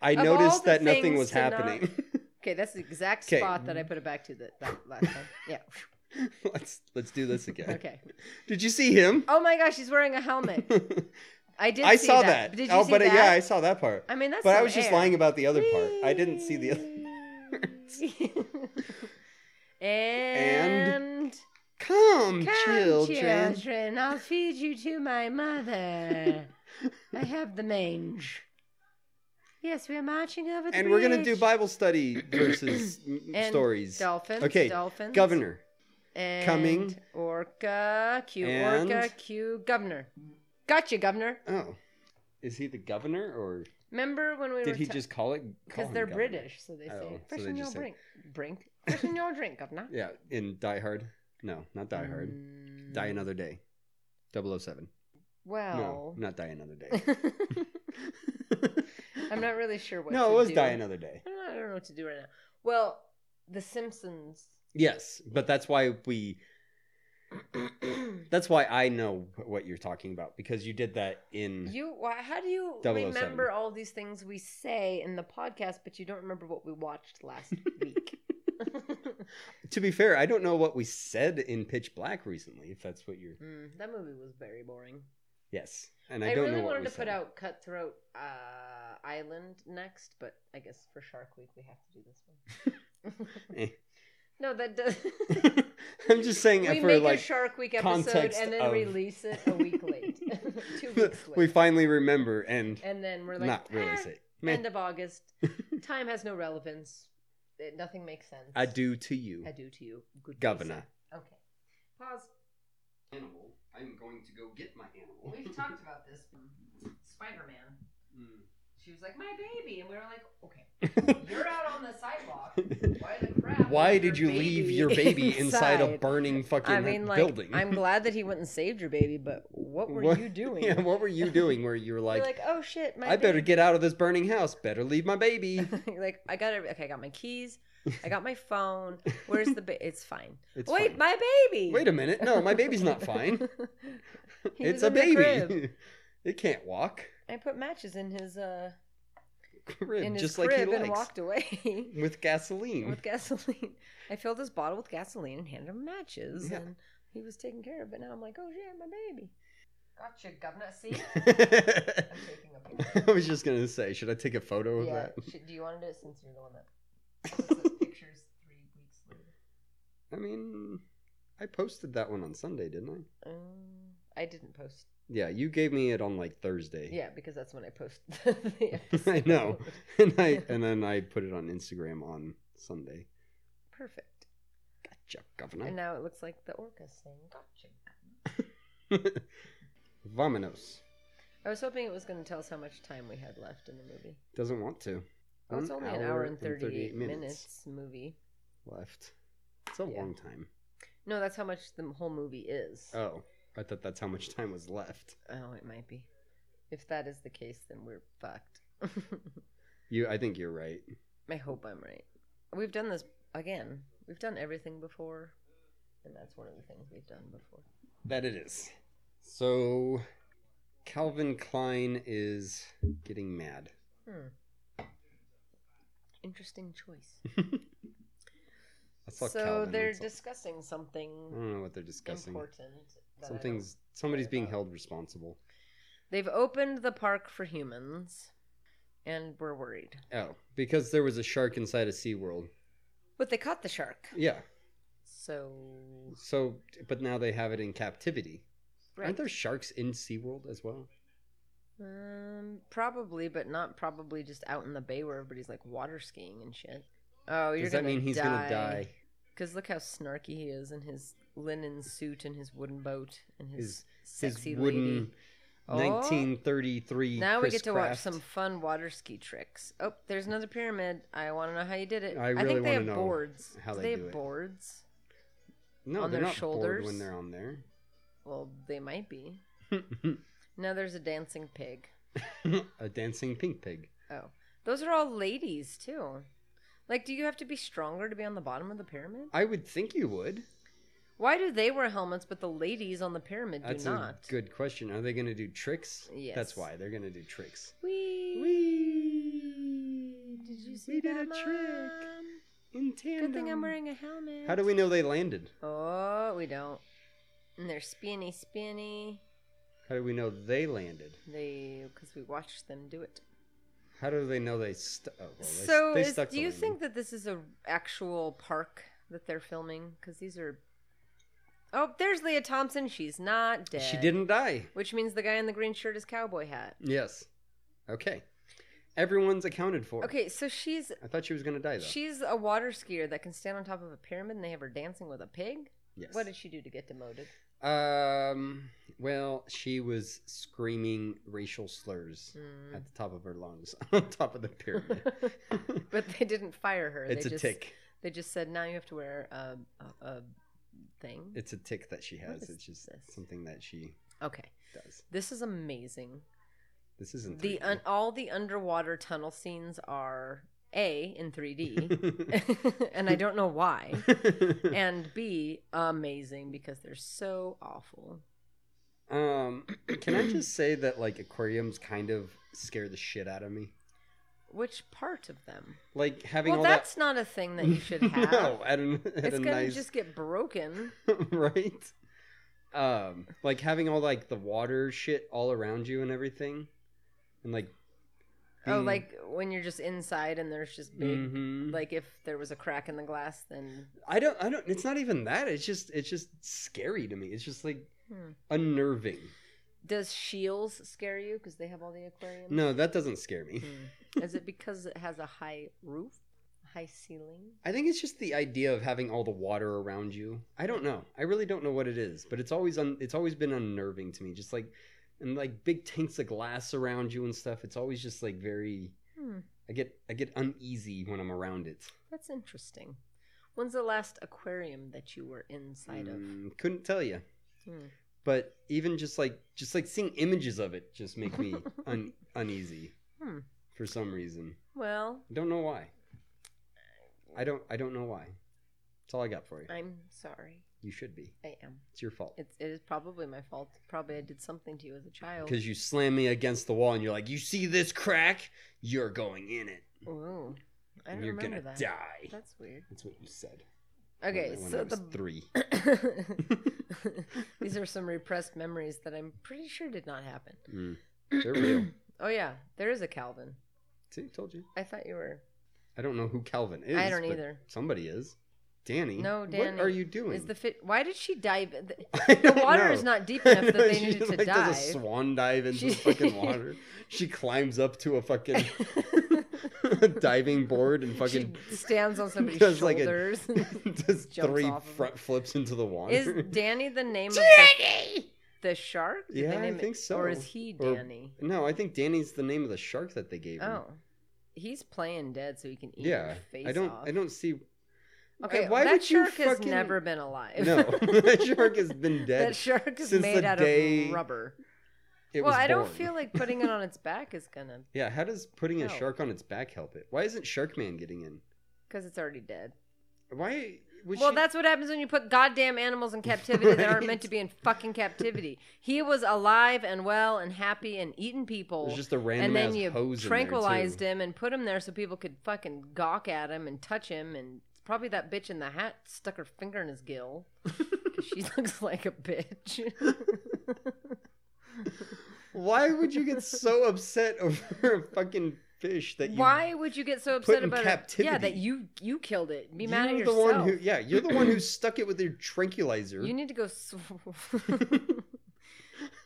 Speaker 2: I
Speaker 3: Of all
Speaker 2: noticed
Speaker 3: the
Speaker 2: that nothing
Speaker 3: things
Speaker 2: was
Speaker 3: to not-
Speaker 2: happening. (laughs)
Speaker 3: Okay, that's the exact
Speaker 2: 'Kay.
Speaker 3: spot that I put it back to the, that last time.
Speaker 2: (laughs)
Speaker 3: Yeah.
Speaker 2: let's let's do this again.
Speaker 3: Okay.
Speaker 2: Did you see him? (laughs)
Speaker 3: Oh my gosh, he's wearing a helmet. I did
Speaker 2: I
Speaker 3: see
Speaker 2: saw
Speaker 3: that.
Speaker 2: that.
Speaker 3: Did you
Speaker 2: oh,
Speaker 3: see
Speaker 2: but uh,
Speaker 3: that?
Speaker 2: yeah, I saw that part.
Speaker 3: I mean, that's
Speaker 2: but I
Speaker 3: some
Speaker 2: was just
Speaker 3: air.
Speaker 2: lying about the other part. I didn't see the
Speaker 3: (laughs)
Speaker 2: other.
Speaker 3: and
Speaker 2: Come,
Speaker 3: Come,
Speaker 2: children.
Speaker 3: children, I'll feed you to
Speaker 2: (laughs)
Speaker 3: my mother. I have the mange. Yes, we're marching over the
Speaker 2: And we're gonna do
Speaker 3: bridge.
Speaker 2: Bible
Speaker 3: (clears throat)
Speaker 2: study versus
Speaker 3: And
Speaker 2: stories.
Speaker 3: Dolphins.
Speaker 2: Okay,
Speaker 3: Dolphins.
Speaker 2: Governor.
Speaker 3: And
Speaker 2: coming.
Speaker 3: Orca. Q.
Speaker 2: And-
Speaker 3: Orca. Q. Governor. Gotcha, Governor.
Speaker 2: Oh, is he the governor or
Speaker 3: Remember when we were
Speaker 2: did he
Speaker 3: ta-
Speaker 2: just call it? call
Speaker 3: because
Speaker 2: him
Speaker 3: they're
Speaker 2: governor?
Speaker 3: British, so they say
Speaker 2: Oh, so they
Speaker 3: freshen your
Speaker 2: just say-
Speaker 3: drink, brink, freshen your drink, Governor.
Speaker 2: (laughs) Yeah, in Die Hard. No, not Die Hard. Die
Speaker 3: Mm,
Speaker 2: Another Day. 007. No,
Speaker 3: Well,
Speaker 2: not Die Another Day.
Speaker 3: (laughs) I'm not really sure what.
Speaker 2: no,
Speaker 3: to
Speaker 2: it was
Speaker 3: do.
Speaker 2: Die Another Day.
Speaker 3: I don't, know, I don't know what to do right now. Well, The Simpsons.
Speaker 2: Yes, but that's why
Speaker 3: (clears throat)
Speaker 2: we. That's why I know what you're talking about because you did that in.
Speaker 3: You, why, how do you
Speaker 2: 007.
Speaker 3: remember all these things we say in the podcast, but you don't remember what we watched last
Speaker 2: (laughs)
Speaker 3: week? (laughs)
Speaker 2: To be fair, I don't know what we said in Pitch Black recently. If that's what you're.
Speaker 3: Mm, that movie was very boring.
Speaker 2: Yes, and
Speaker 3: I,
Speaker 2: I, don't
Speaker 3: really
Speaker 2: know what
Speaker 3: wanted
Speaker 2: we
Speaker 3: to
Speaker 2: said.
Speaker 3: put out Cutthroat uh, Island next, but I guess for Shark Week we have to do
Speaker 2: (laughs)
Speaker 3: this one.
Speaker 2: Eh.
Speaker 3: no, that does.
Speaker 2: (laughs) I'm just saying
Speaker 3: we
Speaker 2: for
Speaker 3: make
Speaker 2: like
Speaker 3: a Shark Week episode
Speaker 2: context
Speaker 3: and then
Speaker 2: of-
Speaker 3: release it a
Speaker 2: (laughs)
Speaker 3: week late, (laughs) two weeks late,
Speaker 2: we finally remember and
Speaker 3: and then we're like,
Speaker 2: not
Speaker 3: "Eh,
Speaker 2: release it. Meh.
Speaker 3: end
Speaker 2: (laughs)
Speaker 3: of August. Time has no relevance. It, nothing makes sense.
Speaker 2: I do to you,
Speaker 3: I do to you, good
Speaker 2: Governor.
Speaker 3: Lisa. Okay. Pause.
Speaker 2: Animal. I'm going to go get my animal.
Speaker 3: We've
Speaker 2: (laughs)
Speaker 3: talked about this. Spider Man. She was like, my baby. And we were like, okay,
Speaker 2: (laughs)
Speaker 3: you're out on the sidewalk.
Speaker 2: Hmm.
Speaker 3: Why the crap?
Speaker 2: Why
Speaker 3: is
Speaker 2: did you
Speaker 3: your
Speaker 2: leave
Speaker 3: (laughs)
Speaker 2: your baby inside a burning fucking
Speaker 3: I mean, like,
Speaker 2: building? (laughs)
Speaker 3: I'm glad that he went and saved your baby, but what were
Speaker 2: What-
Speaker 3: you
Speaker 2: (laughs)
Speaker 3: doing?
Speaker 2: Yeah, what were you doing where you were like,
Speaker 3: you're like, oh shit, my
Speaker 2: I better
Speaker 3: baby.
Speaker 2: get out of this burning house. Better leave my
Speaker 3: (laughs)
Speaker 2: baby.
Speaker 3: You're (laughs) like, I got every- okay, I got my keys, I got
Speaker 2: (laughs)
Speaker 3: my phone. Where's the ba- it's fine.
Speaker 2: It's
Speaker 3: Wait,
Speaker 2: fine.
Speaker 3: my baby.
Speaker 2: Wait a minute. No,
Speaker 3: (laughs)
Speaker 2: my baby's not fine.
Speaker 3: He
Speaker 2: it's
Speaker 3: was
Speaker 2: a
Speaker 3: in
Speaker 2: (laughs)
Speaker 3: the crib.
Speaker 2: baby. it can't walk.
Speaker 3: I put matches in his uh
Speaker 2: (laughs) Crib,
Speaker 3: in his
Speaker 2: just
Speaker 3: crib
Speaker 2: like he
Speaker 3: and
Speaker 2: likes.
Speaker 3: walked away. (laughs)
Speaker 2: With (laughs) gasoline.
Speaker 3: with gasoline. I filled his bottle with gasoline and handed him matches,
Speaker 2: Yeah.
Speaker 3: and he was taken care of. But now I'm like, oh yeah, my baby. Gotcha, governor. See, I'm taking a picture.
Speaker 2: (laughs) I was just gonna say, should I take a photo of
Speaker 3: yeah.
Speaker 2: that?
Speaker 3: sh- do you want to do it since you're the one that (laughs) puts those pictures three weeks later?
Speaker 2: I mean, I posted that one on Sunday, didn't I?
Speaker 3: Um, I didn't post.
Speaker 2: Yeah, you gave me it on like Thursday.
Speaker 3: Yeah, because that's when I post. (laughs) the
Speaker 2: I know. (laughs)
Speaker 3: episode.
Speaker 2: and I
Speaker 3: (laughs)
Speaker 2: and then I put it on Instagram on Sunday.
Speaker 3: Perfect.
Speaker 2: Gotcha, governor. (laughs)
Speaker 3: And now it looks like the orca saying, "Gotcha."
Speaker 2: Vominos
Speaker 3: I was hoping it was going to tell us how much time we had left in the movie.
Speaker 2: doesn't want to.
Speaker 3: Oh, it's
Speaker 2: One
Speaker 3: only an hour, and 38, minutes.
Speaker 2: minutes
Speaker 3: movie.
Speaker 2: left. It's a
Speaker 3: Yeah.
Speaker 2: long time.
Speaker 3: No, that's how much the whole movie is. Oh.
Speaker 2: Oh, I thought that's how much time was left.
Speaker 3: it might be. If that is the case, then we're fucked. (laughs)
Speaker 2: You, I think you're right.
Speaker 3: I hope I'm right. We've done this again. We've done everything before, and that's one of the things we've done before.
Speaker 2: That it is. So, Calvin Klein is getting mad.
Speaker 3: Hmm. Interesting choice.
Speaker 2: (laughs) I saw
Speaker 3: so
Speaker 2: Calvin.
Speaker 3: they're
Speaker 2: it's like-
Speaker 3: discussing
Speaker 2: I
Speaker 3: something
Speaker 2: don't know what they're discussing.
Speaker 3: important. that I don't-
Speaker 2: Something's somebody's being
Speaker 3: about.
Speaker 2: held responsible.
Speaker 3: They've opened the park for humans, and we're worried.
Speaker 2: Oh, because there was a shark inside a SeaWorld.
Speaker 3: But they caught the shark,
Speaker 2: Yeah.
Speaker 3: so
Speaker 2: So, but now they have it in captivity.
Speaker 3: right.
Speaker 2: Aren't there sharks in SeaWorld as well?
Speaker 3: Um, probably, but not probably just out in the bay where everybody's like water skiing and shit. Oh, you're
Speaker 2: Does that
Speaker 3: gonna
Speaker 2: mean he's
Speaker 3: die.
Speaker 2: gonna die?
Speaker 3: Because look how snarky he is in his linen suit and his wooden boat and his,
Speaker 2: His his
Speaker 3: sexy
Speaker 2: wooden
Speaker 3: lady. Oh.
Speaker 2: 1933.
Speaker 3: Now we
Speaker 2: Chris
Speaker 3: get to watch
Speaker 2: Kraft.
Speaker 3: some fun water ski tricks. Oh, there's another pyramid. I want to know how you did it.
Speaker 2: I really
Speaker 3: think they
Speaker 2: wanna
Speaker 3: have
Speaker 2: know
Speaker 3: boards.
Speaker 2: how
Speaker 3: do
Speaker 2: they
Speaker 3: they
Speaker 2: do
Speaker 3: have
Speaker 2: it.
Speaker 3: boards?
Speaker 2: no,
Speaker 3: on
Speaker 2: they're
Speaker 3: their
Speaker 2: not bored
Speaker 3: shoulders.
Speaker 2: when they're on there.
Speaker 3: Well, they might be. Now there's a dancing pig.
Speaker 2: (laughs) a dancing pink pig.
Speaker 3: Oh, those are all ladies too. Like, do you have to be stronger to be on the bottom of the pyramid?
Speaker 2: I would think you would.
Speaker 3: Why do they wear helmets but the ladies on the pyramid do
Speaker 2: That's
Speaker 3: not?
Speaker 2: a good question. Are they going to do tricks?
Speaker 3: Yes.
Speaker 2: That's why they're going to do tricks.
Speaker 3: Whee!
Speaker 2: We
Speaker 3: Did you see
Speaker 2: we did
Speaker 3: that,
Speaker 2: a trick
Speaker 3: Mom?
Speaker 2: in tandem.
Speaker 3: Good thing I'm wearing a helmet.
Speaker 2: How do we know they landed?
Speaker 3: Oh, we don't. And they're spinny, spinny.
Speaker 2: How do we know they landed?
Speaker 3: They, because we watched them do it.
Speaker 2: How do they know they, st- oh, well, they,
Speaker 3: so,
Speaker 2: they
Speaker 3: is-
Speaker 2: stuck
Speaker 3: do
Speaker 2: the
Speaker 3: you
Speaker 2: landing.
Speaker 3: think that this is a actual park that they're filming? Because these are. Oh, there's Leah Thompson. She's not dead.
Speaker 2: She didn't die.
Speaker 3: Which means the guy in the green shirt is cowboy hat.
Speaker 2: Yes. Okay. Everyone's accounted for.
Speaker 3: Okay, so she's
Speaker 2: I thought she was going to die, though.
Speaker 3: she's a water skier that can stand on top of a pyramid, and they have her dancing with a pig.
Speaker 2: yes.
Speaker 3: What did she do to get demoted?
Speaker 2: Um. Well, she was screaming racial slurs
Speaker 3: Mm.
Speaker 2: at the top of her lungs, (laughs) on top of the pyramid.
Speaker 3: (laughs)
Speaker 2: (laughs)
Speaker 3: But they didn't fire her.
Speaker 2: it's
Speaker 3: they
Speaker 2: a
Speaker 3: just,
Speaker 2: tick.
Speaker 3: They just said now you have to wear a, a, a thing.
Speaker 2: It's a tick that she has.
Speaker 3: is
Speaker 2: It's just
Speaker 3: this?
Speaker 2: something that she
Speaker 3: okay,
Speaker 2: does.
Speaker 3: this is amazing.
Speaker 2: This isn't
Speaker 3: The
Speaker 2: 3D.
Speaker 3: un- all the underwater tunnel scenes are a
Speaker 2: (laughs)
Speaker 3: in 3D, (laughs) and I don't know why. (laughs) And B, amazing because they're so awful.
Speaker 2: um, can I just say that like aquariums kind of scare the shit out of me?
Speaker 3: Which part of them?
Speaker 2: Like having
Speaker 3: well,
Speaker 2: all
Speaker 3: that's
Speaker 2: that.
Speaker 3: not a thing that you should
Speaker 2: (laughs)
Speaker 3: have.
Speaker 2: no, at a, at
Speaker 3: it's
Speaker 2: a
Speaker 3: gonna
Speaker 2: nice
Speaker 3: just get broken.
Speaker 2: (laughs) right? Um, like having all like the water shit all around you and everything, and like
Speaker 3: Oh,
Speaker 2: being-
Speaker 3: like when you're just inside and there's just big.
Speaker 2: Mhm.
Speaker 3: Like if there was a crack in the glass, then
Speaker 2: I don't, I don't. It's not even that. It's just, it's just scary to me. It's just like
Speaker 3: Hmm.
Speaker 2: unnerving.
Speaker 3: does Shields scare you because they have all the aquariums?
Speaker 2: No, that doesn't scare me.
Speaker 3: Hmm. Is it because it has a high roof, high ceiling?
Speaker 2: I think it's just the idea of having all the water around you. I don't know. I really don't know what it is, but it's always un- it's always been unnerving to me. Just like and like big tanks of glass around you and stuff. It's always just like very.
Speaker 3: Hmm,
Speaker 2: I get I get uneasy when I'm around it.
Speaker 3: that's interesting. When's the last aquarium that you were inside of?
Speaker 2: Mm, couldn't tell you.
Speaker 3: Hmm.
Speaker 2: But even just like just like seeing images of it just make
Speaker 3: (laughs)
Speaker 2: me un- uneasy
Speaker 3: Hmm.
Speaker 2: for some reason.
Speaker 3: Well,
Speaker 2: Don't know why. I don't I don't know why. That's all I got for you.
Speaker 3: I'm sorry.
Speaker 2: You should be.
Speaker 3: I am.
Speaker 2: It's your fault.
Speaker 3: It's, it is probably my fault. Probably I did something to you as a child.
Speaker 2: Because you slam me against the wall and you're like, "You see this crack? You're going in it.
Speaker 3: Ooh, I don't
Speaker 2: and you're
Speaker 3: remember
Speaker 2: gonna
Speaker 3: that.
Speaker 2: die."
Speaker 3: That's weird.
Speaker 2: That's what you said. when
Speaker 3: Okay,
Speaker 2: I- when I
Speaker 3: so
Speaker 2: was
Speaker 3: the (laughs)
Speaker 2: three. (laughs)
Speaker 3: These are some repressed memories that I'm pretty sure did not happen.
Speaker 2: Mm. They're real.
Speaker 3: (clears throat) Oh yeah, there is a Calvin.
Speaker 2: See, told you.
Speaker 3: I thought you were.
Speaker 2: I don't know who Calvin is.
Speaker 3: I don't
Speaker 2: but
Speaker 3: either.
Speaker 2: Somebody is. Danny.
Speaker 3: No, Danny.
Speaker 2: What are you doing?
Speaker 3: Is the fit? Why did she dive? The,
Speaker 2: Hmm. (laughs) I
Speaker 3: the
Speaker 2: don't
Speaker 3: water
Speaker 2: know.
Speaker 3: is not deep
Speaker 2: (laughs)
Speaker 3: enough that they
Speaker 2: She,
Speaker 3: needed to
Speaker 2: like,
Speaker 3: dive.
Speaker 2: does a swan dive into
Speaker 3: She-
Speaker 2: the
Speaker 3: (laughs)
Speaker 2: fucking water. She climbs up to a fucking (laughs) diving board and fucking
Speaker 3: (laughs) she
Speaker 2: (laughs)
Speaker 3: stands on somebody's
Speaker 2: does like a- (laughs)
Speaker 3: shoulders. (laughs)
Speaker 2: does
Speaker 3: jumps
Speaker 2: three
Speaker 3: off of it.
Speaker 2: front flips into the water. (laughs)
Speaker 3: is Danny the name of the, the shark? Did they
Speaker 2: Yeah, I
Speaker 3: name it-
Speaker 2: think so.
Speaker 3: Or is he
Speaker 2: Or-
Speaker 3: Danny?
Speaker 2: No, I think Danny's the name of the shark that they gave him.
Speaker 3: Oh, he's playing dead so he can eat
Speaker 2: yeah.
Speaker 3: your face
Speaker 2: I don't.
Speaker 3: off.
Speaker 2: I don't see.
Speaker 3: Okay,
Speaker 2: Uh, why
Speaker 3: that
Speaker 2: would you
Speaker 3: shark has
Speaker 2: fucking-
Speaker 3: never been alive. (laughs)
Speaker 2: No, (laughs) that shark has been dead.
Speaker 3: that shark is
Speaker 2: since
Speaker 3: made
Speaker 2: the
Speaker 3: out
Speaker 2: day
Speaker 3: of rubber.
Speaker 2: It
Speaker 3: well,
Speaker 2: was
Speaker 3: I don't
Speaker 2: born.
Speaker 3: feel like putting it on its back is gonna
Speaker 2: Yeah, how does putting a
Speaker 3: No.
Speaker 2: shark on its back help it? Why isn't Sharkman getting in?
Speaker 3: because it's already dead.
Speaker 2: (laughs) Why? would
Speaker 3: well,
Speaker 2: she-
Speaker 3: that's what happens when you put goddamn animals in captivity that
Speaker 2: (laughs)
Speaker 3: aren't meant to be in fucking captivity. He was alive and well and happy and eating people.
Speaker 2: There's just a random
Speaker 3: and then
Speaker 2: ass
Speaker 3: you
Speaker 2: hose
Speaker 3: tranquilized
Speaker 2: in
Speaker 3: him and put him there so people could fucking gawk at him and touch him and probably that bitch in the hat stuck her finger in
Speaker 2: (laughs)
Speaker 3: his gill 'cause she looks like a bitch
Speaker 2: it. Why would you get
Speaker 3: (laughs)
Speaker 2: so upset over a fucking fish that you?
Speaker 3: why would you get so upset
Speaker 2: in
Speaker 3: about it yeah that
Speaker 2: captivity.
Speaker 3: you you killed it be
Speaker 2: You're
Speaker 3: mad at
Speaker 2: the
Speaker 3: yourself
Speaker 2: one (laughs) who. Yeah, you're the
Speaker 3: (clears throat)
Speaker 2: one who stuck it with your tranquilizer. (laughs)
Speaker 3: you need to go sw- (laughs)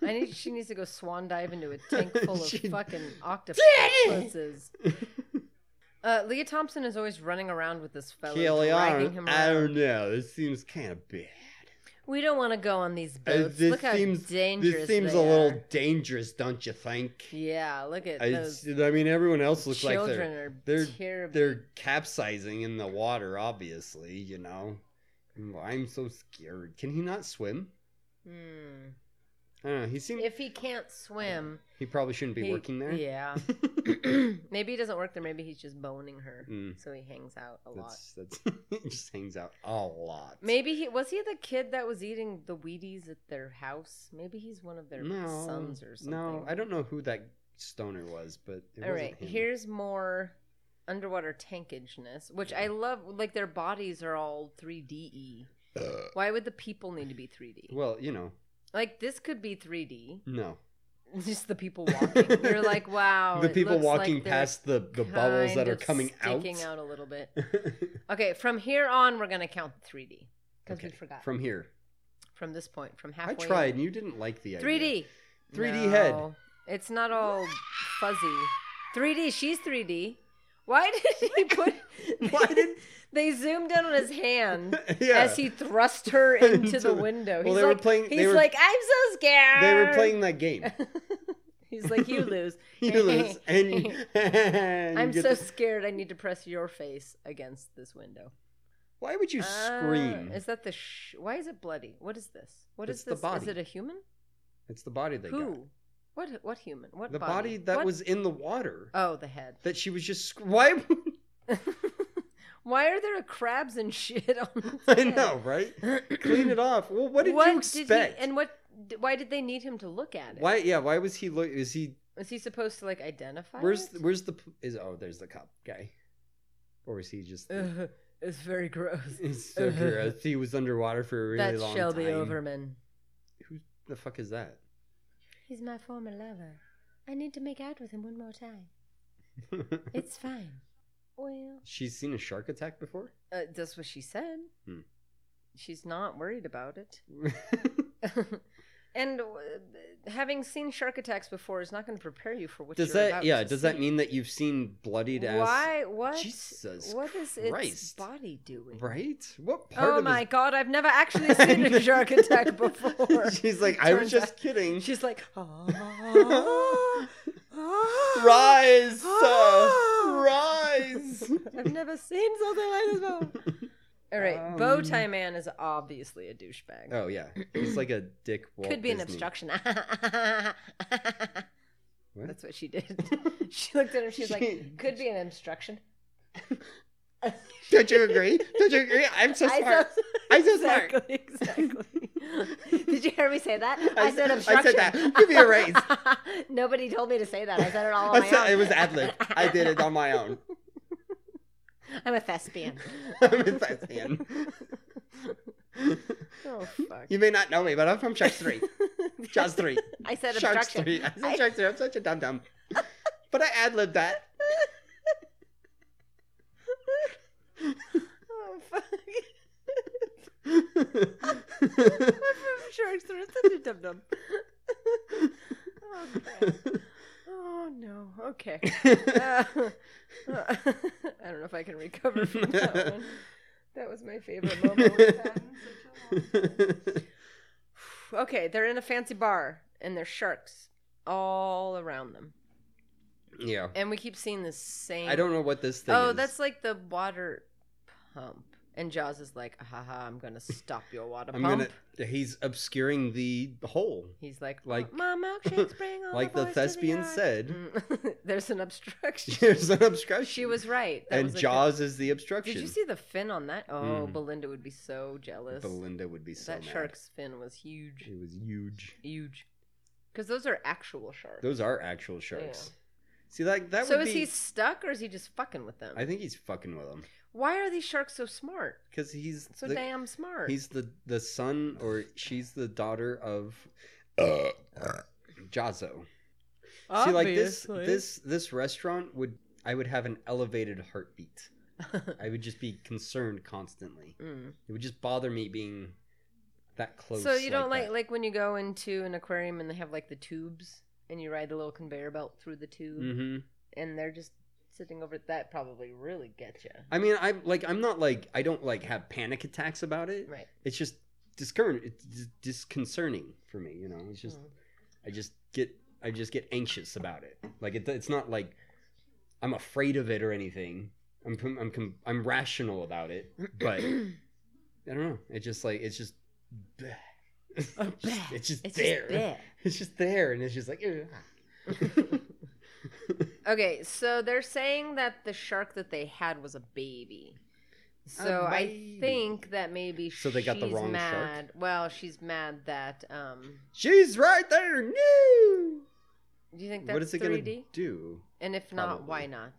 Speaker 3: I need. She needs to go swan dive into a
Speaker 2: (laughs)
Speaker 3: tank full of
Speaker 2: She-
Speaker 3: fucking
Speaker 2: (laughs)
Speaker 3: octopuses. Uh, Leah Thompson is always running around with this fellow, dragging him
Speaker 2: I
Speaker 3: around.
Speaker 2: don't know. This seems kind of bad.
Speaker 3: We don't want to go on these
Speaker 2: Uh,
Speaker 3: boats.
Speaker 2: this
Speaker 3: look how
Speaker 2: seems-
Speaker 3: dangerous.
Speaker 2: This seems
Speaker 3: they
Speaker 2: a little
Speaker 3: are.
Speaker 2: dangerous, don't you think?
Speaker 3: Yeah, look at
Speaker 2: I,
Speaker 3: those.
Speaker 2: I mean, everyone else looks like
Speaker 3: Children
Speaker 2: they're
Speaker 3: are
Speaker 2: they're-
Speaker 3: terrible.
Speaker 2: they're capsizing in the water. Obviously, you know. I'm so scared. Can he not swim?
Speaker 3: Hmm.
Speaker 2: I don't know. He seemed
Speaker 3: If he can't swim,
Speaker 2: he probably shouldn't be
Speaker 3: he-
Speaker 2: working there.
Speaker 3: Yeah, (clears throat) maybe he doesn't work there. Maybe he's just boning her,
Speaker 2: (laughs) Mm.
Speaker 3: so he hangs out (laughs) a lot.
Speaker 2: That's that's (laughs) he just hangs out a lot.
Speaker 3: Maybe he was he the kid that was eating the Wheaties at their house. Maybe he's one of their sons or something.
Speaker 2: No, I don't know who that stoner was, but it
Speaker 3: All
Speaker 2: wasn't
Speaker 3: right,
Speaker 2: him.
Speaker 3: here's more underwater tankageness, which I love. Like their bodies are all 3D.
Speaker 2: Ugh.
Speaker 3: Why would the people need to be 3D?
Speaker 2: well, you know,
Speaker 3: Like this could be 3D.
Speaker 2: no.
Speaker 3: (laughs) Just the people walking. You're
Speaker 2: (laughs)
Speaker 3: like, wow.
Speaker 2: the
Speaker 3: Oh, it
Speaker 2: people
Speaker 3: looks like
Speaker 2: walking
Speaker 3: they're
Speaker 2: past the the bubbles that
Speaker 3: kind
Speaker 2: are
Speaker 3: of
Speaker 2: coming out.
Speaker 3: sticking
Speaker 2: (laughs)
Speaker 3: out a little bit. Okay, from here on, we're gonna count the 3D because we
Speaker 2: Okay,
Speaker 3: forgot from,
Speaker 2: From here,
Speaker 3: this point, from
Speaker 2: I
Speaker 3: halfway. in.
Speaker 2: tried and you didn't like the idea.
Speaker 3: 3D.
Speaker 2: 3D head.
Speaker 3: No, It's not all fuzzy. 3D. She's 3D. Why did
Speaker 2: (laughs)
Speaker 3: he put?
Speaker 2: Why did-
Speaker 3: (laughs) they zoomed in on his hand
Speaker 2: (laughs) (laughs) yeah.
Speaker 3: as he thrust her into
Speaker 2: (laughs) Into
Speaker 3: the
Speaker 2: the-
Speaker 3: window?
Speaker 2: Well,
Speaker 3: he's
Speaker 2: they were
Speaker 3: like,
Speaker 2: playing- they
Speaker 3: He's
Speaker 2: were-
Speaker 3: like, I'm so scared.
Speaker 2: they were playing that game.
Speaker 3: (laughs)
Speaker 2: (laughs)
Speaker 3: he's like, you lose.
Speaker 2: You lose,
Speaker 3: (laughs)
Speaker 2: and, you- (laughs) and you
Speaker 3: I'm
Speaker 2: get
Speaker 3: so
Speaker 2: the-
Speaker 3: scared. I need to press your face against this window.
Speaker 2: Why would you
Speaker 3: Uh,
Speaker 2: scream?
Speaker 3: Is that the? Sh- Why is it bloody? What is this? What is
Speaker 2: It's the
Speaker 3: this? Is
Speaker 2: body.
Speaker 3: it a human?
Speaker 2: It's the body they
Speaker 3: Who?
Speaker 2: got.
Speaker 3: What? What human? What
Speaker 2: The body that
Speaker 3: What-
Speaker 2: was in the water.
Speaker 3: Oh, the head. (laughs)
Speaker 2: that she was just sc- (laughs) why?
Speaker 3: Why are there crabs and shit
Speaker 2: (laughs)
Speaker 3: on? his
Speaker 2: I
Speaker 3: head?
Speaker 2: know, right? Clean it off. Well, what did you
Speaker 3: he-
Speaker 2: expect?
Speaker 3: and what? d- Why did they need him to look at it?
Speaker 2: why? Yeah, why was he? Lo- is he?
Speaker 3: Was he supposed to like identify?
Speaker 2: Where's?
Speaker 3: it?
Speaker 2: Where's the? p- Is oh, there's the cop guy, or is he just? the-
Speaker 3: Ugh, (laughs) it's very gross.
Speaker 2: (laughs) He's so
Speaker 3: (laughs)
Speaker 2: gross. He was underwater for a really
Speaker 3: That's
Speaker 2: long
Speaker 3: Shelby
Speaker 2: time.
Speaker 3: Overman.
Speaker 2: Who the fuck is that? (laughs)
Speaker 3: He's my former lover. I need to make out with him one more time.
Speaker 2: (laughs)
Speaker 3: It's fine. Well,
Speaker 2: She's seen a shark attack before. (laughs)
Speaker 3: uh, that's what she said.
Speaker 2: Hmm.
Speaker 3: She's not worried about it. (laughs) and uh, having seen shark attacks before is not going to prepare you for what
Speaker 2: does
Speaker 3: you're
Speaker 2: that?
Speaker 3: about
Speaker 2: Yeah.
Speaker 3: to
Speaker 2: Does that
Speaker 3: see.
Speaker 2: mean that you've seen bloodied ass?
Speaker 3: Why? What?
Speaker 2: Jesus
Speaker 3: what is its
Speaker 2: Christ.
Speaker 3: body doing?
Speaker 2: Right. What part
Speaker 3: Oh
Speaker 2: of
Speaker 3: my
Speaker 2: his-
Speaker 3: god! I've never
Speaker 2: (laughs)
Speaker 3: actually seen a shark attack before.
Speaker 2: She's like, I was
Speaker 3: Turns out-
Speaker 2: just kidding.
Speaker 3: She's like,
Speaker 2: (laughs)
Speaker 3: "Ah, ah,
Speaker 2: (gasps)
Speaker 3: (gasps)
Speaker 2: Rise,
Speaker 3: ah."
Speaker 2: rise. (laughs)
Speaker 3: I've never seen something like this before. All right,
Speaker 2: Um,
Speaker 3: bow tie man is obviously a douchebag.
Speaker 2: oh yeah, he's like a dick. Walt
Speaker 3: Could be an
Speaker 2: Disney.
Speaker 3: obstruction. (laughs)
Speaker 2: What?
Speaker 3: That's what she did. (laughs) she looked at him. She's
Speaker 2: She-
Speaker 3: like, "Could be an obstruction."
Speaker 2: (laughs) Don't you agree? Don't you agree? I'm so
Speaker 3: (laughs) I
Speaker 2: smart.
Speaker 3: said-
Speaker 2: I'm so smart.
Speaker 3: Exactly. exactly. Did you hear me say that?
Speaker 2: I
Speaker 3: I said
Speaker 2: s- I
Speaker 3: obstruction.
Speaker 2: said that. Give me a raise.
Speaker 3: (laughs) Nobody told me to say that. I said it all on
Speaker 2: I
Speaker 3: my
Speaker 2: saw-
Speaker 3: own.
Speaker 2: it was ad lib. I did it on my own. (laughs)
Speaker 3: I'm a thespian.
Speaker 2: I'm a thespian.
Speaker 3: oh fuck.
Speaker 2: (laughs) You may not know me, but I'm from Sharks
Speaker 3: (laughs)
Speaker 2: Three. Jaws Three.
Speaker 3: I said
Speaker 2: Sharks
Speaker 3: obstruction.
Speaker 2: Three. I said
Speaker 3: I-
Speaker 2: Sharks Three. I'm such a dum dum. But I ad libbed that.
Speaker 3: (laughs)
Speaker 2: (laughs)
Speaker 3: Oh fuck. (laughs)
Speaker 2: oh,
Speaker 3: I'm from Sharks Throat. Such a dum dum. oh, crap. oh no. Okay. Uh, (laughs) I don't know if I can recover from
Speaker 2: (laughs)
Speaker 3: that one. That was my favorite moment. We've had in such a long Okay, they're in a fancy bar and there's sharks all around them.
Speaker 2: yeah.
Speaker 3: And we keep seeing the same
Speaker 2: I don't know what this thing
Speaker 3: Oh,
Speaker 2: is.
Speaker 3: that's like the water pump. And Jaws is like, haha, I'm gonna stop your water
Speaker 2: I'm
Speaker 3: pump.
Speaker 2: gonna. He's obscuring the hole,
Speaker 3: He's like, "Oh,
Speaker 2: Like-
Speaker 3: like my
Speaker 2: (laughs)
Speaker 3: milkshakes bring all
Speaker 2: like the
Speaker 3: boys to
Speaker 2: thespian
Speaker 3: yard."
Speaker 2: said.
Speaker 3: Mm. (laughs) There's an
Speaker 2: (laughs)
Speaker 3: obstruction. Oh,
Speaker 2: There's an obstruction.
Speaker 3: she was right. That
Speaker 2: and
Speaker 3: was a good-
Speaker 2: Jaws is the obstruction.
Speaker 3: Did you see the fin on that? Oh,
Speaker 2: Mm.
Speaker 3: Belinda would be so jealous.
Speaker 2: Belinda would be so
Speaker 3: that
Speaker 2: mad.
Speaker 3: shark's fin was huge,
Speaker 2: It was huge.
Speaker 3: huge. Because those are actual sharks.
Speaker 2: Those are actual sharks. See, like that.
Speaker 3: so
Speaker 2: would
Speaker 3: is
Speaker 2: be,
Speaker 3: he stuck or is he just fucking with them?
Speaker 2: I think he's fucking with them
Speaker 3: Why are these sharks so smart?
Speaker 2: because he's
Speaker 3: So
Speaker 2: the,
Speaker 3: damn smart.
Speaker 2: He's the the son, or she's the daughter of
Speaker 1: Uh,
Speaker 2: Jazzo. See, like this this this restaurant would I would have an elevated heartbeat. I would just be concerned constantly.
Speaker 3: (laughs) Mm.
Speaker 2: It would just bother me being that close.
Speaker 3: So you don't like
Speaker 2: that.
Speaker 3: like when you go into an aquarium and they have like the tubes and you ride the little conveyor belt through the tube
Speaker 2: Mhm.
Speaker 3: and they're just sitting over that probably really gets you.
Speaker 2: I mean, I'm like I'm not like I don't like have panic attacks about it.
Speaker 3: Right.
Speaker 2: It's just discern it's dis- disconcerting for me. You know, it's
Speaker 3: Mm.
Speaker 2: just I just get I just get anxious about it. Like it, it's not like I'm afraid of it or anything. I'm com- I'm com- I'm rational about it,
Speaker 3: (clears throat)
Speaker 2: but I don't know. It just like it's just. bleh. (laughs) It's
Speaker 3: Oh,
Speaker 2: just, it's just there. (laughs) it's just there, and it's just like. "Ugh."
Speaker 3: Okay, so they're saying that the shark that they had was a baby. (laughs) So I
Speaker 2: Oh, baby.
Speaker 3: think that maybe
Speaker 2: So they got the
Speaker 3: she's
Speaker 2: wrong shark?
Speaker 3: mad. Well, she's mad that um
Speaker 2: She's right there. No.
Speaker 3: do you think that's
Speaker 2: What is it going to
Speaker 3: 3D?
Speaker 2: do?
Speaker 3: And if not,
Speaker 2: Probably.
Speaker 3: why not?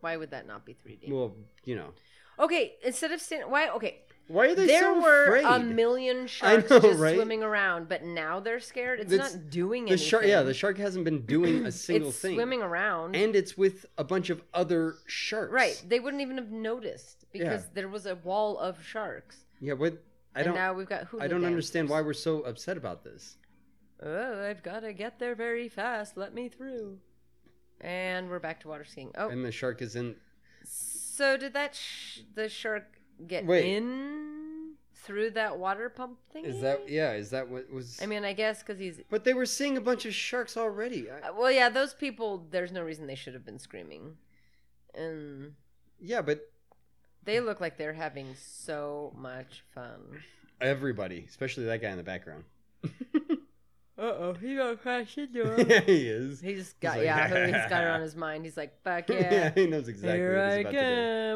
Speaker 3: Why would that not be 3D?
Speaker 2: Well, you know.
Speaker 3: okay, instead of stand- why okay,
Speaker 2: Why are they
Speaker 3: there
Speaker 2: so
Speaker 3: were
Speaker 2: afraid?
Speaker 3: a million sharks
Speaker 2: know,
Speaker 3: just
Speaker 2: right?
Speaker 3: swimming around, but now they're scared. It's,
Speaker 2: That's-
Speaker 3: not doing
Speaker 2: the
Speaker 3: anything.
Speaker 2: shark, yeah, the shark hasn't been doing
Speaker 3: (clears throat)
Speaker 2: a single
Speaker 3: it's
Speaker 2: thing,
Speaker 3: swimming around.
Speaker 2: and it's with a bunch of other sharks.
Speaker 3: Mm-hmm. right, they wouldn't even have noticed because
Speaker 2: Yeah.
Speaker 3: there was a wall of sharks.
Speaker 2: Yeah, but I
Speaker 3: and
Speaker 2: don't.
Speaker 3: now we've got who
Speaker 2: I don't understand why we're so upset about this.
Speaker 3: Oh, I've got to get there very fast. Let me through. And we're back to water skiing. Oh,
Speaker 2: And the shark is in.
Speaker 3: so did that sh- the shark get
Speaker 2: Wait.
Speaker 3: in through that water pump thing?
Speaker 2: Is that yeah? Is that what was?
Speaker 3: I mean, I guess because he's.
Speaker 2: but they were seeing a bunch of sharks already. I,
Speaker 3: uh, Well, yeah, those people. There's no reason they should have been screaming, and
Speaker 2: yeah, but
Speaker 3: they look like they're having so much fun.
Speaker 2: everybody, especially that guy in the background. (laughs)
Speaker 3: Uh oh, he gonna crash
Speaker 2: (laughs)
Speaker 3: into
Speaker 2: yeah, he is.
Speaker 3: he just got
Speaker 2: like, (laughs)
Speaker 3: yeah, he's got it on his mind. He's like, fuck
Speaker 2: Yeah.
Speaker 3: yeah.
Speaker 2: he knows exactly
Speaker 3: Here
Speaker 2: what
Speaker 3: I
Speaker 2: he's about to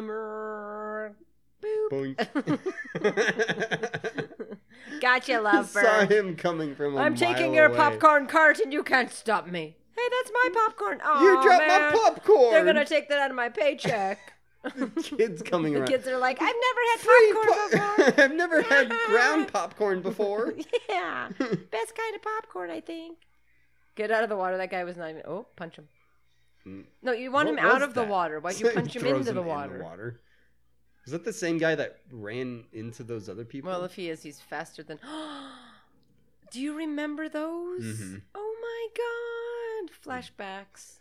Speaker 3: come. Rrrr. Boop.
Speaker 2: do.
Speaker 3: (laughs)
Speaker 2: Boink. (laughs)
Speaker 3: gotcha,
Speaker 2: Saw
Speaker 3: lovebird.
Speaker 2: him coming from. i
Speaker 3: I'm taking your popcorn cart and you can't stop me. Hey, that's my popcorn. Oh,
Speaker 2: You dropped my
Speaker 3: man.
Speaker 2: popcorn.
Speaker 3: They're gonna take that out of my paycheck.
Speaker 2: (laughs)
Speaker 3: (laughs)
Speaker 2: The (laughs) kids coming
Speaker 3: the
Speaker 2: around.
Speaker 3: (laughs) kids are like, I've
Speaker 2: Free
Speaker 3: never had
Speaker 2: (laughs)
Speaker 3: popcorn
Speaker 2: po- I've never had ground
Speaker 3: (laughs)
Speaker 2: popcorn before.
Speaker 3: before. yeah, best kind of popcorn, I think. Get out of the water. That guy was not even. Oh, punch him.
Speaker 2: Mm.
Speaker 3: No, you want
Speaker 2: What
Speaker 3: him out
Speaker 2: was
Speaker 3: of the
Speaker 2: that? (laughs)
Speaker 3: water. (laughs) Why'd you
Speaker 2: He
Speaker 3: punch him
Speaker 2: throws
Speaker 3: into the water?
Speaker 2: Is that the same guy that ran into those other people?
Speaker 3: Well,
Speaker 2: (laughs)
Speaker 3: if he is, he's faster than. (gasps) Do you remember those?
Speaker 2: Mhm.
Speaker 3: Oh my god! Flashbacks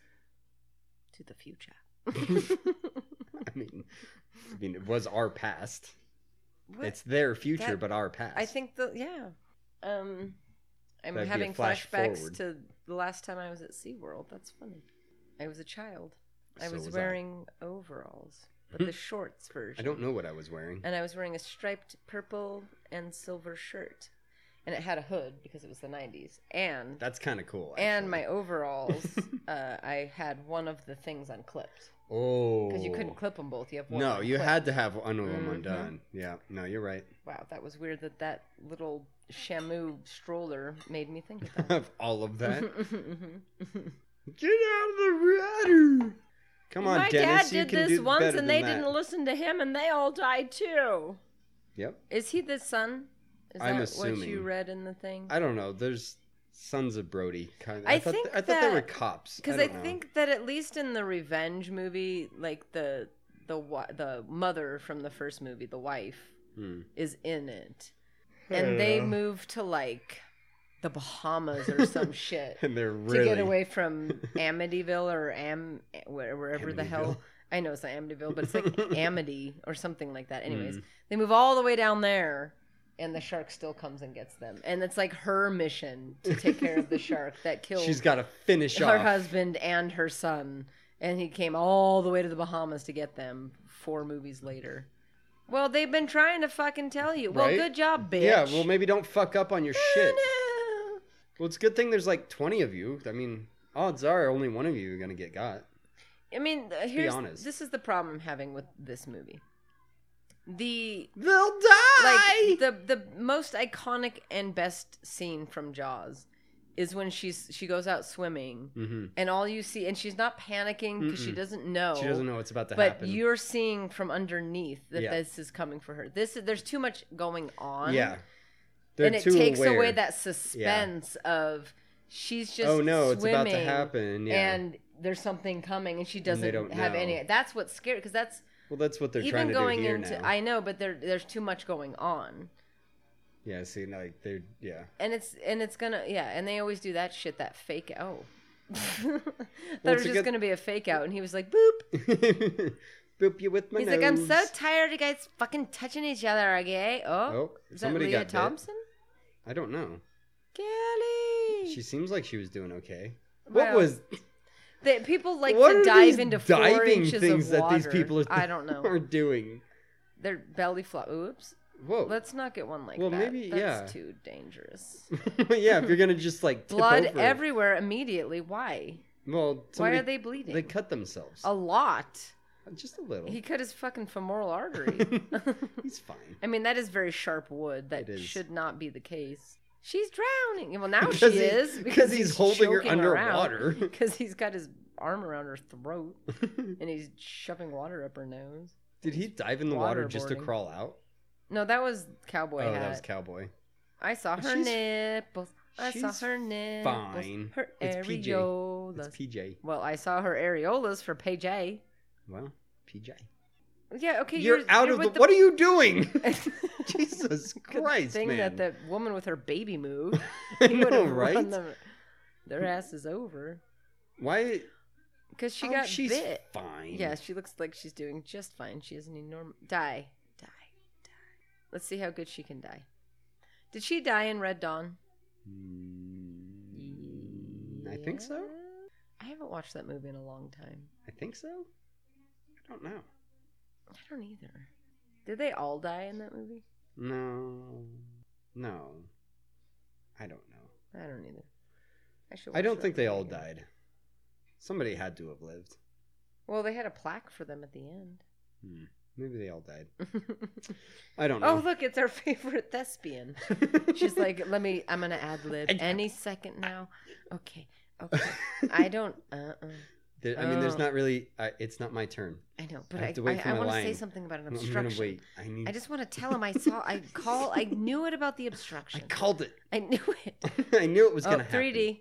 Speaker 3: to the future.
Speaker 2: I mean, I mean, it was our past.
Speaker 3: (laughs) What?
Speaker 2: It's their future,
Speaker 3: That-
Speaker 2: but our past.
Speaker 3: I think the yeah. Um, I'm
Speaker 2: That'd be a
Speaker 3: having
Speaker 2: flash
Speaker 3: flashbacks
Speaker 2: forward.
Speaker 3: to the last time I was at SeaWorld. That's funny. I was a child. I
Speaker 2: So
Speaker 3: was,
Speaker 2: was I. Hmm.
Speaker 3: wearing overalls, but the shorts version.
Speaker 2: I don't know what I was wearing.
Speaker 3: and I was wearing a striped purple and silver shirt, and it had a hood because it was the '90s, and
Speaker 2: That's kind of cool.
Speaker 3: and my
Speaker 2: actually.
Speaker 3: overalls.
Speaker 2: (laughs)
Speaker 3: uh, I had one of the things unclipped
Speaker 2: oh,
Speaker 3: because you couldn't clip them both. You have one.
Speaker 2: No, you
Speaker 3: unclipped.
Speaker 2: had to have one of them
Speaker 3: Mhm.
Speaker 2: undone. Yeah, no, you're right. (laughs)
Speaker 3: Wow, that was weird. That that little Shamu stroller made me think
Speaker 2: (laughs)
Speaker 3: of that.
Speaker 2: of all of
Speaker 3: (laughs)
Speaker 2: that.
Speaker 3: My
Speaker 2: Get out of the water. Come on, Dennis.
Speaker 3: dad
Speaker 2: you
Speaker 3: did
Speaker 2: can
Speaker 3: this
Speaker 2: do
Speaker 3: once,
Speaker 2: better
Speaker 3: and
Speaker 2: than
Speaker 3: they
Speaker 2: that.
Speaker 3: didn't listen to him, and they all died too.
Speaker 2: Yep.
Speaker 3: Is he the son? Is
Speaker 2: I'm
Speaker 3: that what you
Speaker 2: assuming.
Speaker 3: read in the thing?
Speaker 2: I don't know. There's sons of Brody. Kind of.
Speaker 3: I
Speaker 2: I, thought
Speaker 3: think
Speaker 2: I thought they were
Speaker 3: that-
Speaker 2: cops.
Speaker 3: Because I,
Speaker 2: don't know.
Speaker 3: think that at least in the revenge movie, like the the wa- the mother from the first movie, the wife,
Speaker 2: Hmm.
Speaker 3: is in it,
Speaker 2: I
Speaker 3: and
Speaker 2: don't
Speaker 3: they
Speaker 2: know.
Speaker 3: move to like the Bahamas or
Speaker 2: (laughs)
Speaker 3: some shit.
Speaker 2: and they're
Speaker 3: to
Speaker 2: really
Speaker 3: get
Speaker 2: (laughs)
Speaker 3: away from Amityville or Am where- wherever the hell
Speaker 2: Amityville.
Speaker 3: I know it's not Amityville, but
Speaker 2: (laughs)
Speaker 3: it's like Amity or something like that. Anyways,
Speaker 2: Mm.
Speaker 3: they move all the way down there, and the shark still comes and gets them, and it's like her mission to take
Speaker 2: (laughs)
Speaker 3: care of the shark that killed
Speaker 2: She's got to finish
Speaker 3: her
Speaker 2: off.
Speaker 3: husband and her son, and he came all the way to the Bahamas to get them. Four movies later. Well, they've been trying to fucking tell you. Well,
Speaker 2: Right?
Speaker 3: good job, bitch.
Speaker 2: Yeah, well, maybe don't fuck up on your shit.
Speaker 3: (laughs) No.
Speaker 2: Well, it's a good thing there's like 20 of you. I mean, odds are only one of you are going to get got.
Speaker 3: I mean, th- here's
Speaker 2: honest.
Speaker 3: this is the problem I'm having with this movie. The
Speaker 2: They'll die!
Speaker 3: like the the most iconic and best scene from Jaws is when she's she goes out swimming
Speaker 2: hmm
Speaker 3: and all you see and she's not panicking because she
Speaker 2: Mm-mm.
Speaker 3: doesn't know.
Speaker 2: She doesn't know what's about to
Speaker 3: Oh. But
Speaker 2: happen.
Speaker 3: you're seeing from underneath that
Speaker 2: Yeah.
Speaker 3: this is coming for her. This is there's too much going on.
Speaker 2: Yeah. They're
Speaker 3: and it
Speaker 2: too
Speaker 3: takes
Speaker 2: aware.
Speaker 3: away that suspense of she's just
Speaker 2: oh no, it's about to
Speaker 3: swimming
Speaker 2: happen. Yeah.
Speaker 3: and there's something coming and she
Speaker 2: they
Speaker 3: doesn't
Speaker 2: don't
Speaker 3: have any
Speaker 2: know.
Speaker 3: that's what's scary because that's
Speaker 2: well, that's what they're trying
Speaker 3: even
Speaker 2: to
Speaker 3: going
Speaker 2: do here
Speaker 3: into
Speaker 2: now.
Speaker 3: i know but there there's too much going on
Speaker 2: Yeah, see, like they're yeah. (laughs)
Speaker 3: and it's and it's gonna yeah and they always do that shit that fake oh (laughs) thought it
Speaker 2: Well, it's
Speaker 3: was
Speaker 2: a
Speaker 3: just
Speaker 2: good-
Speaker 3: gonna be a fake out and he was like boop
Speaker 2: Boop you with my
Speaker 3: he's
Speaker 2: nose.
Speaker 3: like i'm so tired of guys fucking touching each other okay oh,
Speaker 2: Oh,
Speaker 3: is that
Speaker 2: somebody
Speaker 3: leah
Speaker 2: got bit.
Speaker 3: thompson
Speaker 2: I don't know.
Speaker 3: Kelly.
Speaker 2: She seems like she was doing okay.
Speaker 3: Well,
Speaker 2: what was
Speaker 3: That people like
Speaker 2: what
Speaker 3: to
Speaker 2: are
Speaker 3: dive
Speaker 2: these
Speaker 3: into four
Speaker 2: diving
Speaker 3: inches
Speaker 2: things
Speaker 3: of
Speaker 2: that
Speaker 3: water.
Speaker 2: these people are, (laughs)
Speaker 3: I don't know.
Speaker 2: are doing?
Speaker 3: Their belly flop. Oops.
Speaker 2: Whoa.
Speaker 3: Let's not get one like
Speaker 2: Well,
Speaker 3: that.
Speaker 2: maybe-
Speaker 3: That's
Speaker 2: yeah.
Speaker 3: too dangerous.
Speaker 2: (laughs) yeah, if you're gonna just like tip
Speaker 3: Blood
Speaker 2: over.
Speaker 3: everywhere immediately. Why?
Speaker 2: Well,
Speaker 3: Why
Speaker 2: somebody,
Speaker 3: are they bleeding?
Speaker 2: They cut Oh. themselves.
Speaker 3: A lot.
Speaker 2: Just a little.
Speaker 3: He cut his fucking
Speaker 2: (laughs)
Speaker 3: femoral artery.
Speaker 2: He's
Speaker 3: (laughs)
Speaker 2: fine.
Speaker 3: I mean, that is very sharp wood. That
Speaker 2: It is.
Speaker 3: should not be the case. She's drowning.
Speaker 2: (laughs)
Speaker 3: Well, now she
Speaker 2: Because he-
Speaker 3: is
Speaker 2: because he's holding her
Speaker 3: (laughs)
Speaker 2: underwater. (laughs)
Speaker 3: Because he's got his arm around her throat and he's shoving water up her nose.
Speaker 2: Did he dive in the water just to
Speaker 3: Waterboarding.
Speaker 2: crawl out?
Speaker 3: No, that was cowboy
Speaker 2: oh,
Speaker 3: hat.
Speaker 2: that was cowboy.
Speaker 3: I saw her
Speaker 2: She's-
Speaker 3: nipples. I saw
Speaker 2: she's
Speaker 3: her nipples.
Speaker 2: fine.
Speaker 3: Her
Speaker 2: It's PJ.
Speaker 3: areolas.
Speaker 2: It's PJ.
Speaker 3: well, I saw her areolas for PJ.
Speaker 2: Well, PJ.
Speaker 3: Yeah, okay.
Speaker 2: You're, out of
Speaker 3: with
Speaker 2: the, What are you doing?
Speaker 3: (laughs) the-
Speaker 2: (laughs) Jesus
Speaker 3: Good
Speaker 2: Christ,
Speaker 3: thing
Speaker 2: man!
Speaker 3: that the woman with her baby moved.
Speaker 2: (laughs) I
Speaker 3: He would
Speaker 2: know,
Speaker 3: have
Speaker 2: right?
Speaker 3: run them- their ass is over
Speaker 2: Why?
Speaker 3: because she
Speaker 2: oh,
Speaker 3: got
Speaker 2: she's
Speaker 3: bit.
Speaker 2: fine.
Speaker 3: Yeah, she looks like she's doing just fine. She has an enormous die, die, die. Let's see how good she can die. Did she die in Red Dawn?
Speaker 2: Mm, I think so.
Speaker 3: Yeah. I haven't watched that movie in a long time.
Speaker 2: I think so. I don't know.
Speaker 3: I don't either. Did they all die in that movie?
Speaker 2: No, no, I don't know.
Speaker 3: I don't either. I should.
Speaker 2: I
Speaker 3: watch
Speaker 2: don't
Speaker 3: that
Speaker 2: think they
Speaker 3: movie
Speaker 2: all
Speaker 3: again.
Speaker 2: died. Somebody had to have lived.
Speaker 3: Well, they had a plaque for them at the end. (laughs)
Speaker 2: Hmm. Maybe they all died. I don't
Speaker 3: oh,
Speaker 2: know. (laughs)
Speaker 3: look! It's our favorite thespian. She's like, let me. I'm gonna ad lib any second now. Okay, okay. I don't. Uh. uh
Speaker 2: (laughs) There- I mean, there's
Speaker 3: Oh.
Speaker 2: not really. I it's not my turn.
Speaker 3: I know, but
Speaker 2: I
Speaker 3: I,
Speaker 2: have to wait
Speaker 3: I,
Speaker 2: for
Speaker 3: I,
Speaker 2: my
Speaker 3: want to say
Speaker 2: line.
Speaker 3: something about an
Speaker 2: I'm gonna
Speaker 3: obstruction.
Speaker 2: wait. I need.
Speaker 3: I just want to tell him I saw. I call. I knew it about the
Speaker 2: I
Speaker 3: obstruction.
Speaker 2: called it. (laughs)
Speaker 3: I knew it.
Speaker 2: I knew it was
Speaker 3: Oh,
Speaker 2: gonna happen.
Speaker 3: 3D.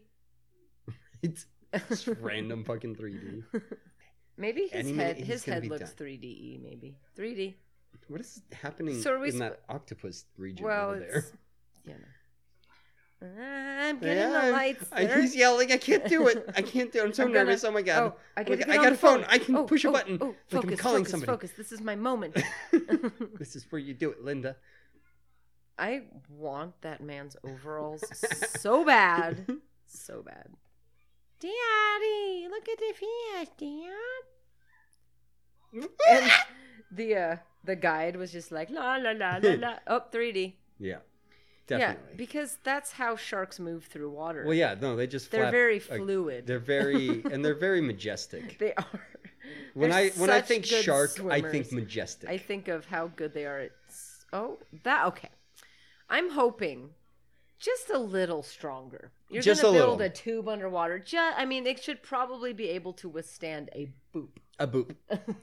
Speaker 2: It's
Speaker 3: (laughs)
Speaker 2: just random fucking 3D.
Speaker 3: Maybe his
Speaker 2: Any minute
Speaker 3: head.
Speaker 2: he's
Speaker 3: His
Speaker 2: gonna
Speaker 3: head
Speaker 2: be
Speaker 3: looks
Speaker 2: done.
Speaker 3: 3D. Maybe 3D.
Speaker 2: What is happening
Speaker 3: So are we
Speaker 2: in
Speaker 3: sp-
Speaker 2: that octopus region
Speaker 3: Well,
Speaker 2: over there?
Speaker 3: it's you know. I'm getting the
Speaker 2: I'm-
Speaker 3: lights.
Speaker 2: I,
Speaker 3: sir.
Speaker 2: he's yelling. I can't do it. I can't do. it. I'm so
Speaker 3: (laughs) I'm gonna-
Speaker 2: nervous. Oh my god.
Speaker 3: Oh, I, gotta
Speaker 2: Look,
Speaker 3: get
Speaker 2: I
Speaker 3: on
Speaker 2: got
Speaker 3: the
Speaker 2: a phone. I can
Speaker 3: Oh,
Speaker 2: push a
Speaker 3: oh,
Speaker 2: button,
Speaker 3: Oh,
Speaker 2: I'm
Speaker 3: focus,
Speaker 2: calling
Speaker 3: focus,
Speaker 2: somebody.
Speaker 3: focus. This is
Speaker 2: (laughs)
Speaker 3: my moment. (laughs)
Speaker 2: This is where you do it, Linda.
Speaker 3: I want that man's overalls so bad.
Speaker 2: (laughs)
Speaker 3: So bad. Daddy, look at the fish, Dad.
Speaker 2: (laughs)
Speaker 3: And the uh, the guide was just like la la la la la. Oh, 3D.
Speaker 2: yeah,
Speaker 3: Yeah,
Speaker 2: definitely.
Speaker 3: because that's how sharks move through water.
Speaker 2: well, yeah. No, they just
Speaker 3: they're
Speaker 2: flap.
Speaker 3: very
Speaker 2: uh,
Speaker 3: fluid.
Speaker 2: They're very and they're
Speaker 3: (laughs)
Speaker 2: very majestic.
Speaker 3: They are.
Speaker 2: When
Speaker 3: They're
Speaker 2: I when I
Speaker 3: such
Speaker 2: think
Speaker 3: good
Speaker 2: shark, I think
Speaker 3: swimmers.
Speaker 2: majestic.
Speaker 3: I think of how good they are at. s- Oh, that okay. I'm hoping just a little stronger. You're
Speaker 2: Just
Speaker 3: gonna
Speaker 2: a
Speaker 3: build
Speaker 2: little.
Speaker 3: a tube underwater. Just, I mean, it should probably be able to withstand a boop.
Speaker 2: a
Speaker 3: (laughs)
Speaker 2: boop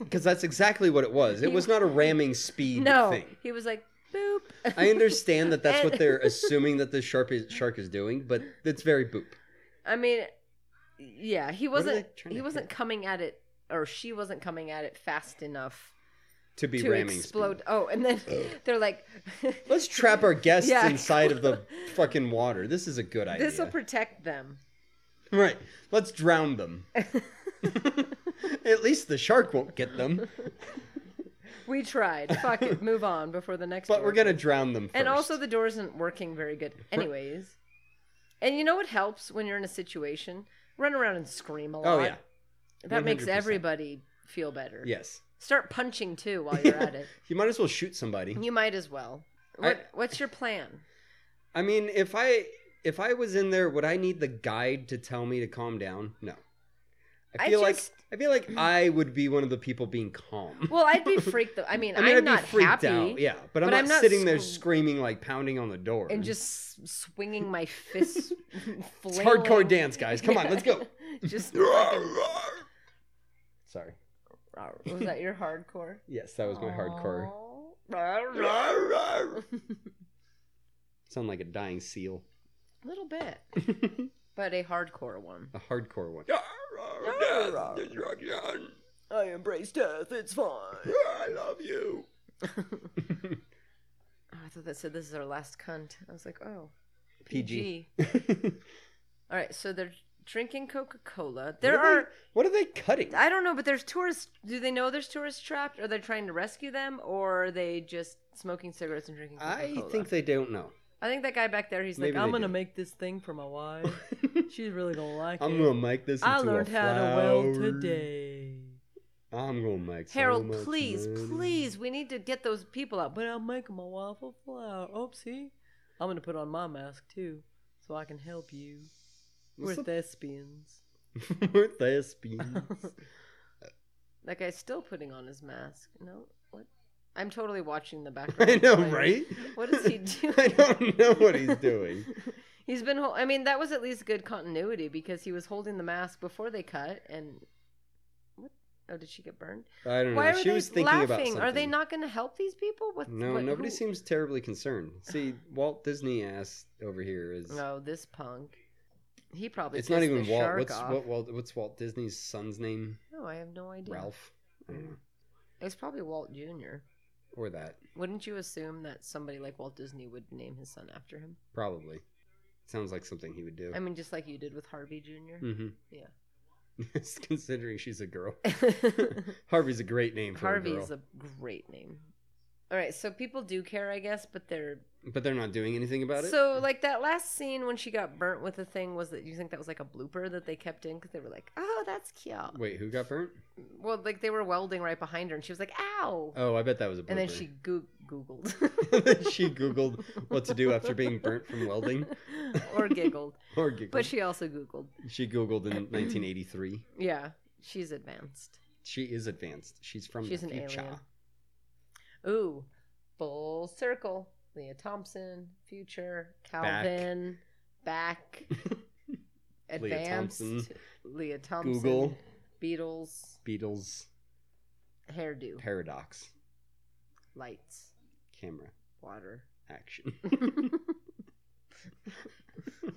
Speaker 2: because that's exactly what it was. It
Speaker 3: He-
Speaker 2: was not a ramming speed
Speaker 3: No,
Speaker 2: thing.
Speaker 3: he was like boop. (laughs)
Speaker 2: I understand that that's what
Speaker 3: And- (laughs)
Speaker 2: they're assuming that the shark is, shark is doing, but it's very boop.
Speaker 3: I mean, yeah, he
Speaker 2: What are they
Speaker 3: wasn't.
Speaker 2: trying
Speaker 3: He
Speaker 2: to
Speaker 3: wasn't
Speaker 2: hit?
Speaker 3: coming at it, or she wasn't coming at it fast enough
Speaker 2: to be
Speaker 3: to
Speaker 2: ramming
Speaker 3: explode.
Speaker 2: speed.
Speaker 3: Oh, and then (laughs) they're like,
Speaker 2: Let's trap our guests
Speaker 3: Yeah.
Speaker 2: inside of
Speaker 3: (laughs)
Speaker 2: the fucking water. This is a good idea.
Speaker 3: "This will protect them."
Speaker 2: Right. Let's drown
Speaker 3: (laughs)
Speaker 2: them. At least the shark won't get them,
Speaker 3: We tried.
Speaker 2: (laughs)
Speaker 3: Fuck it. Move on before the next.
Speaker 2: but we're
Speaker 3: one.
Speaker 2: gonna drown them. First.
Speaker 3: And also, the door isn't working very good, anyways. And you know what helps when you're in a situation? Run around and scream a lot.
Speaker 2: oh yeah,
Speaker 3: That makes
Speaker 2: 100%.
Speaker 3: everybody feel better.
Speaker 2: yes.
Speaker 3: Start punching too while you're
Speaker 2: (laughs)
Speaker 3: at it.
Speaker 2: You might as well shoot somebody.
Speaker 3: You might as well.
Speaker 2: I-
Speaker 3: What, what's your plan?
Speaker 2: I mean, if I if I was in there, would I need the guide to tell me to calm down? No. I
Speaker 3: I
Speaker 2: feel
Speaker 3: just-
Speaker 2: like I feel like I would be one of the people being calm.
Speaker 3: Well,
Speaker 2: (laughs)
Speaker 3: I'd be freaked. Though. I mean, I
Speaker 2: I mean,
Speaker 3: am
Speaker 2: would
Speaker 3: not
Speaker 2: be freaked
Speaker 3: happy
Speaker 2: out. Yeah, but I'm
Speaker 3: but
Speaker 2: not,
Speaker 3: I'm not
Speaker 2: sitting there
Speaker 3: scr-
Speaker 2: screaming like pounding on the door
Speaker 3: and just s- swinging my fists.
Speaker 2: (laughs) It's
Speaker 3: flailing.
Speaker 2: hardcore dance, guys. Come on, let's go.
Speaker 3: (laughs) just
Speaker 2: (laughs) Sorry.
Speaker 3: was that your hardcore?
Speaker 2: Yes, that was my hardcore.
Speaker 3: hardcore.
Speaker 2: Sound like a dying
Speaker 3: (laughs)
Speaker 2: seal.
Speaker 3: A (laughs) little bit,
Speaker 2: a
Speaker 3: but a hardcore one.
Speaker 2: hardcore one.
Speaker 3: Yarr, death, I embrace death. It's fine.
Speaker 2: I love you.
Speaker 3: Oh, I thought that said this is our last cunt. I was like, oh,
Speaker 2: PG.
Speaker 3: PG. All right, so they're drinking Coca Cola. There
Speaker 2: What are
Speaker 3: are,
Speaker 2: they- (laughs) What are they cutting?
Speaker 3: I don't know, but there's tourists. Do they know there's tourists trapped? Are they trying to rescue them, or are they just smoking cigarettes and drinking Coca
Speaker 2: I
Speaker 3: Cola? (laughs)
Speaker 2: think they don't know.
Speaker 3: I think that guy back there, he's
Speaker 2: Maybe
Speaker 3: like,
Speaker 2: they
Speaker 3: I'm gonna
Speaker 2: do.
Speaker 3: make this thing for my wife. She's really gonna like
Speaker 2: I'm
Speaker 3: it.
Speaker 2: gonna make this. Into
Speaker 3: I learned
Speaker 2: a
Speaker 3: how
Speaker 2: flower.
Speaker 3: to weld today.
Speaker 2: I'm gonna make. so
Speaker 3: Harold,
Speaker 2: much
Speaker 3: please,
Speaker 2: money.
Speaker 3: please, we need to get those people out. But I'm making my wife a flower. Oopsie. I'm gonna put on my mask too, so I can help you.
Speaker 2: What's
Speaker 3: We're
Speaker 2: up?
Speaker 3: thespians.
Speaker 2: (laughs) We're
Speaker 3: (laughs)
Speaker 2: thespians.
Speaker 3: That guy's still putting on his mask. No, what? I'm totally watching the
Speaker 2: (laughs)
Speaker 3: background.
Speaker 2: I know,
Speaker 3: player.
Speaker 2: right?
Speaker 3: What is he doing?
Speaker 2: (laughs) I don't know what he's doing.
Speaker 3: (laughs) He's been. Hol- I mean, that was at least good continuity because he was holding the mask before they cut. And what? Oh, did she get burned?
Speaker 2: I don't
Speaker 3: Why
Speaker 2: know.
Speaker 3: are
Speaker 2: She
Speaker 3: they
Speaker 2: was thinking about
Speaker 3: laughing?
Speaker 2: something.
Speaker 3: Are they not going to help these people? What?
Speaker 2: No,
Speaker 3: what-
Speaker 2: nobody
Speaker 3: who-
Speaker 2: seems terribly concerned.
Speaker 3: (sighs)
Speaker 2: See, Walt Disney ass over here is.
Speaker 3: No, Oh, this punk. He probably.
Speaker 2: it's not
Speaker 3: pissed
Speaker 2: even
Speaker 3: the
Speaker 2: Walt.
Speaker 3: shark
Speaker 2: What's
Speaker 3: off.
Speaker 2: what Walt? What's Walt Disney's son's name?
Speaker 3: No, I have no idea.
Speaker 2: Ralph. I don't know.
Speaker 3: It's probably Walt Junior.
Speaker 2: Or that
Speaker 3: Wouldn't you assume that somebody like Walt Disney would name his son after him?
Speaker 2: probably. Sounds like something he would do.
Speaker 3: I mean, just like you did with Harvey Junior. (laughs)
Speaker 2: mm-hmm.
Speaker 3: Yeah.
Speaker 2: (laughs) Considering she's a girl, Harvey's a great name for
Speaker 3: Harvey
Speaker 2: a girl.
Speaker 3: is a great name. All right, so people do care, I guess, but they're
Speaker 2: But they're not doing anything about it.
Speaker 3: so like that last scene when she got burnt with the thing was that you think that was like a blooper that they kept in because they were like, oh, that's cute.
Speaker 2: Wait, who got burnt?
Speaker 3: Well, like they were welding right behind her, and she was like, ow,
Speaker 2: Oh, I bet that was a. Blooper.
Speaker 3: and then she goo- googled.
Speaker 2: (laughs) Then
Speaker 3: (laughs)
Speaker 2: she Googled what to do after being burnt from welding.
Speaker 3: or giggled,
Speaker 2: (laughs) or giggled.
Speaker 3: but she also googled.
Speaker 2: She Googled in
Speaker 3: (clears throat)
Speaker 2: 1983.
Speaker 3: Yeah, she's advanced.
Speaker 2: She is advanced. She's from
Speaker 3: She's
Speaker 2: the
Speaker 3: an
Speaker 2: future.
Speaker 3: alien. Ooh, full circle. Leah Thompson, future Calvin, back,
Speaker 2: (laughs) Leah
Speaker 3: advanced. Leah
Speaker 2: Thompson.
Speaker 3: Thompson,
Speaker 2: Google
Speaker 3: Beatles,
Speaker 2: Beatles
Speaker 3: hairdo,
Speaker 2: paradox
Speaker 3: lights,
Speaker 2: camera (laughs)
Speaker 3: water.
Speaker 2: action.
Speaker 3: (laughs)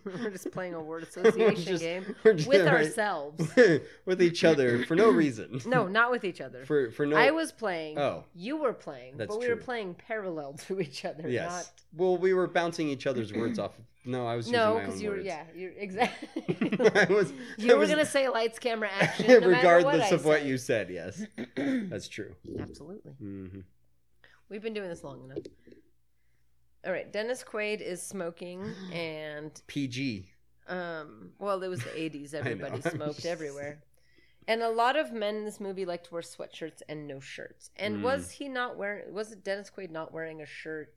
Speaker 3: We're
Speaker 2: (laughs)
Speaker 3: just playing a word
Speaker 2: We're (laughs)
Speaker 3: association
Speaker 2: just-
Speaker 3: game
Speaker 2: we're just- (laughs)
Speaker 3: with
Speaker 2: right.
Speaker 3: ourselves.
Speaker 2: (laughs) with each other for no reason.
Speaker 3: (laughs) No, not with each other.
Speaker 2: for for no.
Speaker 3: I was playing.
Speaker 2: Oh.
Speaker 3: You were playing,
Speaker 2: That's
Speaker 3: but we were
Speaker 2: true.
Speaker 3: playing parallel (laughs) to each other.
Speaker 2: yes. Well, we were bouncing each other's words off. No, I was using
Speaker 3: Not, no,
Speaker 2: my own
Speaker 3: because you were
Speaker 2: words. (laughs)
Speaker 3: yeah, you're exactly.
Speaker 2: I
Speaker 3: (laughs)
Speaker 2: was.
Speaker 3: You
Speaker 2: I
Speaker 3: were
Speaker 2: was-
Speaker 3: gonna say
Speaker 2: (laughs)
Speaker 3: lights, camera, action, no matter
Speaker 2: regardless
Speaker 3: what I
Speaker 2: of what
Speaker 3: said.
Speaker 2: you said.
Speaker 3: (laughs)
Speaker 2: Yes, that's true.
Speaker 3: (coughs) Absolutely,
Speaker 2: hmm
Speaker 3: we've been doing this long enough. All right, Dennis Quaid
Speaker 2: (gasps)
Speaker 3: is smoking, and
Speaker 2: PG.
Speaker 3: um, well, it was the '80s. Everybody
Speaker 2: (laughs) I'm
Speaker 3: smoked
Speaker 2: just-
Speaker 3: everywhere, and a lot of men in this movie like to wear sweatshirts and no shirts. And
Speaker 2: Mm.
Speaker 3: was he not wearing? Was it Dennis Quaid not wearing a shirt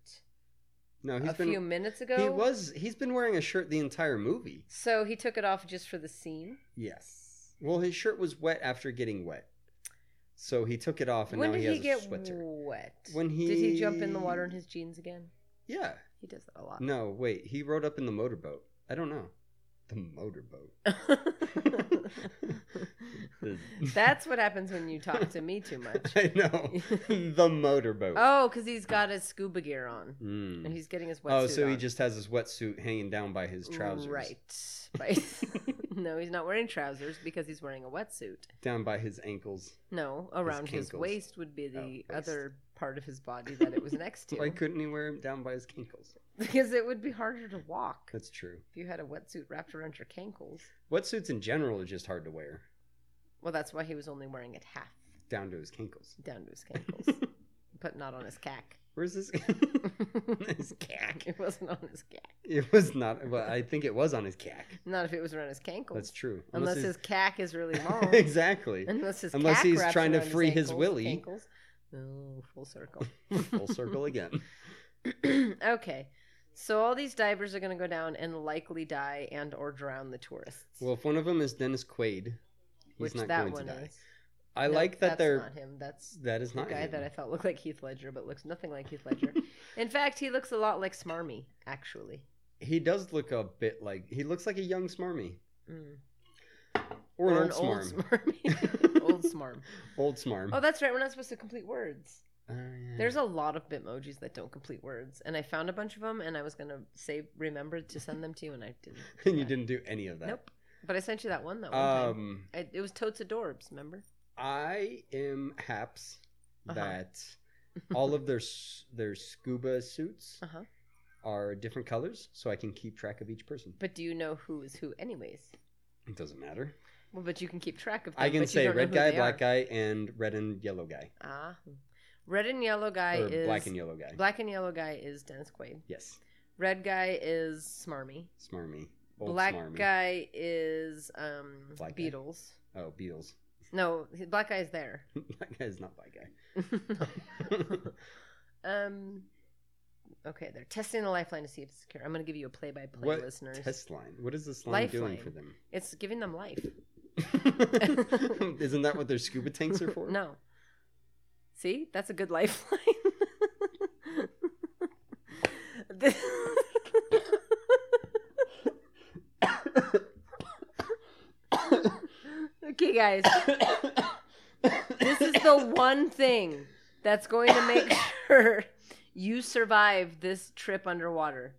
Speaker 2: No, he's
Speaker 3: a
Speaker 2: been.
Speaker 3: few minutes ago?
Speaker 2: He was. He's been wearing a shirt the entire movie.
Speaker 3: So he took it off just for the scene.
Speaker 2: Yes. Well, his shirt was wet after getting wet, so he took it off, and
Speaker 3: when
Speaker 2: now
Speaker 3: did
Speaker 2: he
Speaker 3: he,
Speaker 2: has a
Speaker 3: get
Speaker 2: sweater.
Speaker 3: wet?
Speaker 2: When
Speaker 3: did he jump in the
Speaker 2: he-
Speaker 3: water in his jeans again?
Speaker 2: Yeah.
Speaker 3: He does that a lot.
Speaker 2: No, wait. He rode up in the motorboat. I don't know. The motorboat.
Speaker 3: (laughs) That's what happens when you talk to me too much.
Speaker 2: (laughs) I
Speaker 3: (laughs)
Speaker 2: know. the motorboat.
Speaker 3: Oh, because he's got his scuba gear on
Speaker 2: Mm.
Speaker 3: and he's getting his wetsuit.
Speaker 2: Oh, so he
Speaker 3: on.
Speaker 2: just has his wetsuit hanging down by his trousers. (laughs)
Speaker 3: Right. But- (laughs) no, he's not wearing trousers because he's wearing a wetsuit.
Speaker 2: Down by his ankles.
Speaker 3: No, around his,
Speaker 2: kinkles.
Speaker 3: waist would be
Speaker 2: Oh,
Speaker 3: the
Speaker 2: waist.
Speaker 3: other part of his body that it
Speaker 2: (laughs)
Speaker 3: was next to.
Speaker 2: Why couldn't he wear him down by his ankles?
Speaker 3: because it would be harder to walk
Speaker 2: That's true.
Speaker 3: if you had a wetsuit wrapped around your cankles.
Speaker 2: Wetsuits in general are just hard to wear
Speaker 3: Well, that's why he was only wearing it half
Speaker 2: down to his ankles.
Speaker 3: down to his cankles,
Speaker 2: (laughs)
Speaker 3: but not on his cack.
Speaker 2: Where's this? (laughs) his cack.
Speaker 3: It wasn't on his cack.
Speaker 2: It was not. Well, I think it was on his cack.
Speaker 3: Not if it was around his cankles.
Speaker 2: That's true.
Speaker 3: Unless,
Speaker 2: (laughs)
Speaker 3: his cack is really long. (laughs)
Speaker 2: exactly.
Speaker 3: unless his
Speaker 2: Unless
Speaker 3: cack
Speaker 2: he's
Speaker 3: wraps
Speaker 2: trying to
Speaker 3: around
Speaker 2: free his
Speaker 3: ankles,
Speaker 2: willy.
Speaker 3: Cankles. Oh, full circle.
Speaker 2: (laughs) Full circle again.
Speaker 3: (clears throat) okay, so all these divers are going to go down and likely die and or drown the tourists.
Speaker 2: Well, if one of them is Dennis Quaid, he's
Speaker 3: which
Speaker 2: not
Speaker 3: that
Speaker 2: going
Speaker 3: one
Speaker 2: to die.
Speaker 3: is.
Speaker 2: I
Speaker 3: No,
Speaker 2: like that
Speaker 3: that's
Speaker 2: they're.
Speaker 3: not him. That's
Speaker 2: That is
Speaker 3: the
Speaker 2: not
Speaker 3: guy
Speaker 2: him.
Speaker 3: that I thought looked like Heath Ledger, but looks nothing like Heath
Speaker 2: (laughs)
Speaker 3: Ledger. In fact, he looks a lot like Smarmy, actually.
Speaker 2: He does look a bit like he looks like a young smarmy
Speaker 3: Mm.
Speaker 2: or,
Speaker 3: Or
Speaker 2: an old smarm. (laughs)
Speaker 3: smarmy. old smarm.
Speaker 2: Old smarm.
Speaker 3: Oh, that's right. We're not supposed to complete words.
Speaker 2: Oh, yeah.
Speaker 3: There's a lot of Bitmojis that don't complete words, and I found a bunch of them, and I was gonna say remember to send them to you, and I didn't. do
Speaker 2: (laughs) (laughs) and you
Speaker 3: that.
Speaker 2: didn't do any of that.
Speaker 3: Nope. But I sent you that one that one time.
Speaker 2: Um,
Speaker 3: I, it was totes adorbs. Remember?
Speaker 2: I am haps
Speaker 3: Uh-huh.
Speaker 2: that all of their s- their scuba suits
Speaker 3: Uh huh.
Speaker 2: are different colors, so I can keep track of each person.
Speaker 3: But do you know who is who, anyways?
Speaker 2: It doesn't matter.
Speaker 3: Well, but you can keep track of. Them,
Speaker 2: I can
Speaker 3: but you
Speaker 2: say
Speaker 3: don't know
Speaker 2: red
Speaker 3: who
Speaker 2: guy,
Speaker 3: they
Speaker 2: black
Speaker 3: are.
Speaker 2: guy, and red and yellow guy,
Speaker 3: Ah, red and yellow guy
Speaker 2: or
Speaker 3: is
Speaker 2: black and yellow guy.
Speaker 3: black and yellow guy is Dennis Quaid.
Speaker 2: Yes.
Speaker 3: Red guy is smarmy.
Speaker 2: Smarmy. Old
Speaker 3: black
Speaker 2: smarmy.
Speaker 3: guy is um
Speaker 2: Black guy.
Speaker 3: Beatles.
Speaker 2: Oh, Beatles. (laughs)
Speaker 3: No, he- black guy's there.
Speaker 2: That guy's not black
Speaker 3: (laughs)
Speaker 2: guy. (laughs)
Speaker 3: um Okay, they're testing the lifeline to see if it's secure. I'm gonna give you a play by play
Speaker 2: What
Speaker 3: listeners.
Speaker 2: test line? What is this line doing for them?
Speaker 3: It's giving them life.
Speaker 2: (laughs) Isn't that what their scuba tanks are for?
Speaker 3: No. See, that's a good
Speaker 2: (laughs)
Speaker 3: lifeline. (laughs) The- okay, guys, this is the one thing that's going to
Speaker 2: (coughs)
Speaker 3: make sure you survive this trip underwater.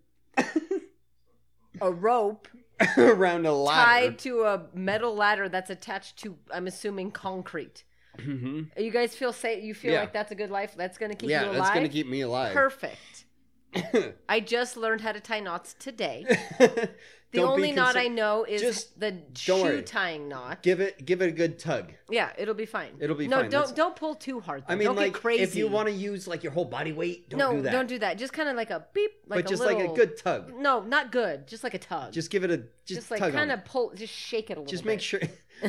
Speaker 3: A rope
Speaker 2: (laughs) around a ladder. (clears throat)
Speaker 3: tied to a metal ladder that's attached to, I'm assuming, concrete.
Speaker 2: hmm
Speaker 3: You guys feel safe? You feel
Speaker 2: Yeah.
Speaker 3: like that's a good life? That's going to keep
Speaker 2: Yeah,
Speaker 3: you alive?
Speaker 2: that's gonna keep me alive. (laughs)
Speaker 3: Perfect.
Speaker 2: (coughs)
Speaker 3: I just learned how to tie knots
Speaker 2: (laughs)
Speaker 3: today. The
Speaker 2: Don't be
Speaker 3: only knot
Speaker 2: concerned.
Speaker 3: I know is
Speaker 2: Just-
Speaker 3: the
Speaker 2: don't
Speaker 3: shoe
Speaker 2: worry.
Speaker 3: tying knot.
Speaker 2: give it give it a good tug.
Speaker 3: yeah, it'll be fine.
Speaker 2: It'll be
Speaker 3: no,
Speaker 2: fine.
Speaker 3: don't
Speaker 2: That's-
Speaker 3: don't pull too hard. Though.
Speaker 2: I mean,
Speaker 3: don't
Speaker 2: like
Speaker 3: get crazy.
Speaker 2: if you want to use like your whole body weight, don't
Speaker 3: no,
Speaker 2: do that.
Speaker 3: don't do that. Just kind of like a beep, like
Speaker 2: but just
Speaker 3: a little,
Speaker 2: like a good tug.
Speaker 3: No, not good. Just like a tug.
Speaker 2: Just give it a just,
Speaker 3: like
Speaker 2: tug
Speaker 3: kind
Speaker 2: on
Speaker 3: of pull, just shake it a little.
Speaker 2: it. Just
Speaker 3: bit.
Speaker 2: make sure,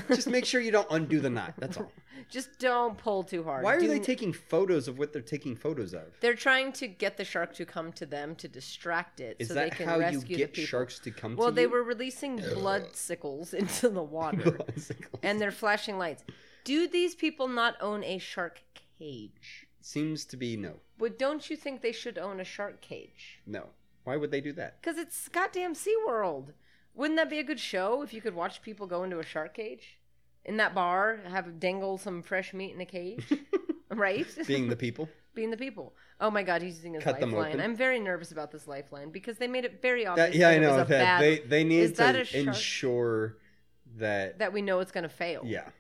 Speaker 2: (laughs) just make sure you don't undo the knot. That's all.
Speaker 3: Just don't pull too (laughs) hard.
Speaker 2: Why are
Speaker 3: Do-
Speaker 2: they taking photos of what they're taking photos of?
Speaker 3: They're trying to get the shark to come to them to distract it,
Speaker 2: Is
Speaker 3: so
Speaker 2: that
Speaker 3: they can
Speaker 2: how you
Speaker 3: rescue the
Speaker 2: get
Speaker 3: people.
Speaker 2: sharks to come?
Speaker 3: Well,
Speaker 2: to
Speaker 3: they
Speaker 2: you? (laughs)
Speaker 3: were releasing blood sickles (laughs) into the water. and they're flashing lights. Do these people not own a shark cage?
Speaker 2: seems to be no,
Speaker 3: But don't you think they should own a shark cage?
Speaker 2: no. Why would they do
Speaker 3: (laughs)
Speaker 2: that?
Speaker 3: Because it's goddamn SeaWorld. Wouldn't that be a good show if you could watch people go into a shark cage? In that bar, have dangle some fresh meat in a cage,
Speaker 2: (laughs)
Speaker 3: right?
Speaker 2: Being the people.
Speaker 3: (laughs) Being the people. Oh my god, he's using his
Speaker 2: Cut them
Speaker 3: lifeline.
Speaker 2: open.
Speaker 3: I'm very nervous about this lifeline because they made it very obvious.
Speaker 2: That, yeah, I
Speaker 3: it
Speaker 2: know
Speaker 3: was a
Speaker 2: that
Speaker 3: bad-
Speaker 2: they they
Speaker 3: Is
Speaker 2: need
Speaker 3: that a
Speaker 2: to
Speaker 3: shark?
Speaker 2: ensure that,
Speaker 3: (laughs) that we know it's going to fail.
Speaker 2: yeah that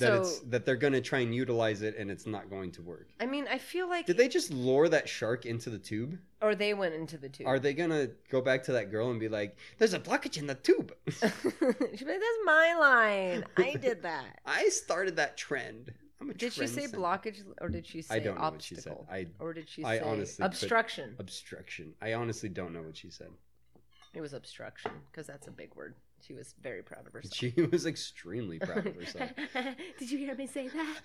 Speaker 3: So
Speaker 2: it's that they're gonna try and utilize it and it's not going to work.
Speaker 3: I mean, I feel like
Speaker 2: Did they just lure that shark into the tube?
Speaker 3: or they went into the tube. (laughs)
Speaker 2: Are they gonna go back to that girl and be like, "There's a blockage in the tube. (laughs)
Speaker 3: She'd be like, "That's my line. I did that."
Speaker 2: I started that trend." I'm a
Speaker 3: Did she say
Speaker 2: trendsetter."
Speaker 3: blockage or did she say
Speaker 2: I don't know what she said.
Speaker 3: obstacle?
Speaker 2: I
Speaker 3: or did she
Speaker 2: I
Speaker 3: say
Speaker 2: honestly could-
Speaker 3: obstruction?
Speaker 2: obstruction. I honestly don't know what she said.
Speaker 3: It was obstruction because that's a big word. She was very proud of herself.
Speaker 2: She (laughs) was
Speaker 3: (laughs)
Speaker 2: extremely proud of herself,
Speaker 3: did you hear me say that?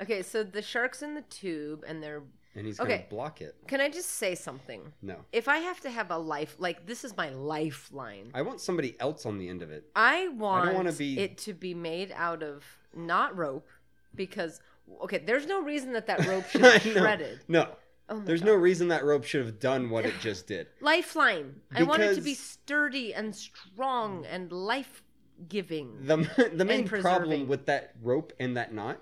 Speaker 3: Okay, so the shark's in the tube, and they're.
Speaker 2: and he's gonna
Speaker 3: Okay.
Speaker 2: block it.
Speaker 3: Can I just say something?
Speaker 2: No,
Speaker 3: If I have to have a life, like this is my lifeline.
Speaker 2: I want somebody else on the end of it.
Speaker 3: I want
Speaker 2: wanna be-
Speaker 3: it to be made out of not rope because okay, there's no reason that that rope
Speaker 2: (laughs)
Speaker 3: should
Speaker 2: I
Speaker 3: be
Speaker 2: know.
Speaker 3: shredded.
Speaker 2: No,
Speaker 3: Oh my
Speaker 2: there's
Speaker 3: God.
Speaker 2: no reason that rope should have done what it just
Speaker 3: (laughs)
Speaker 2: did.
Speaker 3: lifeline. I want it to be
Speaker 2: Because-
Speaker 3: sturdy and strong and life giving.
Speaker 2: The the main problem
Speaker 3: And preserving.
Speaker 2: with that rope and that knot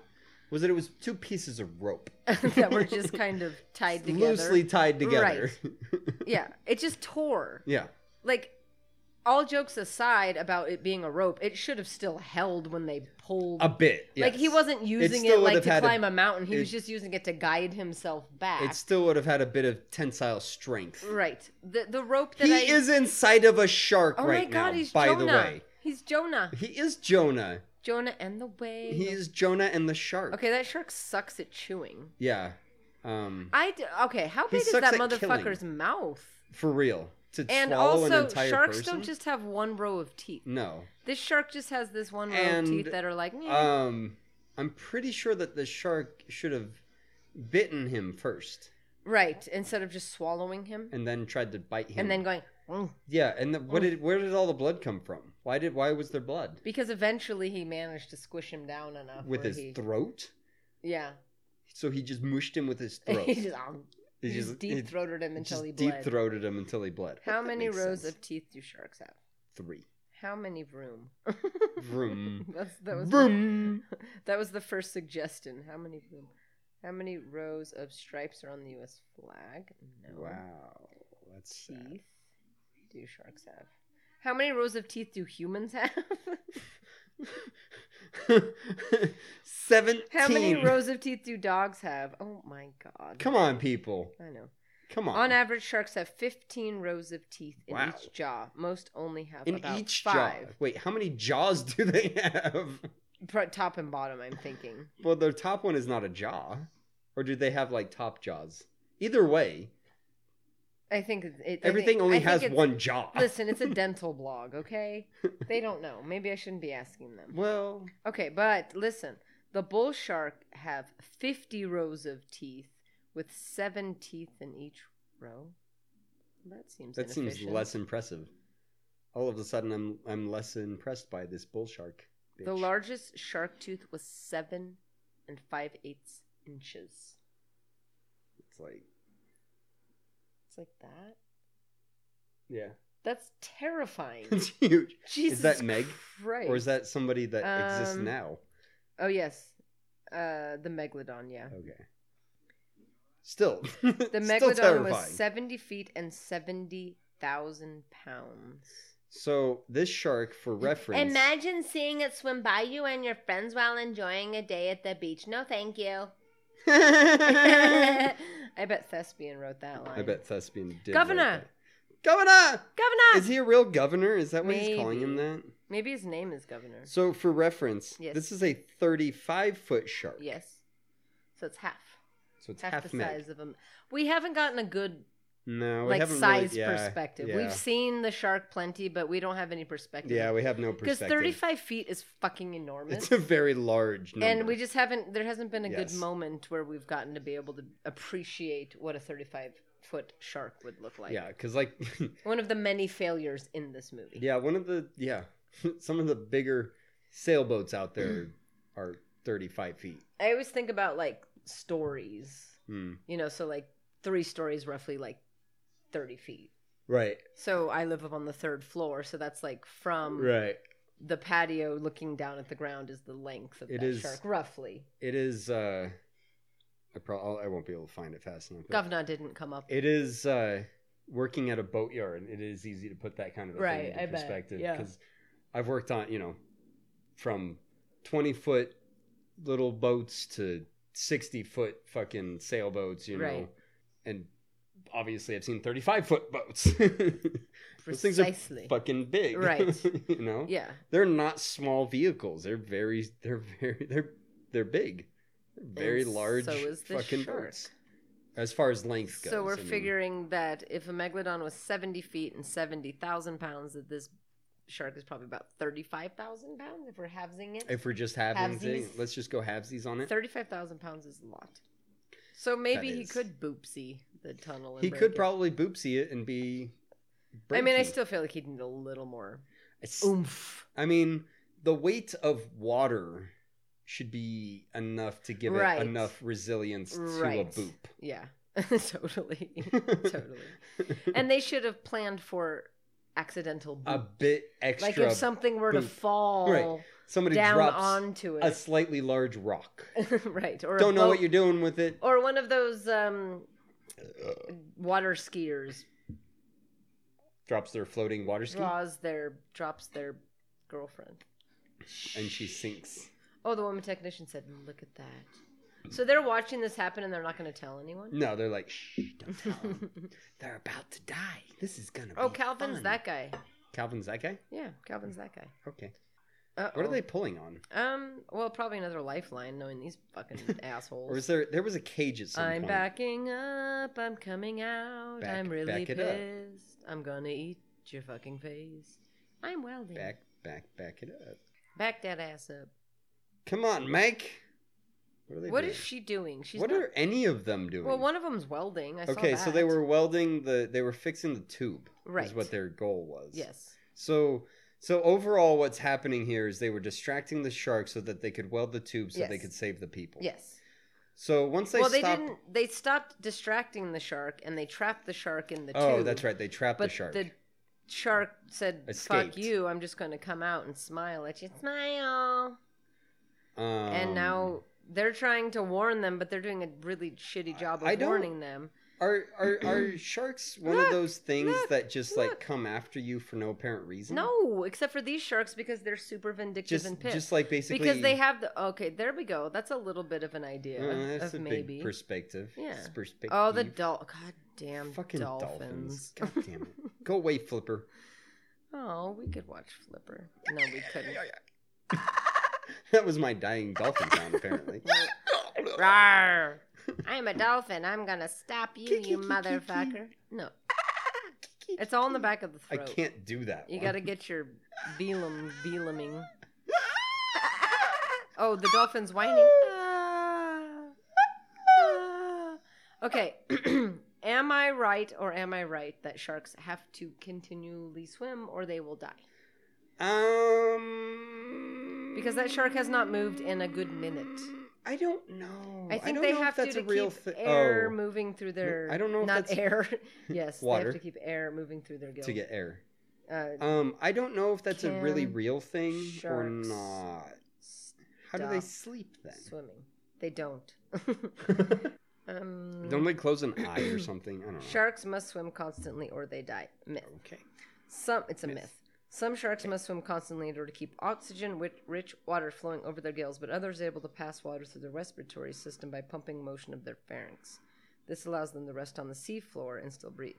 Speaker 2: was that it was two pieces of rope
Speaker 3: (laughs) that
Speaker 2: (laughs)
Speaker 3: were just kind of tied together.
Speaker 2: loosely tied together. (laughs)
Speaker 3: Yeah, it just tore.
Speaker 2: yeah,
Speaker 3: Like all jokes aside about it being a rope, it should have still held when they pulled.
Speaker 2: a bit.
Speaker 3: Like he
Speaker 2: yes.
Speaker 3: wasn't using it,
Speaker 2: still would
Speaker 3: like
Speaker 2: have
Speaker 3: to
Speaker 2: had a-
Speaker 3: climb a, mountain. He
Speaker 2: it-
Speaker 3: was just using it to guide himself back.
Speaker 2: It still would have had a bit of tensile strength.
Speaker 3: Right. The the rope that
Speaker 2: He
Speaker 3: I
Speaker 2: is inside of a shark
Speaker 3: Oh
Speaker 2: right
Speaker 3: my god,
Speaker 2: now.
Speaker 3: he's
Speaker 2: by
Speaker 3: Jonah.
Speaker 2: the way,
Speaker 3: He's Jonah.
Speaker 2: he is Jonah.
Speaker 3: Jonah and the whale.
Speaker 2: He is Jonah and the shark.
Speaker 3: Okay, that shark sucks at chewing.
Speaker 2: Yeah. Um.
Speaker 3: I d- okay, how big is
Speaker 2: sucks
Speaker 3: that
Speaker 2: at killing.
Speaker 3: motherfucker's mouth?
Speaker 2: For real. To
Speaker 3: And
Speaker 2: swallow an
Speaker 3: also,
Speaker 2: entire
Speaker 3: sharks
Speaker 2: person?
Speaker 3: don't just have one row of teeth.
Speaker 2: No.
Speaker 3: This shark just has this one row
Speaker 2: And,
Speaker 3: of teeth that are like, "Nyeh."
Speaker 2: Um. I'm pretty sure that the shark should have bitten him first,
Speaker 3: right, instead of just swallowing him
Speaker 2: and then tried to bite him.
Speaker 3: and then going, "Mm."
Speaker 2: Yeah. And the, what did? Where did all the blood come from? Why did? Why was there blood?
Speaker 3: because eventually he managed to squish him down enough
Speaker 2: With
Speaker 3: where
Speaker 2: his
Speaker 3: he,
Speaker 2: throat.
Speaker 3: yeah, (laughs)
Speaker 2: So he just mushed him with his throat.
Speaker 3: he just, "Ah."
Speaker 2: He
Speaker 3: He just
Speaker 2: he
Speaker 3: deep throated him until
Speaker 2: just
Speaker 3: he bled.
Speaker 2: Deep throated him until he bled.
Speaker 3: How
Speaker 2: That
Speaker 3: many
Speaker 2: makes
Speaker 3: rows
Speaker 2: sense.
Speaker 3: of teeth do sharks have?
Speaker 2: three?
Speaker 3: How many room?
Speaker 2: Vroom.
Speaker 3: That's, (laughs) that was
Speaker 2: Vroom.
Speaker 3: that was the first suggestion. How many room? How many rows of stripes are on the U.S. flag? No.
Speaker 2: Wow, that's sad.
Speaker 3: Teeth. Do sharks have? How many rows of teeth do humans (laughs) have?
Speaker 2: (laughs) Seventeen.
Speaker 3: How many rows of teeth do dogs have? Oh my god.
Speaker 2: Come on, people.
Speaker 3: I know.
Speaker 2: Come on.
Speaker 3: On average, sharks have 15 rows of teeth in
Speaker 2: Wow.
Speaker 3: each jaw. Most only have
Speaker 2: in
Speaker 3: about
Speaker 2: each jaw.
Speaker 3: five.
Speaker 2: Wait, how many jaws (laughs) do they have?
Speaker 3: Pro- Top and bottom, I'm thinking.
Speaker 2: Well, their top one is not a jaw, or do they have like top jaws? Either way,
Speaker 3: I think it- it. I
Speaker 2: Everything
Speaker 3: think-
Speaker 2: only
Speaker 3: I think
Speaker 2: has
Speaker 3: it's-
Speaker 2: one job. (laughs)
Speaker 3: Listen, it's a dental blog, okay? They don't know. Maybe I shouldn't be asking them.
Speaker 2: Well,
Speaker 3: Okay, but listen. The bull shark have 50 rows of teeth with 7 teeth in each row. That seems
Speaker 2: that seems
Speaker 3: inefficient.
Speaker 2: less impressive. All of a sudden, I'm I'm less impressed by this bull shark.
Speaker 3: The
Speaker 2: bitch.
Speaker 3: largest shark tooth was 7 and 5 eighths inches.
Speaker 2: It's like
Speaker 3: It's like that.
Speaker 2: yeah,
Speaker 3: That's terrifying.
Speaker 2: (laughs) it's huge.
Speaker 3: Jesus
Speaker 2: (laughs) is that Meg
Speaker 3: Christ.
Speaker 2: or is that somebody that exists
Speaker 3: Um,
Speaker 2: now?
Speaker 3: Oh yes, uh, the megalodon. Yeah,
Speaker 2: Okay. Still, (laughs)
Speaker 3: the
Speaker 2: still
Speaker 3: megalodon
Speaker 2: terrifying.
Speaker 3: was seventy feet and seventy thousand pounds.
Speaker 2: So this shark, for reference,
Speaker 3: Imagine seeing it swim by you and your friends while enjoying a day at the beach. No,
Speaker 2: (laughs)
Speaker 3: thank you. (laughs) I bet Thespian wrote that line.
Speaker 2: I bet Thespian did.
Speaker 3: Governor!
Speaker 2: write that. Governor!
Speaker 3: Governor.
Speaker 2: Is he a real governor? Is that why he's calling him that?
Speaker 3: Maybe his name is Governor.
Speaker 2: So, for reference,
Speaker 3: Yes.
Speaker 2: this is a 35 foot shark.
Speaker 3: yes. So it's half.
Speaker 2: So it's
Speaker 3: Half,
Speaker 2: half,
Speaker 3: the
Speaker 2: Meg.
Speaker 3: size of a. We haven't gotten a good
Speaker 2: No, we
Speaker 3: like
Speaker 2: haven't
Speaker 3: size
Speaker 2: really, yeah,
Speaker 3: perspective.
Speaker 2: Yeah.
Speaker 3: We've seen the shark plenty, but we don't have any perspective.
Speaker 2: yeah, we have no
Speaker 3: because
Speaker 2: perspective.
Speaker 3: 35 feet is fucking enormous
Speaker 2: It's a very large number.
Speaker 3: and we just haven't there hasn't been a
Speaker 2: Yes.
Speaker 3: good moment where we've gotten to be able to appreciate what a 35 foot shark would look like
Speaker 2: yeah, because like, (laughs)
Speaker 3: one of the many failures in this movie
Speaker 2: yeah, one of the yeah, (laughs) some of the bigger sailboats out
Speaker 3: (clears throat)
Speaker 2: there are 35 feet.
Speaker 3: i always think about like stories
Speaker 2: Hmm.
Speaker 3: you know so like three stories roughly like 30 feet
Speaker 2: Right,
Speaker 3: so i live up on the third floor so that's like from
Speaker 2: right.
Speaker 3: the patio looking down at the ground is the length of
Speaker 2: It
Speaker 3: that
Speaker 2: is-
Speaker 3: shark roughly
Speaker 2: It is. uh I probably I won't be able to find it fast enough. but-
Speaker 3: governor didn't come up
Speaker 2: It is uh, working at a boatyard. It is easy to put that kind of a
Speaker 3: Right,
Speaker 2: thing into
Speaker 3: I bet,
Speaker 2: perspective
Speaker 3: yeah.
Speaker 2: I've worked on you know from twenty foot little boats to sixty foot fucking sailboats, you know,
Speaker 3: Right.
Speaker 2: and obviously I've seen thirty five foot boats. (laughs) Those things are
Speaker 3: precisely
Speaker 2: fucking big,
Speaker 3: Right.
Speaker 2: (laughs) you know,
Speaker 3: yeah
Speaker 2: they're not small vehicles. They're very, they're very, they're they're big, they're very
Speaker 3: And
Speaker 2: large
Speaker 3: so is this
Speaker 2: fucking
Speaker 3: shark.
Speaker 2: boats. As far as length goes,
Speaker 3: So we're
Speaker 2: I mean.
Speaker 3: figuring that if a megalodon was 70 feet and 70,000 pounds, that this shark is probably about 35,000 pounds if we're halving it.
Speaker 2: If we're just having things,
Speaker 3: Halvesies.
Speaker 2: let's just go halvesies on it.
Speaker 3: 35,000 pounds is a lot. So maybe he
Speaker 2: is.
Speaker 3: could boopsie the tunnel. And
Speaker 2: He
Speaker 3: break
Speaker 2: could
Speaker 3: it.
Speaker 2: probably boopsy it and be.
Speaker 3: I mean, I
Speaker 2: breaky.
Speaker 3: still feel like he'd need a little more
Speaker 2: I s-
Speaker 3: oomph.
Speaker 2: I mean, the weight of water should be enough to give
Speaker 3: Right.
Speaker 2: it enough resilience to
Speaker 3: Right.
Speaker 2: a
Speaker 3: Yeah, (laughs) totally.
Speaker 2: boop. (laughs)
Speaker 3: totally. And they should have planned for accidental
Speaker 2: a
Speaker 3: boop.
Speaker 2: bit extra.
Speaker 3: like if something were to
Speaker 2: boop.
Speaker 3: fall
Speaker 2: somebody
Speaker 3: down
Speaker 2: drops
Speaker 3: onto
Speaker 2: a
Speaker 3: it. (laughs)
Speaker 2: slightly large rock.
Speaker 3: right. Or a
Speaker 2: Don't know
Speaker 3: boat-
Speaker 2: what you're doing with it.
Speaker 3: or one of those um
Speaker 2: Uh,
Speaker 3: water skiers
Speaker 2: Drops their floating water ski
Speaker 3: draws their drops their girlfriend
Speaker 2: and she sinks.
Speaker 3: oh the woman technician said look at that so they're watching this happen and they're not going to tell (laughs) anyone
Speaker 2: No, they're like, shh, don't
Speaker 3: (laughs)
Speaker 2: tell 'em. They're about to die. This is gonna.
Speaker 3: oh
Speaker 2: be
Speaker 3: calvin's
Speaker 2: fun.
Speaker 3: that guy
Speaker 2: Calvin's that guy.
Speaker 3: yeah calvin's that guy
Speaker 2: Okay.
Speaker 3: uh
Speaker 2: What are they pulling on?
Speaker 3: um well probably another lifeline knowing these fucking
Speaker 2: (laughs)
Speaker 3: assholes
Speaker 2: Or is there? There was a cage at some
Speaker 3: I'm
Speaker 2: point.
Speaker 3: backing up. I'm coming out.
Speaker 2: Back-
Speaker 3: I'm really
Speaker 2: back it up.
Speaker 3: pissed. I'm gonna eat your fucking face. I'm welding.
Speaker 2: Back, back, back it up.
Speaker 3: Back that ass up.
Speaker 2: Come on, Mike. What are they
Speaker 3: What
Speaker 2: doing?
Speaker 3: is she doing? She's
Speaker 2: what
Speaker 3: not-
Speaker 2: are any of them doing?
Speaker 3: Well, one of them's welding. I saw
Speaker 2: okay, so they
Speaker 3: that.
Speaker 2: were welding the. They were fixing the tube.
Speaker 3: Right.
Speaker 2: Is what their goal was.
Speaker 3: yes,
Speaker 2: So. So overall, what's happening here is they were distracting the shark so that they could weld the tube so they
Speaker 3: Yes.
Speaker 2: could save the people.
Speaker 3: yes.
Speaker 2: So once they
Speaker 3: well, they
Speaker 2: stop,
Speaker 3: didn't. They stopped distracting the shark, and they trapped the shark in the tube.
Speaker 2: oh, that's right, they trapped
Speaker 3: But
Speaker 2: the shark.
Speaker 3: shark said,
Speaker 2: Escaped.
Speaker 3: "Fuck you! I'm just going to come out and smile at you. Smile."
Speaker 2: Um,
Speaker 3: and now they're trying to warn them, but they're doing a really shitty job of
Speaker 2: I don't-
Speaker 3: warning them.
Speaker 2: Are are
Speaker 3: (clears throat)
Speaker 2: are sharks one
Speaker 3: Look,
Speaker 2: of those things
Speaker 3: look,
Speaker 2: that just
Speaker 3: look.
Speaker 2: like come after you for no apparent reason?
Speaker 3: No, except for these sharks because they're super vindictive
Speaker 2: just
Speaker 3: and pissed.
Speaker 2: just like basically
Speaker 3: because they have the okay. There we go. That's a little bit of an idea
Speaker 2: Uh, that's
Speaker 3: of
Speaker 2: a
Speaker 3: maybe
Speaker 2: big perspective.
Speaker 3: Yeah.
Speaker 2: It's perspective.
Speaker 3: Oh, the dol. God damn
Speaker 2: fucking
Speaker 3: dolphins.
Speaker 2: dolphins. God damn
Speaker 3: (laughs)
Speaker 2: it! Go away, Flipper. (laughs)
Speaker 3: oh, we could watch Flipper. No, we couldn't.
Speaker 2: that was my dying dolphin sound,
Speaker 3: (laughs)
Speaker 2: apparently. (laughs)
Speaker 3: Rawr. I'm a dolphin. I'm gonna stop you, you motherfucker. No. It's all in the back of the
Speaker 2: I
Speaker 3: throat.
Speaker 2: can't do that.
Speaker 3: You
Speaker 2: one.
Speaker 3: got to get your velum
Speaker 2: (laughs)
Speaker 3: veluming. Oh, the
Speaker 2: (laughs)
Speaker 3: dolphin's whining. Ah. Ah. Okay. (clears throat) am I right or am I right that sharks have to continually swim or they will die?
Speaker 2: Um.
Speaker 3: Because that shark has not moved in a good minute.
Speaker 2: I don't know.
Speaker 3: I think
Speaker 2: don't
Speaker 3: they
Speaker 2: know if
Speaker 3: have to,
Speaker 2: that's
Speaker 3: to
Speaker 2: a real
Speaker 3: keep
Speaker 2: thi-
Speaker 3: air
Speaker 2: oh,
Speaker 3: moving through their.
Speaker 2: I don't know if
Speaker 3: not
Speaker 2: that's-
Speaker 3: air. (laughs) yes, they
Speaker 2: Water.
Speaker 3: have to keep air moving through their gills.
Speaker 2: to get air.
Speaker 3: uh,
Speaker 2: Um, I don't know if that's a really
Speaker 3: Can
Speaker 2: real thing or
Speaker 3: sharks
Speaker 2: not. How do they
Speaker 3: stop
Speaker 2: sleep then?
Speaker 3: swimming. They don't. (laughs)
Speaker 2: (laughs)
Speaker 3: um,
Speaker 2: don't they close an eye
Speaker 3: (clears throat)
Speaker 2: or something? I don't know.
Speaker 3: Sharks must swim constantly or they die. Myth.
Speaker 2: Okay.
Speaker 3: Some it's a
Speaker 2: Myth.
Speaker 3: myth. Some sharks must swim constantly in order to keep oxygen with rich water flowing over their gills, but others are able to pass water through their respiratory system by pumping motion of their pharynx. This allows them to rest on the seafloor and still breathe.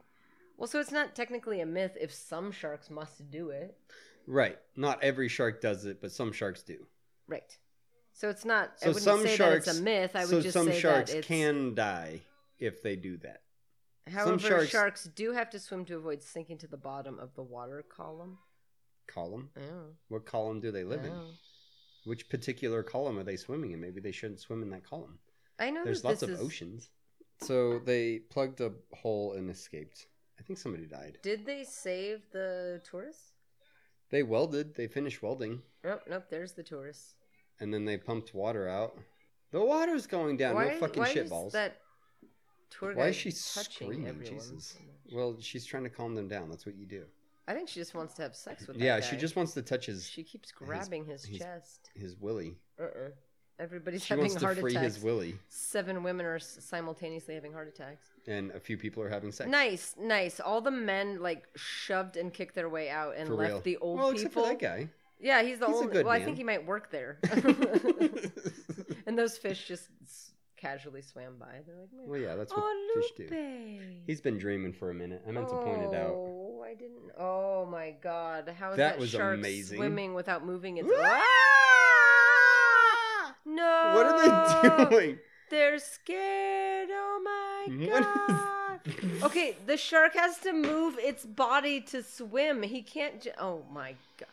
Speaker 3: Well, so it's not technically a myth if some sharks must do it.
Speaker 2: Right. Not every shark does it, but some sharks do.
Speaker 3: Right. So it's not I
Speaker 2: So
Speaker 3: wouldn't
Speaker 2: some
Speaker 3: say that
Speaker 2: sharks-
Speaker 3: it's a myth. I would
Speaker 2: so
Speaker 3: just
Speaker 2: some
Speaker 3: say
Speaker 2: sharks
Speaker 3: that it's
Speaker 2: can die if they do that.
Speaker 3: however
Speaker 2: sharks-
Speaker 3: sharks... do have to swim to avoid sinking to the bottom of the water column.
Speaker 2: Column?
Speaker 3: Oh,
Speaker 2: What column do they live in?
Speaker 3: oh.
Speaker 2: Which particular column are they swimming in? Maybe they shouldn't swim in that column.
Speaker 3: I know
Speaker 2: There's
Speaker 3: that
Speaker 2: lots
Speaker 3: Oh, this
Speaker 2: of
Speaker 3: is...
Speaker 2: oceans. So they plugged a hole and escaped. I think somebody died.
Speaker 3: Did they save the tourists?
Speaker 2: They welded, they finished welding,
Speaker 3: Nope, nope. There's the tourists.
Speaker 2: and then they pumped water out. The water's going down, no fucking
Speaker 3: why
Speaker 2: shit
Speaker 3: is
Speaker 2: balls.
Speaker 3: That tour
Speaker 2: Why
Speaker 3: guide
Speaker 2: is she
Speaker 3: touching
Speaker 2: screaming?
Speaker 3: everyone
Speaker 2: Jesus.
Speaker 3: so much?
Speaker 2: Well, she's trying to calm them down. That's what you do.
Speaker 3: I think she just wants to have sex with.
Speaker 2: Yeah,
Speaker 3: that
Speaker 2: she
Speaker 3: guy.
Speaker 2: just wants to touch his
Speaker 3: She keeps grabbing his,
Speaker 2: his-
Speaker 3: chest.
Speaker 2: his willy.
Speaker 3: Uh. uh Everybody's
Speaker 2: she
Speaker 3: having
Speaker 2: wants to
Speaker 3: heart
Speaker 2: free
Speaker 3: attacks.
Speaker 2: his willy,
Speaker 3: Seven women are s- simultaneously having heart attacks.
Speaker 2: and a few people are having sex.
Speaker 3: Nice, nice. All the men like shoved and kicked their way out and
Speaker 2: For
Speaker 3: left
Speaker 2: real.
Speaker 3: the old
Speaker 2: well, except
Speaker 3: people.
Speaker 2: for that
Speaker 3: (laughs)
Speaker 2: guy. (laughs)
Speaker 3: Yeah, he's the
Speaker 2: He's a
Speaker 3: only.
Speaker 2: good
Speaker 3: well, I
Speaker 2: man.
Speaker 3: think he might
Speaker 2: (laughs)
Speaker 3: work there. (laughs) and those fish just s- casually swam by. They're like, "Meh."
Speaker 2: well, yeah, that's what
Speaker 3: Oh,
Speaker 2: fish
Speaker 3: Lupe.
Speaker 2: do. He's been dreaming for a minute. I meant to point it out.
Speaker 3: Oh, I didn't. Oh my god, how is
Speaker 2: That
Speaker 3: that,
Speaker 2: was
Speaker 3: shark
Speaker 2: amazing.
Speaker 3: swimming without moving its?
Speaker 2: Ah!
Speaker 3: no.
Speaker 2: What
Speaker 3: (laughs)
Speaker 2: are they doing?
Speaker 3: They're scared. Oh my
Speaker 2: What
Speaker 3: god. okay, the shark has to move its body to swim. He can't. J- oh my god.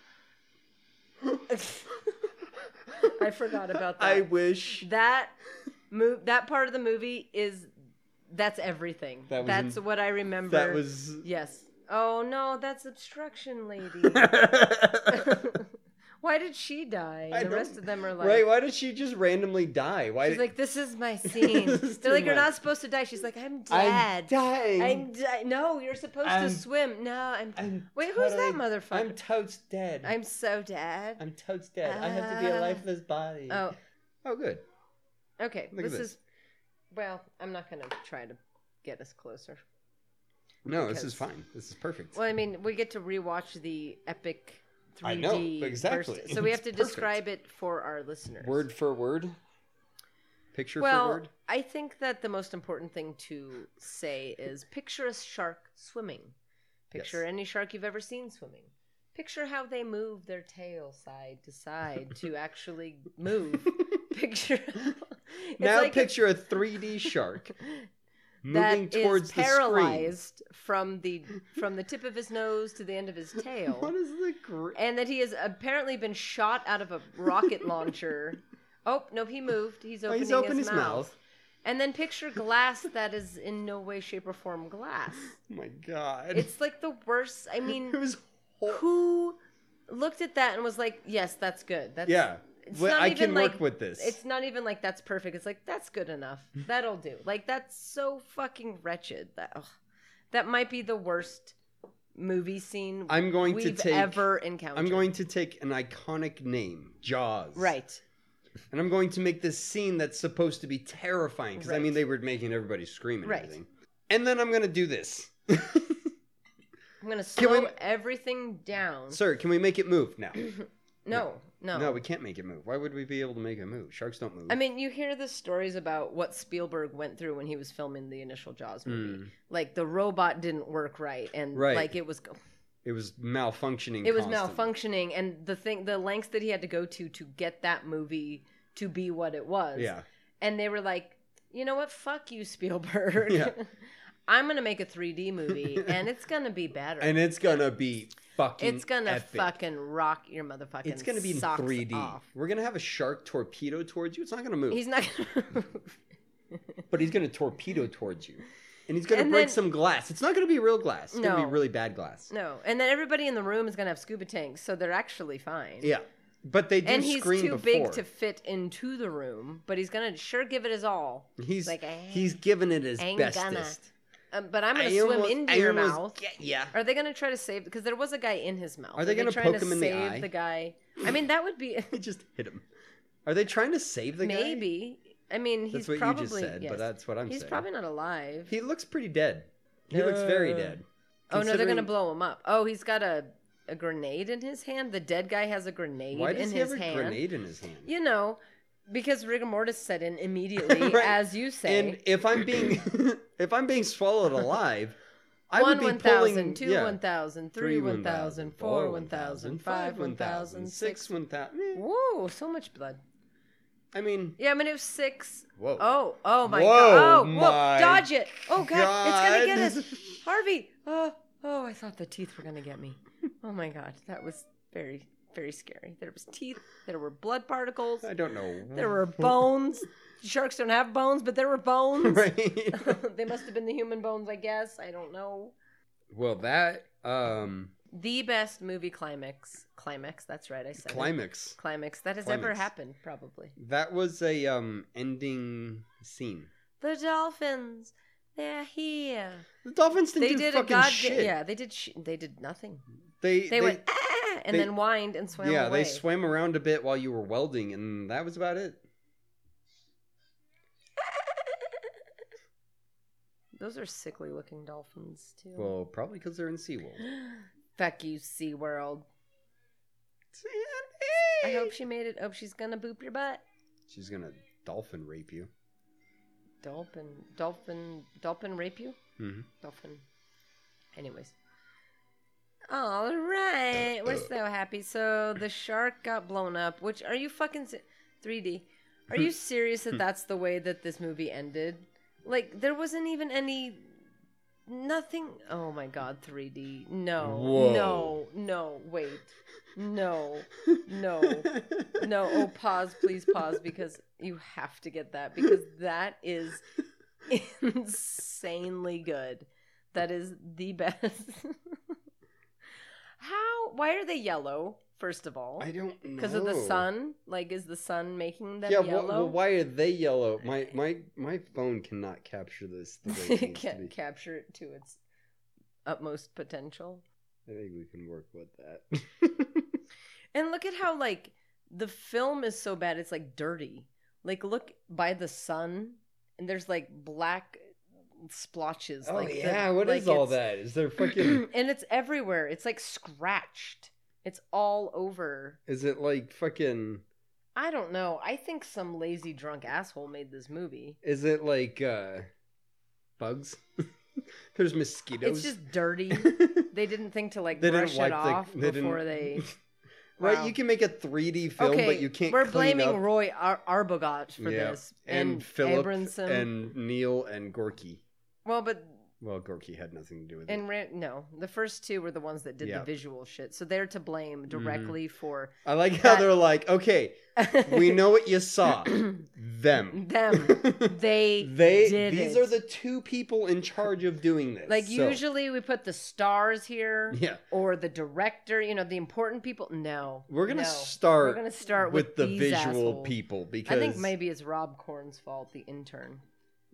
Speaker 3: I forgot about that.
Speaker 2: I wish.
Speaker 3: that move. That part of the movie is. That's everything.
Speaker 2: That was
Speaker 3: that's
Speaker 2: in-
Speaker 3: what I remember.
Speaker 2: That
Speaker 3: (laughs)
Speaker 2: was. (laughs)
Speaker 3: Yes. Oh no, that's obstruction, lady.
Speaker 2: (laughs)
Speaker 3: (laughs) why did she die?
Speaker 2: I
Speaker 3: the
Speaker 2: don't-
Speaker 3: rest of them are like,
Speaker 2: right? Why did she just randomly die? Why?
Speaker 3: she's
Speaker 2: did-
Speaker 3: like, this is my
Speaker 2: (laughs)
Speaker 3: scene.
Speaker 2: This is
Speaker 3: They're
Speaker 2: too
Speaker 3: like, you're
Speaker 2: much.
Speaker 3: not supposed to die. She's like, I'm
Speaker 2: I'm
Speaker 3: dead.
Speaker 2: dying.
Speaker 3: I'm di- no, you're supposed
Speaker 2: I'm-
Speaker 3: to swim. No, I'm.
Speaker 2: I'm
Speaker 3: Wait, who's that
Speaker 2: totally- I'm
Speaker 3: motherfucker?
Speaker 2: totes dead.
Speaker 3: I'm, so dead.
Speaker 2: I'm totes dead. I have to be a
Speaker 3: Ah.
Speaker 2: lifeless body.
Speaker 3: oh,
Speaker 2: Oh, good.
Speaker 3: okay.
Speaker 2: Look at
Speaker 3: this,
Speaker 2: this.
Speaker 3: is. Well, I'm not gonna try to get us closer.
Speaker 2: No, this is
Speaker 3: Because-
Speaker 2: fine. This is perfect.
Speaker 3: Well, I mean, we get to rewatch the epic. 3D
Speaker 2: I know, exactly.
Speaker 3: version. (laughs) So we
Speaker 2: It's
Speaker 3: have to
Speaker 2: (laughs) perfect.
Speaker 3: describe it for our listeners.
Speaker 2: Word for word. Picture
Speaker 3: well,
Speaker 2: for word.
Speaker 3: I think that the most important thing to say is picture a shark swimming. Picture
Speaker 2: Yes.
Speaker 3: any shark you've ever seen swimming. Picture how they move their tail side to side
Speaker 2: (laughs)
Speaker 3: to actually move. Picture. (laughs) It's
Speaker 2: Now
Speaker 3: like
Speaker 2: picture a 3D (laughs) shark
Speaker 3: that
Speaker 2: moving
Speaker 3: is
Speaker 2: towards the screen.
Speaker 3: paralyzed from the from the tip of his nose to the end of his tail.
Speaker 2: (laughs) What is the gr- Oh
Speaker 3: and that he has apparently been shot out of a
Speaker 2: (laughs)
Speaker 3: rocket launcher. Oh no, he moved. He's
Speaker 2: Oh,
Speaker 3: opening
Speaker 2: He's opened
Speaker 3: his, mouth.
Speaker 2: mouth.
Speaker 3: And then picture glass that is in no way, shape, or form glass.
Speaker 2: Oh my god.
Speaker 3: It's like the worst.
Speaker 2: (laughs)
Speaker 3: I
Speaker 2: it (laughs)
Speaker 3: mean,
Speaker 2: was whole.
Speaker 3: who looked at that and was like, "Yes, that's good." That's
Speaker 2: Yeah.
Speaker 3: It's
Speaker 2: Well,
Speaker 3: not
Speaker 2: I
Speaker 3: even
Speaker 2: can
Speaker 3: like
Speaker 2: work with this.
Speaker 3: It's not even like that's perfect. It's like that's good enough.
Speaker 2: (laughs)
Speaker 3: That'll do. Like that's so fucking wretched. That ugh. that might be the worst movie scene
Speaker 2: I'm going to
Speaker 3: we've
Speaker 2: take
Speaker 3: ever encountered.
Speaker 2: I'm going to take an iconic name, Jaws.
Speaker 3: right.
Speaker 2: And I'm going to make this scene that's supposed to be terrifying because I
Speaker 3: Right.
Speaker 2: mean they were making everybody scream and
Speaker 3: Right.
Speaker 2: everything. And then I'm going to do this.
Speaker 3: I'm gonna
Speaker 2: Can we-
Speaker 3: slow everything down.
Speaker 2: Sir, can we make it move
Speaker 3: (clears throat)
Speaker 2: now?
Speaker 3: no, no,
Speaker 2: No, we can't make it move. Why would we be able to make it move? Sharks don't move.
Speaker 3: I mean, you hear the stories about what Spielberg went through when he was filming the initial Jaws movie.
Speaker 2: Mm.
Speaker 3: Like the robot didn't work right, and
Speaker 2: Right.
Speaker 3: like it was
Speaker 2: it was malfunctioning.
Speaker 3: it was
Speaker 2: constantly.
Speaker 3: malfunctioning, and the thing, the lengths that he had to go to to get that movie to be what it was.
Speaker 2: Yeah.
Speaker 3: and they were like, you know what? Fuck you, Spielberg.
Speaker 2: Yeah.
Speaker 3: (laughs) I'm gonna make a 3D
Speaker 2: (laughs)
Speaker 3: movie and it's gonna be better.
Speaker 2: and it's gonna be fucking.
Speaker 3: it's gonna
Speaker 2: epic.
Speaker 3: fucking rock your motherfucking.
Speaker 2: It's gonna be in
Speaker 3: socks
Speaker 2: 3D.
Speaker 3: off.
Speaker 2: We're gonna have a shark torpedo towards you. It's not gonna move,
Speaker 3: He's not
Speaker 2: (laughs)
Speaker 3: gonna.
Speaker 2: but he's gonna torpedo towards you, and he's gonna
Speaker 3: And
Speaker 2: break
Speaker 3: then-
Speaker 2: some glass. It's not gonna be real glass. It's gonna
Speaker 3: No.
Speaker 2: be really bad glass.
Speaker 3: no, and then everybody in the room is gonna have scuba tanks, so they're actually fine.
Speaker 2: Yeah, but they do
Speaker 3: And he's
Speaker 2: scream
Speaker 3: too
Speaker 2: before.
Speaker 3: big to fit into the room, but he's gonna sure give it his all.
Speaker 2: he's
Speaker 3: like, I
Speaker 2: he's giving it his
Speaker 3: ain't
Speaker 2: bestest.
Speaker 3: gonna. Um, but I'm gonna
Speaker 2: I
Speaker 3: swim
Speaker 2: almost-
Speaker 3: into
Speaker 2: I
Speaker 3: your
Speaker 2: almost
Speaker 3: mouth.
Speaker 2: get ya.
Speaker 3: Are they gonna try to save? Because there was a guy in his mouth.
Speaker 2: Are they gonna
Speaker 3: trying
Speaker 2: poke
Speaker 3: to
Speaker 2: him in the
Speaker 3: save
Speaker 2: eye?
Speaker 3: the guy. I mean, that would
Speaker 2: (laughs)
Speaker 3: be
Speaker 2: I just hit him. Are they trying to save (laughs) the guy?
Speaker 3: maybe. I mean, he's
Speaker 2: That's what
Speaker 3: probably
Speaker 2: you just said,
Speaker 3: yes.
Speaker 2: but that's what I'm
Speaker 3: he's
Speaker 2: saying.
Speaker 3: probably not alive.
Speaker 2: He looks pretty dead. He looks very
Speaker 3: Uh,
Speaker 2: dead.
Speaker 3: oh no, they're gonna
Speaker 2: Considering-
Speaker 3: blow him up. Oh, he's got a a grenade in his hand. The dead guy has a grenade
Speaker 2: Why
Speaker 3: in
Speaker 2: does he
Speaker 3: his
Speaker 2: have a
Speaker 3: hand.
Speaker 2: grenade in his hand?
Speaker 3: You know, because rigor mortis set in
Speaker 2: (laughs)
Speaker 3: immediately,
Speaker 2: Right.
Speaker 3: as you say.
Speaker 2: And if I'm being (laughs) if I'm being swallowed alive, I
Speaker 3: one
Speaker 2: would be
Speaker 3: one
Speaker 2: pulling
Speaker 3: thousand, two
Speaker 2: yeah.
Speaker 3: one thousand, three one thousand, four one thousand, five one thousand, six.
Speaker 2: one thousand.
Speaker 3: Whoa, so much blood.
Speaker 2: I mean,
Speaker 3: Yeah, I mean it was six.
Speaker 2: Whoa.
Speaker 3: Oh, oh my
Speaker 2: Whoa,
Speaker 3: god. Oh,
Speaker 2: my
Speaker 3: whoa, dodge it. Oh god, it's gonna get
Speaker 2: God.
Speaker 3: us.
Speaker 2: (laughs)
Speaker 3: Harvey. Oh, oh, I thought the teeth were gonna get me. Oh my god, that was very, very scary. There was teeth. There were blood particles.
Speaker 2: I don't know. (laughs)
Speaker 3: There were bones. Sharks don't have bones, but there were bones. (laughs)
Speaker 2: right.
Speaker 3: they must have been the human bones, I guess. I don't know.
Speaker 2: well, that um
Speaker 3: The best movie climax. Climax. That's right. I said it.
Speaker 2: climax.
Speaker 3: climax that has ever
Speaker 2: Climax.
Speaker 3: happened, probably.
Speaker 2: That was a um ending scene.
Speaker 3: The dolphins. They're here.
Speaker 2: The dolphins didn't
Speaker 3: they
Speaker 2: do
Speaker 3: did a
Speaker 2: fucking
Speaker 3: goddamn
Speaker 2: shit.
Speaker 3: yeah they did sh- they did nothing
Speaker 2: They
Speaker 3: they, went ah, and
Speaker 2: they-
Speaker 3: then whined and swam
Speaker 2: yeah,
Speaker 3: away
Speaker 2: they swam around a bit while you were welding, and that was about it.
Speaker 3: those are sickly looking dolphins too
Speaker 2: Well, probably because they're in SeaWorld.
Speaker 3: (gasps) fuck you SeaWorld I hope she made it oh she's gonna boop your butt
Speaker 2: she's gonna dolphin rape you.
Speaker 3: dolphin dolphin dolphin rape you
Speaker 2: hmm
Speaker 3: dolphin anyways all right we're so happy so the shark got blown up which are you fucking se- 3d are you serious that that's the way that this movie ended like there wasn't even any nothing oh my god 3d no
Speaker 2: Whoa.
Speaker 3: no no wait no no no
Speaker 2: (laughs)
Speaker 3: oh pause please pause because you have to get that because that is insanely good that is the best how why are they yellow first of all
Speaker 2: I don't know
Speaker 3: because of the sun like is the sun making them
Speaker 2: yeah, wh-
Speaker 3: yellow
Speaker 2: well, why are they yellow?
Speaker 3: (laughs)
Speaker 2: My my my phone cannot capture this the way it
Speaker 3: it
Speaker 2: needs to be.
Speaker 3: can't capture it to its utmost potential
Speaker 2: I think we can work with (laughs) that.
Speaker 3: And look at how like the film is so bad. It's like dirty. Like look by the sun, and there's like black splotches.
Speaker 2: oh
Speaker 3: like the-
Speaker 2: yeah, what is
Speaker 3: like,
Speaker 2: all
Speaker 3: it's-
Speaker 2: that? Is there
Speaker 3: (coughs)
Speaker 2: fucking?
Speaker 3: (clears throat) and it's everywhere. It's like scratched. It's all over.
Speaker 2: is it like fucking?
Speaker 3: I don't know. I think some lazy drunk asshole made this movie.
Speaker 2: Is it like uh bugs? (laughs) There's mosquitoes.
Speaker 3: It's
Speaker 2: (laughs)
Speaker 3: just dirty. they didn't think to like
Speaker 2: They didn't
Speaker 3: brush
Speaker 2: wipe
Speaker 3: it
Speaker 2: the-
Speaker 3: off
Speaker 2: they didn't-
Speaker 3: before they.
Speaker 2: (laughs) right,
Speaker 3: Wow.
Speaker 2: you can make a 3D film,
Speaker 3: okay,
Speaker 2: but you can't.
Speaker 3: We're
Speaker 2: clean
Speaker 3: blaming
Speaker 2: up.
Speaker 3: Roy Ar- Arbogast for
Speaker 2: Yeah.
Speaker 3: this,
Speaker 2: and, Philip
Speaker 3: Abramson.
Speaker 2: and Neil and Gorky.
Speaker 3: well, but
Speaker 2: Well, Gorky had nothing to do with
Speaker 3: And
Speaker 2: it.
Speaker 3: ran- no, the first two were the ones that did
Speaker 2: Yeah. Mm-hmm.
Speaker 3: the visual shit, so they're to blame directly for
Speaker 2: I like how
Speaker 3: that-
Speaker 2: they're like, okay,
Speaker 3: (laughs)
Speaker 2: we know what you
Speaker 3: (coughs)
Speaker 2: saw. Them. (laughs)
Speaker 3: them. They
Speaker 2: they
Speaker 3: did
Speaker 2: these
Speaker 3: it.
Speaker 2: are the two people in charge of doing this.
Speaker 3: like
Speaker 2: so-
Speaker 3: usually we put the stars here
Speaker 2: Yeah.
Speaker 3: or the director, you know, the important people. No,
Speaker 2: We're gonna
Speaker 3: no.
Speaker 2: start
Speaker 3: We're gonna start with,
Speaker 2: with, the
Speaker 3: these
Speaker 2: visual
Speaker 3: assholes.
Speaker 2: people because
Speaker 3: I think maybe it's Rob Corn's fault, the intern,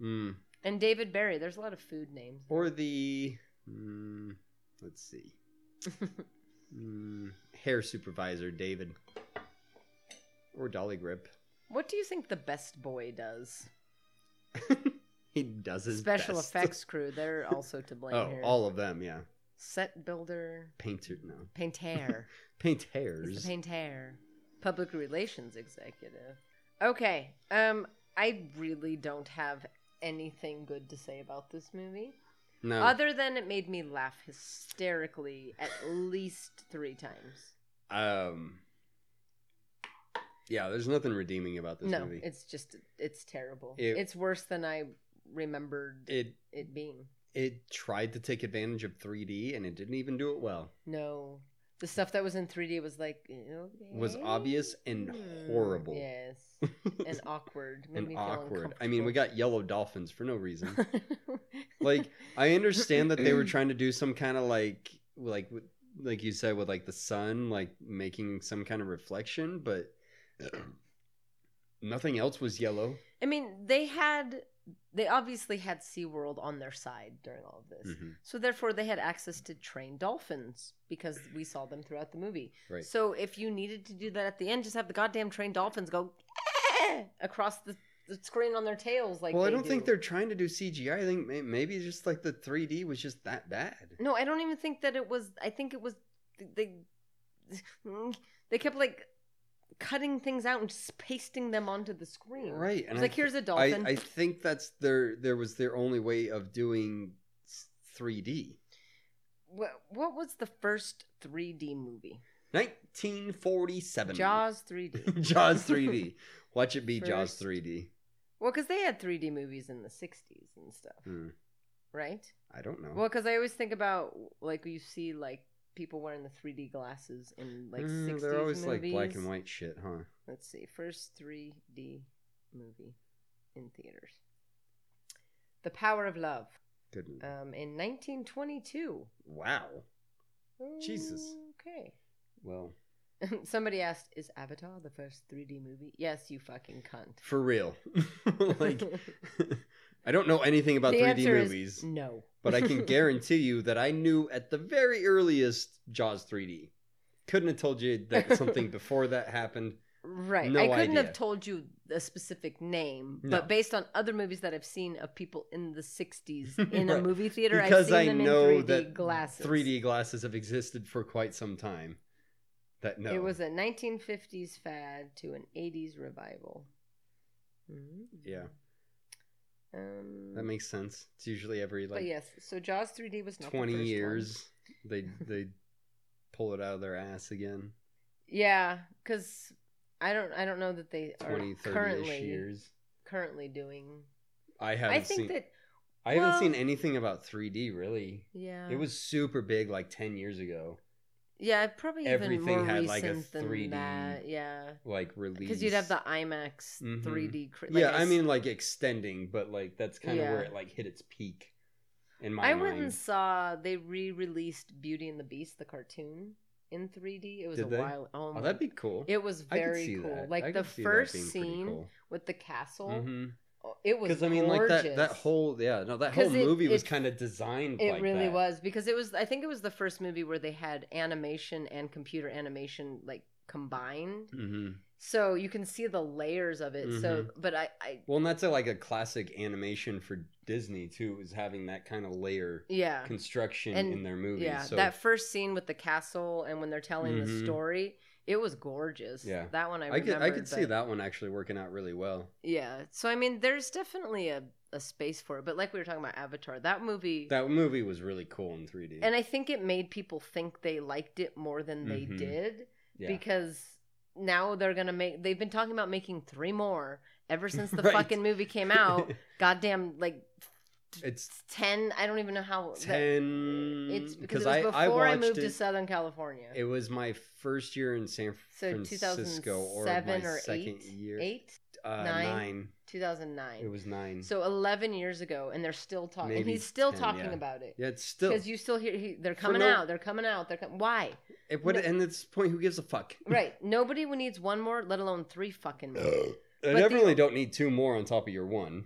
Speaker 2: Mm.
Speaker 3: and David Barry. There's a lot of food names.
Speaker 2: or the mm, let's
Speaker 3: (laughs)
Speaker 2: see. Mm, hair supervisor David. Or Dolly Grip. (laughs)
Speaker 3: What do you think the best boy does?
Speaker 2: he does his
Speaker 3: Special
Speaker 2: best. (laughs)
Speaker 3: effects crew. They're also to blame
Speaker 2: Oh,
Speaker 3: here.
Speaker 2: all of them, yeah.
Speaker 3: Set builder,
Speaker 2: Painter, no.
Speaker 3: painter.
Speaker 2: Paint
Speaker 3: He's
Speaker 2: hairs.
Speaker 3: the painter, public relations executive. Okay, um, I really don't have anything good to say about this movie,
Speaker 2: no.
Speaker 3: other than it made me laugh hysterically at least three times.
Speaker 2: um. Yeah, there's nothing redeeming about this
Speaker 3: no,
Speaker 2: movie.
Speaker 3: it's just it's terrible.
Speaker 2: It-
Speaker 3: it's worse than I remembered
Speaker 2: it
Speaker 3: it being.
Speaker 2: it tried to take advantage of 3D and it didn't even do it well.
Speaker 3: No. The stuff that was in 3D was like
Speaker 2: Was
Speaker 3: okay.
Speaker 2: obvious and
Speaker 3: Hmm.
Speaker 2: horrible.
Speaker 3: Yes.
Speaker 2: (laughs)
Speaker 3: And awkward. Made
Speaker 2: And
Speaker 3: me feel
Speaker 2: awkward. I mean, we got yellow dolphins for no
Speaker 3: (laughs)
Speaker 2: reason.
Speaker 3: uncomfortable. (laughs)
Speaker 2: like I understand that they were trying to do some kind of like like with- like you said with like the sun like making some kind of reflection, but nothing else was yellow.
Speaker 3: I mean, they had they obviously had SeaWorld on their side during all of this.
Speaker 2: Mm-hmm.
Speaker 3: So therefore they had access to trained dolphins because we saw them throughout the movie.
Speaker 2: Right.
Speaker 3: So if you needed to do that at the end, just have the goddamn trained dolphins go across the, the screen on their tails like
Speaker 2: well, I
Speaker 3: they
Speaker 2: don't think
Speaker 3: do.
Speaker 2: they're trying to do CGI. I think may- maybe it's just like the 3D was just that bad.
Speaker 3: No, I don't even think that it was. I think it was they. They kept like cutting things out and just pasting them onto the screen.
Speaker 2: Right.
Speaker 3: Mm-hmm. It's
Speaker 2: And
Speaker 3: like
Speaker 2: I,
Speaker 3: here's a
Speaker 2: I,
Speaker 3: dolphin.
Speaker 2: I think that's their there was their only way of doing s- 3D.
Speaker 3: what, what was the first 3D movie?
Speaker 2: 1947.
Speaker 3: Jaws
Speaker 2: (laughs)
Speaker 3: 3D.
Speaker 2: Jaws
Speaker 3: (laughs)
Speaker 2: 3D. Watch it be Jaws
Speaker 3: First.
Speaker 2: 3D.
Speaker 3: well, because they had 3D movies in the 60s and stuff,
Speaker 2: Hmm.
Speaker 3: right?
Speaker 2: I don't know.
Speaker 3: Well, because I always think about like you see like people wearing the 3D glasses in like
Speaker 2: Mm,
Speaker 3: 60s
Speaker 2: they're always
Speaker 3: movies.
Speaker 2: like black and white shit, huh?
Speaker 3: Let's see. First 3D movie in theaters. The Power of Love.
Speaker 2: Good.
Speaker 3: um, in 1922.
Speaker 2: wow. Jesus.
Speaker 3: Okay. (laughs)
Speaker 2: Well,
Speaker 3: Somebody asked, "Is Avatar the first 3D movie?" Yes, you fucking cunt.
Speaker 2: for real. (laughs)
Speaker 3: (laughs)
Speaker 2: like, (laughs) I don't know anything about
Speaker 3: The
Speaker 2: 3D
Speaker 3: answer is
Speaker 2: movies,
Speaker 3: No,
Speaker 2: but I
Speaker 3: (laughs)
Speaker 2: can guarantee you that I knew at the very earliest Jaws 3D. Couldn't have told you
Speaker 3: (laughs)
Speaker 2: that something before that happened.
Speaker 3: right.
Speaker 2: no
Speaker 3: I couldn't
Speaker 2: idea.
Speaker 3: have told you a specific name,
Speaker 2: No.
Speaker 3: but based on other movies that I've seen of people in
Speaker 2: (laughs)
Speaker 3: the 60s in a
Speaker 2: Right.
Speaker 3: movie theater, I've
Speaker 2: because
Speaker 3: seen
Speaker 2: I
Speaker 3: them
Speaker 2: know
Speaker 3: in 3D
Speaker 2: that
Speaker 3: glasses.
Speaker 2: 3D glasses have existed for quite some time. That no,
Speaker 3: It was a 1950s fad to an 80s revival. Mm.
Speaker 2: yeah,
Speaker 3: Um,
Speaker 2: that makes sense. It's usually every
Speaker 3: but
Speaker 2: like
Speaker 3: yes, so Jaws 3D was not the
Speaker 2: 20
Speaker 3: first one.
Speaker 2: years they they pull it out of their ass
Speaker 3: (laughs)
Speaker 2: again
Speaker 3: Yeah, because I don't I don't know that they are
Speaker 2: 20 30 ish
Speaker 3: currently
Speaker 2: years
Speaker 3: currently doing.
Speaker 2: i
Speaker 3: I,
Speaker 2: haven't
Speaker 3: think
Speaker 2: seen
Speaker 3: that
Speaker 2: i haven't
Speaker 3: well- uh,
Speaker 2: seen anything about 3d really
Speaker 3: yeah,
Speaker 2: it was super big like 10 years ago
Speaker 3: yeah probably
Speaker 2: everything
Speaker 3: even more
Speaker 2: had, like, a
Speaker 3: recent than
Speaker 2: 3D
Speaker 3: that. Yeah,
Speaker 2: like release
Speaker 3: because you'd have the IMAX
Speaker 2: Mhm.
Speaker 3: 3D. Cr-
Speaker 2: yeah
Speaker 3: I
Speaker 2: i mean like extending but like that's kind of where
Speaker 3: Yeah.
Speaker 2: it like hit its peak in my
Speaker 3: I
Speaker 2: mind
Speaker 3: went and saw they re-released Beauty and the Beast the cartoon in 3D. It was
Speaker 2: Did
Speaker 3: a
Speaker 2: they?
Speaker 3: while. Oh,
Speaker 2: oh
Speaker 3: my-
Speaker 2: that'd be cool
Speaker 3: It was
Speaker 2: I could
Speaker 3: very
Speaker 2: see
Speaker 3: cool.
Speaker 2: that. I
Speaker 3: Like the
Speaker 2: could see that being
Speaker 3: first
Speaker 2: pretty
Speaker 3: scene
Speaker 2: cool.
Speaker 3: with the castle.
Speaker 2: Mhm.
Speaker 3: oh, It was
Speaker 2: i mean like that that
Speaker 3: gorgeous.
Speaker 2: whole yeah no that
Speaker 3: 'Cause
Speaker 2: whole
Speaker 3: it-
Speaker 2: movie was
Speaker 3: it-
Speaker 2: kind of designed
Speaker 3: It
Speaker 2: like
Speaker 3: really
Speaker 2: that.
Speaker 3: was because it was. I think it was the first movie where they had animation and computer animation like combined,
Speaker 2: hmm
Speaker 3: so you can see the layers of it. So,
Speaker 2: Mm-hmm.
Speaker 3: but I, I
Speaker 2: Well, and that's a, like a classic animation for Disney too, is having that kind of layer
Speaker 3: yeah,
Speaker 2: construction
Speaker 3: And-
Speaker 2: in their movies.
Speaker 3: yeah.
Speaker 2: so
Speaker 3: that first scene with the castle and when they're telling
Speaker 2: Mhm.
Speaker 3: the story, it was gorgeous.
Speaker 2: Yeah.
Speaker 3: that one I,
Speaker 2: I, could I
Speaker 3: remembered,
Speaker 2: could see
Speaker 3: but-
Speaker 2: that one actually working out really well.
Speaker 3: Yeah. So I mean, there's definitely a a space for it. But like we were talking about Avatar, that movie.
Speaker 2: That movie was really cool in 3D.
Speaker 3: and I think it made people think they liked it more than they
Speaker 2: Mhm.
Speaker 3: did.
Speaker 2: yeah.
Speaker 3: because now they're gonna make they've been talking about making three more
Speaker 2: (laughs)
Speaker 3: ever since the
Speaker 2: Right.
Speaker 3: fucking movie came out goddamn like
Speaker 2: (laughs) it's
Speaker 3: 10 i don't even know how that-
Speaker 2: ten.
Speaker 3: it's because it was before I, moved to southern california
Speaker 2: It was my first year in San
Speaker 3: so
Speaker 2: Francisco, or
Speaker 3: 2007
Speaker 2: my
Speaker 3: or,
Speaker 2: second
Speaker 3: 8
Speaker 2: year.
Speaker 3: 8
Speaker 2: Uh,
Speaker 3: Nine?
Speaker 2: nine. It
Speaker 3: 2009
Speaker 2: was nine.
Speaker 3: so 11 years ago and they're still talking and
Speaker 2: Maybe
Speaker 3: he's still
Speaker 2: 10,
Speaker 3: talking
Speaker 2: yeah.
Speaker 3: about it
Speaker 2: yeah, it's still.
Speaker 3: because you still hear he, they're
Speaker 2: For
Speaker 3: coming
Speaker 2: no-
Speaker 3: out they're coming out they're
Speaker 2: (laughs)
Speaker 3: com- why
Speaker 2: it, what,
Speaker 3: no-
Speaker 2: and at this point, who gives a fuck?
Speaker 3: right nobody needs one more let alone three fucking
Speaker 2: (laughs)
Speaker 3: more
Speaker 2: I
Speaker 3: But the-
Speaker 2: definitely don't need two more on top of your one.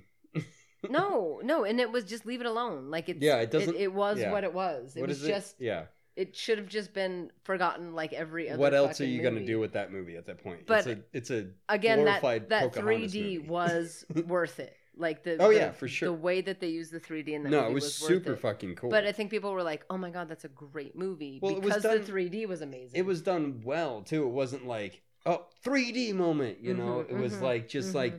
Speaker 3: no, no, and it was just leave it alone. Like it's
Speaker 2: Yeah, it doesn't-
Speaker 3: It, it was
Speaker 2: yeah.
Speaker 3: what it was. It
Speaker 2: What
Speaker 3: was
Speaker 2: is
Speaker 3: just. It,
Speaker 2: Yeah.
Speaker 3: should have just been forgotten, like every other.
Speaker 2: what else are
Speaker 3: fucking
Speaker 2: you going to
Speaker 3: movie.
Speaker 2: do with that movie at that point?
Speaker 3: But-
Speaker 2: it's a, it's
Speaker 3: Again, that
Speaker 2: glorified
Speaker 3: that
Speaker 2: Pocahontas
Speaker 3: 3D
Speaker 2: movie?
Speaker 3: was
Speaker 2: (laughs)
Speaker 3: worth it. Like the
Speaker 2: Oh,
Speaker 3: the-
Speaker 2: yeah, for sure.
Speaker 3: The way that they used the 3D in
Speaker 2: a
Speaker 3: that
Speaker 2: no,
Speaker 3: movie
Speaker 2: it was,
Speaker 3: was worth
Speaker 2: super
Speaker 3: it.
Speaker 2: fucking cool.
Speaker 3: But I think people were like, "Oh my god, that's a great movie,"
Speaker 2: Well, it was
Speaker 3: because the
Speaker 2: done-
Speaker 3: 3D was amazing.
Speaker 2: it was done well too. It wasn't like oh 3D moment, you know.
Speaker 3: Mhm,
Speaker 2: it was
Speaker 3: mhm,
Speaker 2: like just like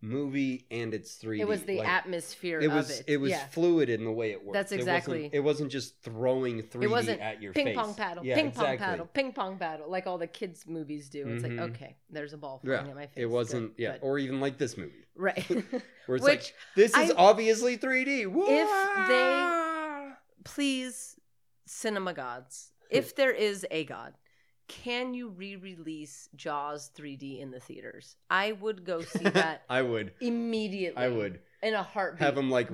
Speaker 2: movie and it's 3D.
Speaker 3: mm-hmm. It was the
Speaker 2: Like,
Speaker 3: atmosphere
Speaker 2: It was
Speaker 3: of
Speaker 2: it.
Speaker 3: it.
Speaker 2: was
Speaker 3: yeah.
Speaker 2: fluid in the way it worked.
Speaker 3: That's
Speaker 2: It wasn't-
Speaker 3: exactly-
Speaker 2: It wasn't, just throwing 3D
Speaker 3: wasn't
Speaker 2: at your
Speaker 3: ping
Speaker 2: face.
Speaker 3: pong paddle,
Speaker 2: Yeah,
Speaker 3: ping
Speaker 2: exactly.
Speaker 3: pong paddle, ping pong paddle, like all the kids movies do. It's
Speaker 2: Mhm.
Speaker 3: like okay, there's a ball
Speaker 2: Yeah,
Speaker 3: flying at my face.
Speaker 2: It wasn't,
Speaker 3: good,
Speaker 2: yeah,
Speaker 3: good.
Speaker 2: or even like this movie,
Speaker 3: right. (laughs)
Speaker 2: where
Speaker 3: Which
Speaker 2: (laughs) it's like this is
Speaker 3: I-
Speaker 2: obviously 3D.
Speaker 3: they- please, cinema gods, if there is a god, can you re-release Jaws 3D in the theaters? I would
Speaker 2: (laughs)
Speaker 3: go (laughs) see that
Speaker 2: I would,
Speaker 3: immediately.
Speaker 2: I would
Speaker 3: in a heartbeat.
Speaker 2: have them like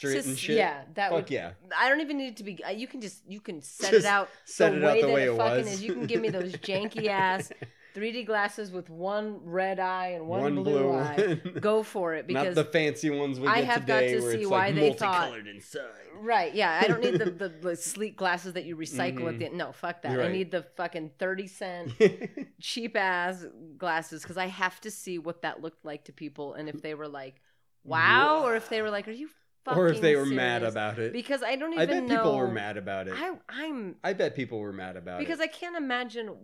Speaker 2: remaster
Speaker 3: to
Speaker 2: it and
Speaker 3: s-
Speaker 2: shit.
Speaker 3: Yeah, that
Speaker 2: Fuck
Speaker 3: would.
Speaker 2: yeah.
Speaker 3: I don't even need it to be. uh, You can just you can set
Speaker 2: Just
Speaker 3: it out
Speaker 2: Set it out the
Speaker 3: that
Speaker 2: way
Speaker 3: it
Speaker 2: it
Speaker 3: fucking
Speaker 2: was.
Speaker 3: is. You can give
Speaker 2: (laughs)
Speaker 3: me those janky ass 3D glasses with one red eye and one, blue,
Speaker 2: (laughs)
Speaker 3: eye. (laughs) Go for it
Speaker 2: Not
Speaker 3: because
Speaker 2: the fancy ones we
Speaker 3: I
Speaker 2: get
Speaker 3: have got
Speaker 2: today,
Speaker 3: to
Speaker 2: where
Speaker 3: see
Speaker 2: it's
Speaker 3: why
Speaker 2: like
Speaker 3: they thought-
Speaker 2: multicolored inside.
Speaker 3: (laughs) right, yeah, I don't
Speaker 2: (laughs)
Speaker 3: need the, the, the sleek glasses that you recycle
Speaker 2: Mhm.
Speaker 3: at the end. No, fuck that.
Speaker 2: You're
Speaker 3: I
Speaker 2: right.
Speaker 3: need the fucking
Speaker 2: (laughs)
Speaker 3: 30 cent cheap ass glasses because I have to see what that looked like to people and if they were like, (laughs) wow, or if they were like, are you
Speaker 2: (laughs)
Speaker 3: fucking
Speaker 2: or if they were mad
Speaker 3: serious?"
Speaker 2: about it.
Speaker 3: because I don't even
Speaker 2: I bet
Speaker 3: know.
Speaker 2: people were mad about it.
Speaker 3: I, I'm
Speaker 2: I bet people were mad about
Speaker 3: because
Speaker 2: it.
Speaker 3: I can't imagine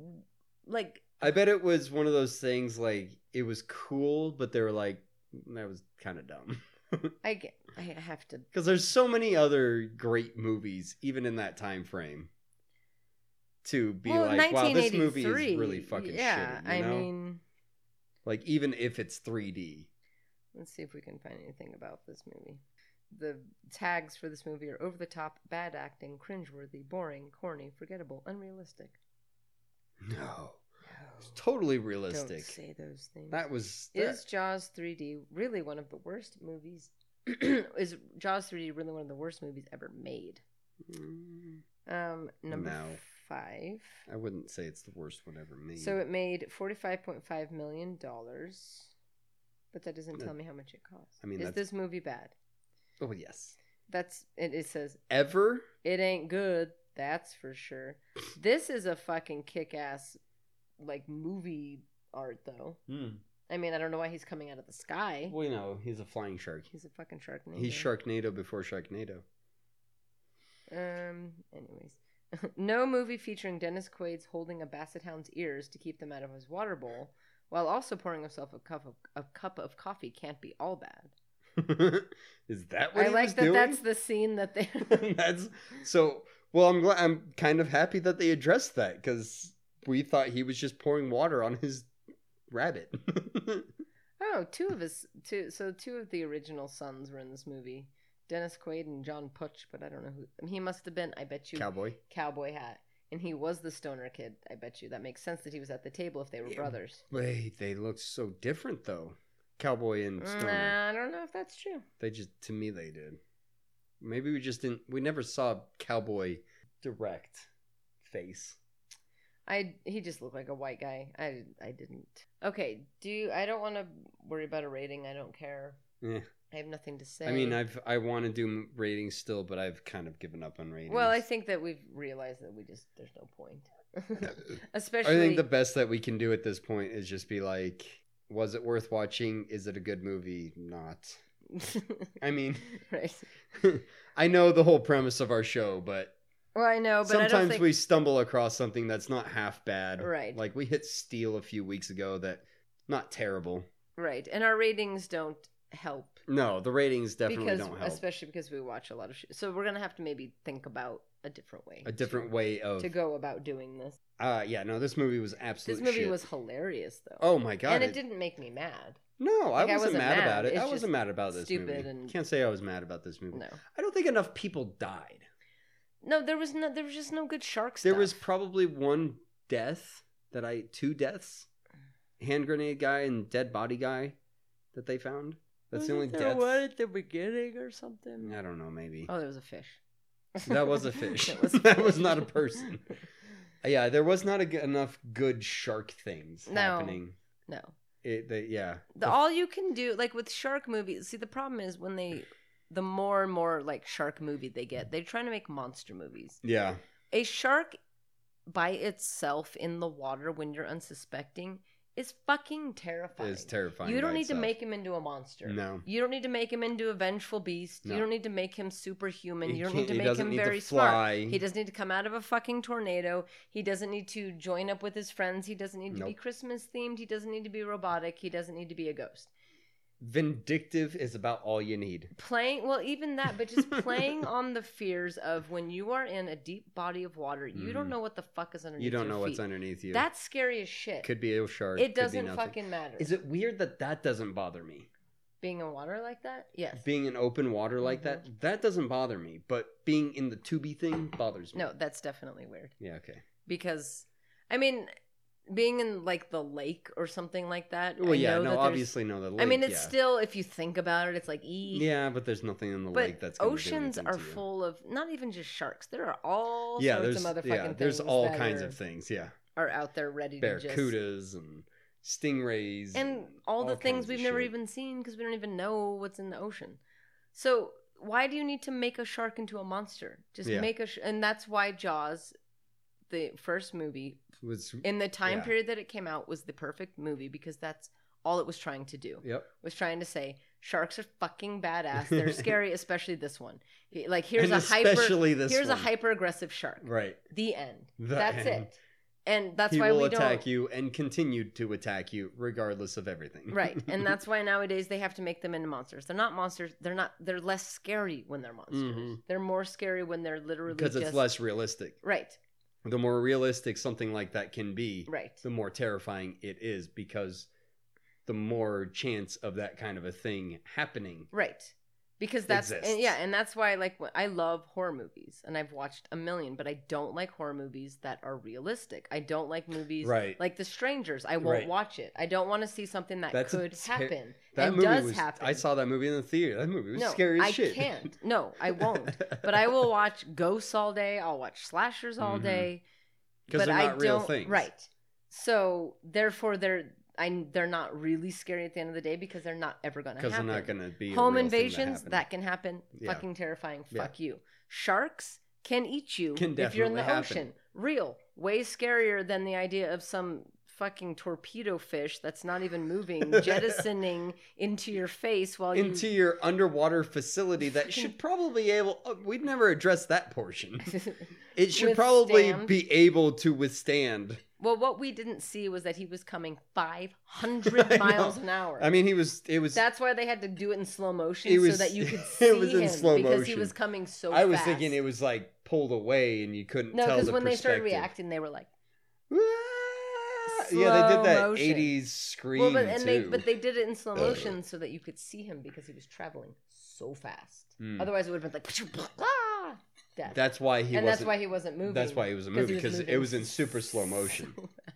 Speaker 3: like
Speaker 2: I bet it was one of those things like it was cool, but they were like, that was kind of dumb.
Speaker 3: I get, I have to
Speaker 2: Because there's so many other great movies, even in that time frame, to be
Speaker 3: well,
Speaker 2: like, wow, this movie is
Speaker 3: 1983,
Speaker 2: really fucking
Speaker 3: yeah,
Speaker 2: shitty. You know?
Speaker 3: I mean,
Speaker 2: like even if it's 3D.
Speaker 3: let's see if we can find anything about this movie. The tags for this movie are over the top, bad acting, cringeworthy, boring, corny, forgettable, unrealistic.
Speaker 2: No, it's totally
Speaker 3: Don't
Speaker 2: realistic.
Speaker 3: say those things.
Speaker 2: That was that-
Speaker 3: is Jaws 3D really one of the worst movies? (clears throat) is Jaws 3D really one of the worst movies ever made?
Speaker 2: Mm,
Speaker 3: Um, number
Speaker 2: No.
Speaker 3: five.
Speaker 2: I wouldn't say it's the worst one ever made.
Speaker 3: So it made forty-five point five million dollars, but that doesn't
Speaker 2: That-
Speaker 3: tell me how much it cost.
Speaker 2: Hmm. I mean,
Speaker 3: is
Speaker 2: that's-
Speaker 3: this movie bad?
Speaker 2: oh yes,
Speaker 3: That's it. It says
Speaker 2: ever
Speaker 3: it ain't good. That's for sure. This is a fucking kick-ass like movie art, though. I mean, I don't know why he's coming out of the sky.
Speaker 2: Well, you know, he's a flying shark.
Speaker 3: He's a fucking shark.
Speaker 2: He's Sharknado before Sharknado. (laughs)
Speaker 3: Um. Anyways, (laughs) no movie featuring Dennis Quaid's holding a basset hound's ears to keep them out of his water bowl, while also pouring himself a cup of a cup of coffee can't be all bad.
Speaker 2: Is that what
Speaker 3: I
Speaker 2: he
Speaker 3: like
Speaker 2: was
Speaker 3: that.
Speaker 2: doing?
Speaker 3: That's the scene
Speaker 2: (laughs)
Speaker 3: that they.
Speaker 2: that's so. Well, I'm glad. I'm kind of happy that they addressed that because we thought he was just pouring water on his rabbit. (laughs)
Speaker 3: oh, two of his two. So two of the original sons were in this movie. Dennis Quaid and John Putch, but I don't know who he must have been. I bet you
Speaker 2: Cowboy.
Speaker 3: cowboy hat, and he was the stoner kid. I bet you that makes sense that he was at the table if they were
Speaker 2: Yeah.
Speaker 3: brothers.
Speaker 2: Wait, they look so different though. Cowboy and Mm, Stoner.
Speaker 3: Nah, I don't know if that's true.
Speaker 2: They just to me they did. Maybe we just didn't. We never saw Cowboy direct face.
Speaker 3: I he just looked like a white guy. I I didn't. Okay, do you, I don't want to worry about a rating. I don't care.
Speaker 2: Yeah.
Speaker 3: I have nothing to say.
Speaker 2: I mean, I've I want to do ratings still, but I've kind of given up on ratings.
Speaker 3: well, I think that we've realized that we just there's no point.
Speaker 2: (laughs)
Speaker 3: (laughs)
Speaker 2: I
Speaker 3: Especially
Speaker 2: think the best that we can do at this point is just be like, was it worth watching? Is it a good movie? Not. I mean, (laughs)
Speaker 3: (laughs) right.
Speaker 2: I know the whole premise of our show, but,
Speaker 3: Well, I know, but I don't
Speaker 2: sometimes
Speaker 3: think
Speaker 2: we stumble across something that's not half bad.
Speaker 3: Right.
Speaker 2: Like we hit Steel a few weeks ago that not terrible.
Speaker 3: right. And our ratings don't help
Speaker 2: No, the ratings definitely
Speaker 3: because
Speaker 2: don't help.
Speaker 3: especially because we watch a lot of sh- so we're going to have to maybe think about a different way.
Speaker 2: a different
Speaker 3: to,
Speaker 2: way of
Speaker 3: to go about doing this.
Speaker 2: Uh yeah, no, this movie was absolute
Speaker 3: This movie
Speaker 2: shit.
Speaker 3: was hilarious though.
Speaker 2: Oh my god.
Speaker 3: and it,
Speaker 2: it-
Speaker 3: didn't make me mad.
Speaker 2: No,
Speaker 3: Like,
Speaker 2: I, wasn't mad, about it.
Speaker 3: It's
Speaker 2: I
Speaker 3: just
Speaker 2: wasn't mad about this
Speaker 3: stupid
Speaker 2: movie.
Speaker 3: and-
Speaker 2: Can't say I was mad about this movie.
Speaker 3: No.
Speaker 2: I don't think enough people died.
Speaker 3: No, there was no there was just no good shark stuff.
Speaker 2: There was probably one death that I two deaths, hand grenade guy and dead body guy, that they found. That's the only death.
Speaker 3: at the beginning or something?
Speaker 2: I don't know. Maybe
Speaker 3: Oh, there was a fish.
Speaker 2: (laughs) that
Speaker 3: (laughs)
Speaker 2: was a fish.
Speaker 3: That
Speaker 2: (laughs) that, was
Speaker 3: was a fish.
Speaker 2: not a person. yeah, there was not a g- enough good shark things
Speaker 3: No.
Speaker 2: happening.
Speaker 3: (laughs) No.
Speaker 2: It, they, yeah,
Speaker 3: The, all you can do like with shark movies, see the problem is when they the more and more like shark movie they get, they're trying to make monster movies.
Speaker 2: yeah.
Speaker 3: A shark by itself in the water when you're unsuspecting is fucking terrifying.
Speaker 2: It's terrifying.
Speaker 3: you don't
Speaker 2: by
Speaker 3: need
Speaker 2: itself.
Speaker 3: to make him into a monster.
Speaker 2: no.
Speaker 3: You don't need to make him into a vengeful beast. You
Speaker 2: No.
Speaker 3: don't need to make him superhuman.
Speaker 2: He
Speaker 3: you don't
Speaker 2: can't-
Speaker 3: need to
Speaker 2: he
Speaker 3: make
Speaker 2: doesn't
Speaker 3: him
Speaker 2: need to
Speaker 3: very smart.
Speaker 2: fly.
Speaker 3: He doesn't need to come out of a fucking tornado. He doesn't need to join up with his friends. He doesn't need to be
Speaker 2: Nope.
Speaker 3: Christmas themed. He doesn't need to be robotic. He doesn't need to be a ghost.
Speaker 2: vindictive is about all you need.
Speaker 3: playing well even that but just
Speaker 2: (laughs)
Speaker 3: playing on the fears of when you are in a deep body of water you
Speaker 2: Mm.
Speaker 3: don't know what the fuck is underneath
Speaker 2: You don't
Speaker 3: your
Speaker 2: know what's
Speaker 3: feet.
Speaker 2: underneath you.
Speaker 3: that's scary as shit
Speaker 2: could be a shark. could
Speaker 3: it
Speaker 2: be
Speaker 3: doesn't
Speaker 2: nothing.
Speaker 3: fucking matter
Speaker 2: Is it weird that that doesn't bother me?
Speaker 3: being in water like that yes
Speaker 2: Being in open water like
Speaker 3: Mhm.
Speaker 2: that, that doesn't bother me. But being in the tubey thing bothers me.
Speaker 3: no that's definitely weird
Speaker 2: Yeah. Okay.
Speaker 3: because i mean being in like the lake or something like that
Speaker 2: Well,
Speaker 3: I
Speaker 2: yeah.
Speaker 3: know that
Speaker 2: No,
Speaker 3: there's-
Speaker 2: obviously, no. The lake,
Speaker 3: i mean it's
Speaker 2: yeah.
Speaker 3: still if you think about it it's like ee
Speaker 2: Yeah, but there's nothing in the
Speaker 3: but
Speaker 2: lake that's gonna do
Speaker 3: oceans
Speaker 2: anything
Speaker 3: are
Speaker 2: to you.
Speaker 3: full of not even just sharks there are all
Speaker 2: yeah,
Speaker 3: sorts
Speaker 2: there's
Speaker 3: of motherfucking
Speaker 2: yeah, there's
Speaker 3: things
Speaker 2: all
Speaker 3: that
Speaker 2: kinds
Speaker 3: are,
Speaker 2: of things. Yeah,
Speaker 3: are out there ready to just
Speaker 2: barracudas and stingrays
Speaker 3: and all, the
Speaker 2: kinds
Speaker 3: things
Speaker 2: of
Speaker 3: we've never
Speaker 2: shit.
Speaker 3: even seen because we don't even know what's in the ocean. So why do you need to make a shark into a monster? Just
Speaker 2: Yeah.
Speaker 3: make a, sh- and that's why Jaws, the first movie
Speaker 2: was
Speaker 3: in the time
Speaker 2: Yeah.
Speaker 3: period that it came out, was the perfect movie because that's all it was trying to do.
Speaker 2: yep.
Speaker 3: Was trying to say sharks are fucking
Speaker 2: (laughs)
Speaker 3: badass. They're scary, especially this one. He- Like here's
Speaker 2: and
Speaker 3: a hyper,
Speaker 2: especially this
Speaker 3: here's a
Speaker 2: one.
Speaker 3: hyper aggressive shark.
Speaker 2: right.
Speaker 3: The end.
Speaker 2: The
Speaker 3: that's
Speaker 2: end.
Speaker 3: it. And that's
Speaker 2: he
Speaker 3: why
Speaker 2: will
Speaker 3: we
Speaker 2: attack
Speaker 3: don't.
Speaker 2: you and continue to attack you regardless of everything.
Speaker 3: right and
Speaker 2: (laughs)
Speaker 3: that's why nowadays they have to make them into monsters they're not monsters they're not they're less scary when they're monsters
Speaker 2: Mhm.
Speaker 3: they're more scary when they're literally
Speaker 2: because it's
Speaker 3: just-
Speaker 2: less realistic.
Speaker 3: right
Speaker 2: The more realistic something like that can be,
Speaker 3: right
Speaker 2: the more terrifying it is because the more chance of that kind of a thing happening.
Speaker 3: right because that's and
Speaker 2: Exists.
Speaker 3: yeah and that's why like wh- i love horror movies and i've watched a million but i don't like horror movies that are realistic i don't like movies
Speaker 2: Right.
Speaker 3: like the strangers i won't
Speaker 2: Right.
Speaker 3: watch it i don't want to see something that
Speaker 2: That's a
Speaker 3: could
Speaker 2: scar-
Speaker 3: happen
Speaker 2: that
Speaker 3: and
Speaker 2: movie
Speaker 3: does
Speaker 2: was
Speaker 3: happen
Speaker 2: I saw that movie in the theater. That movie was
Speaker 3: no
Speaker 2: scary as
Speaker 3: i
Speaker 2: shit.
Speaker 3: can't no
Speaker 2: (laughs)
Speaker 3: i won't but I will watch ghosts all day. I'll watch slashers all
Speaker 2: Mhm.
Speaker 3: day.
Speaker 2: 'Cause
Speaker 3: but
Speaker 2: they're
Speaker 3: I
Speaker 2: not real
Speaker 3: don't-
Speaker 2: things.
Speaker 3: right? So therefore, they're I they're not really scary at the end of the day because they're not ever going to
Speaker 2: because they're
Speaker 3: happen.
Speaker 2: not going to be a
Speaker 3: Home
Speaker 2: real thing
Speaker 3: invasions
Speaker 2: that,
Speaker 3: that,
Speaker 2: happened.
Speaker 3: can happen.
Speaker 2: Yeah.
Speaker 3: Fucking terrifying.
Speaker 2: Yeah.
Speaker 3: Fuck you. Sharks can eat you
Speaker 2: Can
Speaker 3: if you're in
Speaker 2: definitely
Speaker 3: the
Speaker 2: happen.
Speaker 3: ocean. Real, way scarier than the idea of some fucking torpedo fish that's not even
Speaker 2: (laughs)
Speaker 3: moving jettisoning into your face while you
Speaker 2: into your underwater facility
Speaker 3: (laughs)
Speaker 2: that should probably able. uh, We'd never addressed that portion. It should probably
Speaker 3: Withstand.
Speaker 2: be able to withstand.
Speaker 3: (laughs) Well, what we didn't see was that he was coming
Speaker 2: (laughs) I
Speaker 3: 500 miles
Speaker 2: know.
Speaker 3: an hour.
Speaker 2: I mean, he was. It was.
Speaker 3: that's why they had to do it in slow motion
Speaker 2: It
Speaker 3: so
Speaker 2: was-
Speaker 3: that
Speaker 2: (laughs)
Speaker 3: you could see
Speaker 2: it was in
Speaker 3: him
Speaker 2: slow
Speaker 3: because he
Speaker 2: motion.
Speaker 3: was coming so
Speaker 2: I was
Speaker 3: fast.
Speaker 2: thinking it was like pulled away and you couldn't
Speaker 3: No,
Speaker 2: tell
Speaker 3: because
Speaker 2: the
Speaker 3: when they started
Speaker 2: perspective.
Speaker 3: reacting, they were like,
Speaker 2: Ah! yeah, they did
Speaker 3: Slow
Speaker 2: that
Speaker 3: motion.
Speaker 2: 80s scream
Speaker 3: well, but and they
Speaker 2: too.
Speaker 3: but they did it in slow
Speaker 2: Ugh.
Speaker 3: motion so that you could see him because he was traveling so fast.
Speaker 2: Hmm.
Speaker 3: Otherwise, it would have been like ah, death.
Speaker 2: that's why he
Speaker 3: and
Speaker 2: wasn't.
Speaker 3: that's why he wasn't moving.
Speaker 2: That's why he was a movie because it
Speaker 3: moving
Speaker 2: was in super slow
Speaker 3: (laughs)
Speaker 2: motion.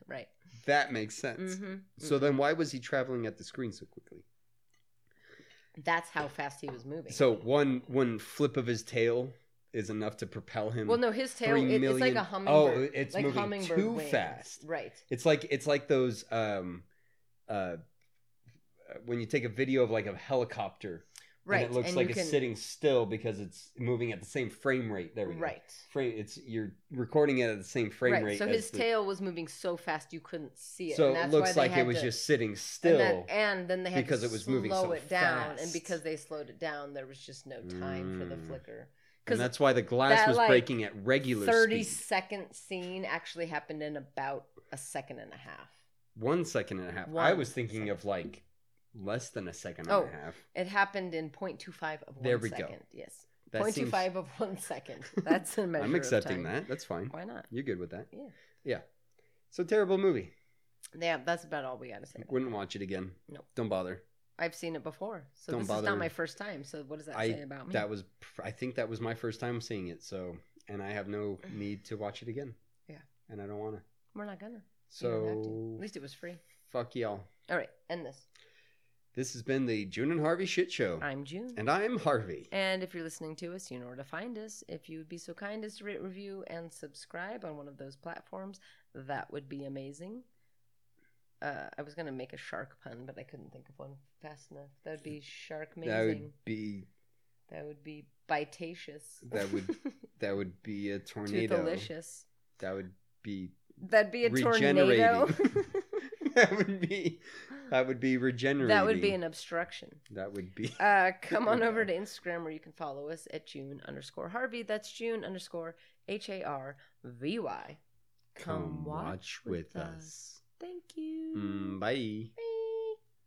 Speaker 3: right.
Speaker 2: that makes sense.
Speaker 3: hmm
Speaker 2: So then, why was he traveling at the screen so quickly?
Speaker 3: that's how fast he was moving.
Speaker 2: So one one flip of his tail is enough to propel him.
Speaker 3: Well, no, his tail
Speaker 2: three
Speaker 3: it, it's like
Speaker 2: million-
Speaker 3: a
Speaker 2: Oh,
Speaker 3: hummingbird.
Speaker 2: it's
Speaker 3: like
Speaker 2: moving
Speaker 3: hummingbird
Speaker 2: too
Speaker 3: wings.
Speaker 2: fast.
Speaker 3: Right.
Speaker 2: It's like it's like those um, uh, when you take a video of like a helicopter,
Speaker 3: Right.
Speaker 2: and it looks
Speaker 3: and
Speaker 2: like
Speaker 3: you
Speaker 2: it's
Speaker 3: can-
Speaker 2: sitting still because it's moving at the same frame rate. There we go.
Speaker 3: Right.
Speaker 2: Frame. It's you're recording it at the same frame
Speaker 3: right.
Speaker 2: rate.
Speaker 3: So
Speaker 2: as
Speaker 3: his
Speaker 2: the-
Speaker 3: tail was moving so fast you couldn't see it.
Speaker 2: So
Speaker 3: and
Speaker 2: it
Speaker 3: that's why
Speaker 2: looks
Speaker 3: they
Speaker 2: like it
Speaker 3: had
Speaker 2: was
Speaker 3: to-
Speaker 2: just sitting
Speaker 3: and
Speaker 2: still.
Speaker 3: that- And, then they had
Speaker 2: because
Speaker 3: to
Speaker 2: it was moving
Speaker 3: slow
Speaker 2: so
Speaker 3: it down, and
Speaker 2: fast.
Speaker 3: because they slowed it down, there was just no time for the
Speaker 2: Mm.
Speaker 3: flicker.
Speaker 2: And
Speaker 3: Because
Speaker 2: that's why the glass
Speaker 3: that,
Speaker 2: was
Speaker 3: like,
Speaker 2: breaking at regular
Speaker 3: thirty-second
Speaker 2: speed.
Speaker 3: scene actually happened in about a second and a half.
Speaker 2: One second and a half. I
Speaker 3: One
Speaker 2: was thinking
Speaker 3: second.
Speaker 2: of like less than a second and
Speaker 3: Oh,
Speaker 2: a half.
Speaker 3: It happened in 0.25 of one second.
Speaker 2: There we go.
Speaker 3: Yes.
Speaker 2: That
Speaker 3: Point two
Speaker 2: seems-
Speaker 3: five 0.25 of one second. (laughs) That's a measure.
Speaker 2: I'm accepting
Speaker 3: of time.
Speaker 2: that. That's fine.
Speaker 3: Why not?
Speaker 2: You're good with that.
Speaker 3: Yeah.
Speaker 2: Yeah. So terrible movie.
Speaker 3: Yeah, that's about all we got to say. about
Speaker 2: Wouldn't watch it again.
Speaker 3: Nope.
Speaker 2: Don't bother.
Speaker 3: I've seen it before, so
Speaker 2: Don't
Speaker 3: this is
Speaker 2: bother.
Speaker 3: not my first time. So what does that
Speaker 2: I-
Speaker 3: say about me?
Speaker 2: That was pr- I think that was my first time seeing it, so and I have
Speaker 3: (sighs)
Speaker 2: no need to watch it again.
Speaker 3: Yeah.
Speaker 2: And I don't wanna.
Speaker 3: We're not gonna. You don't have to.
Speaker 2: So
Speaker 3: At least it was free.
Speaker 2: fuck y'all.
Speaker 3: All right, end this.
Speaker 2: This has been the June and Harvey shit show.
Speaker 3: I'm June,
Speaker 2: and I'm Harvey.
Speaker 3: and if you're listening to us, you know where to find us. If you would be so kind as to rate, review, and subscribe on one of those platforms, that would be amazing. Uh, I was gonna make a shark pun, but I couldn't think of one fast enough. That would be shark
Speaker 2: That
Speaker 3: amazing.
Speaker 2: would be
Speaker 3: That would be bitacious.
Speaker 2: That
Speaker 3: (laughs)
Speaker 2: would that would be a tornado.
Speaker 3: delicious.
Speaker 2: That would be
Speaker 3: That'd be a tornado.
Speaker 2: (laughs)
Speaker 3: (laughs)
Speaker 2: that would be that would be regenerating.
Speaker 3: that would be an obstruction.
Speaker 2: that would be
Speaker 3: Uh, come on over to Instagram where you can follow us at June underscore Harvey. That's June underscore H A R V Y. Thank you.
Speaker 2: Mm, bye.
Speaker 3: Bye.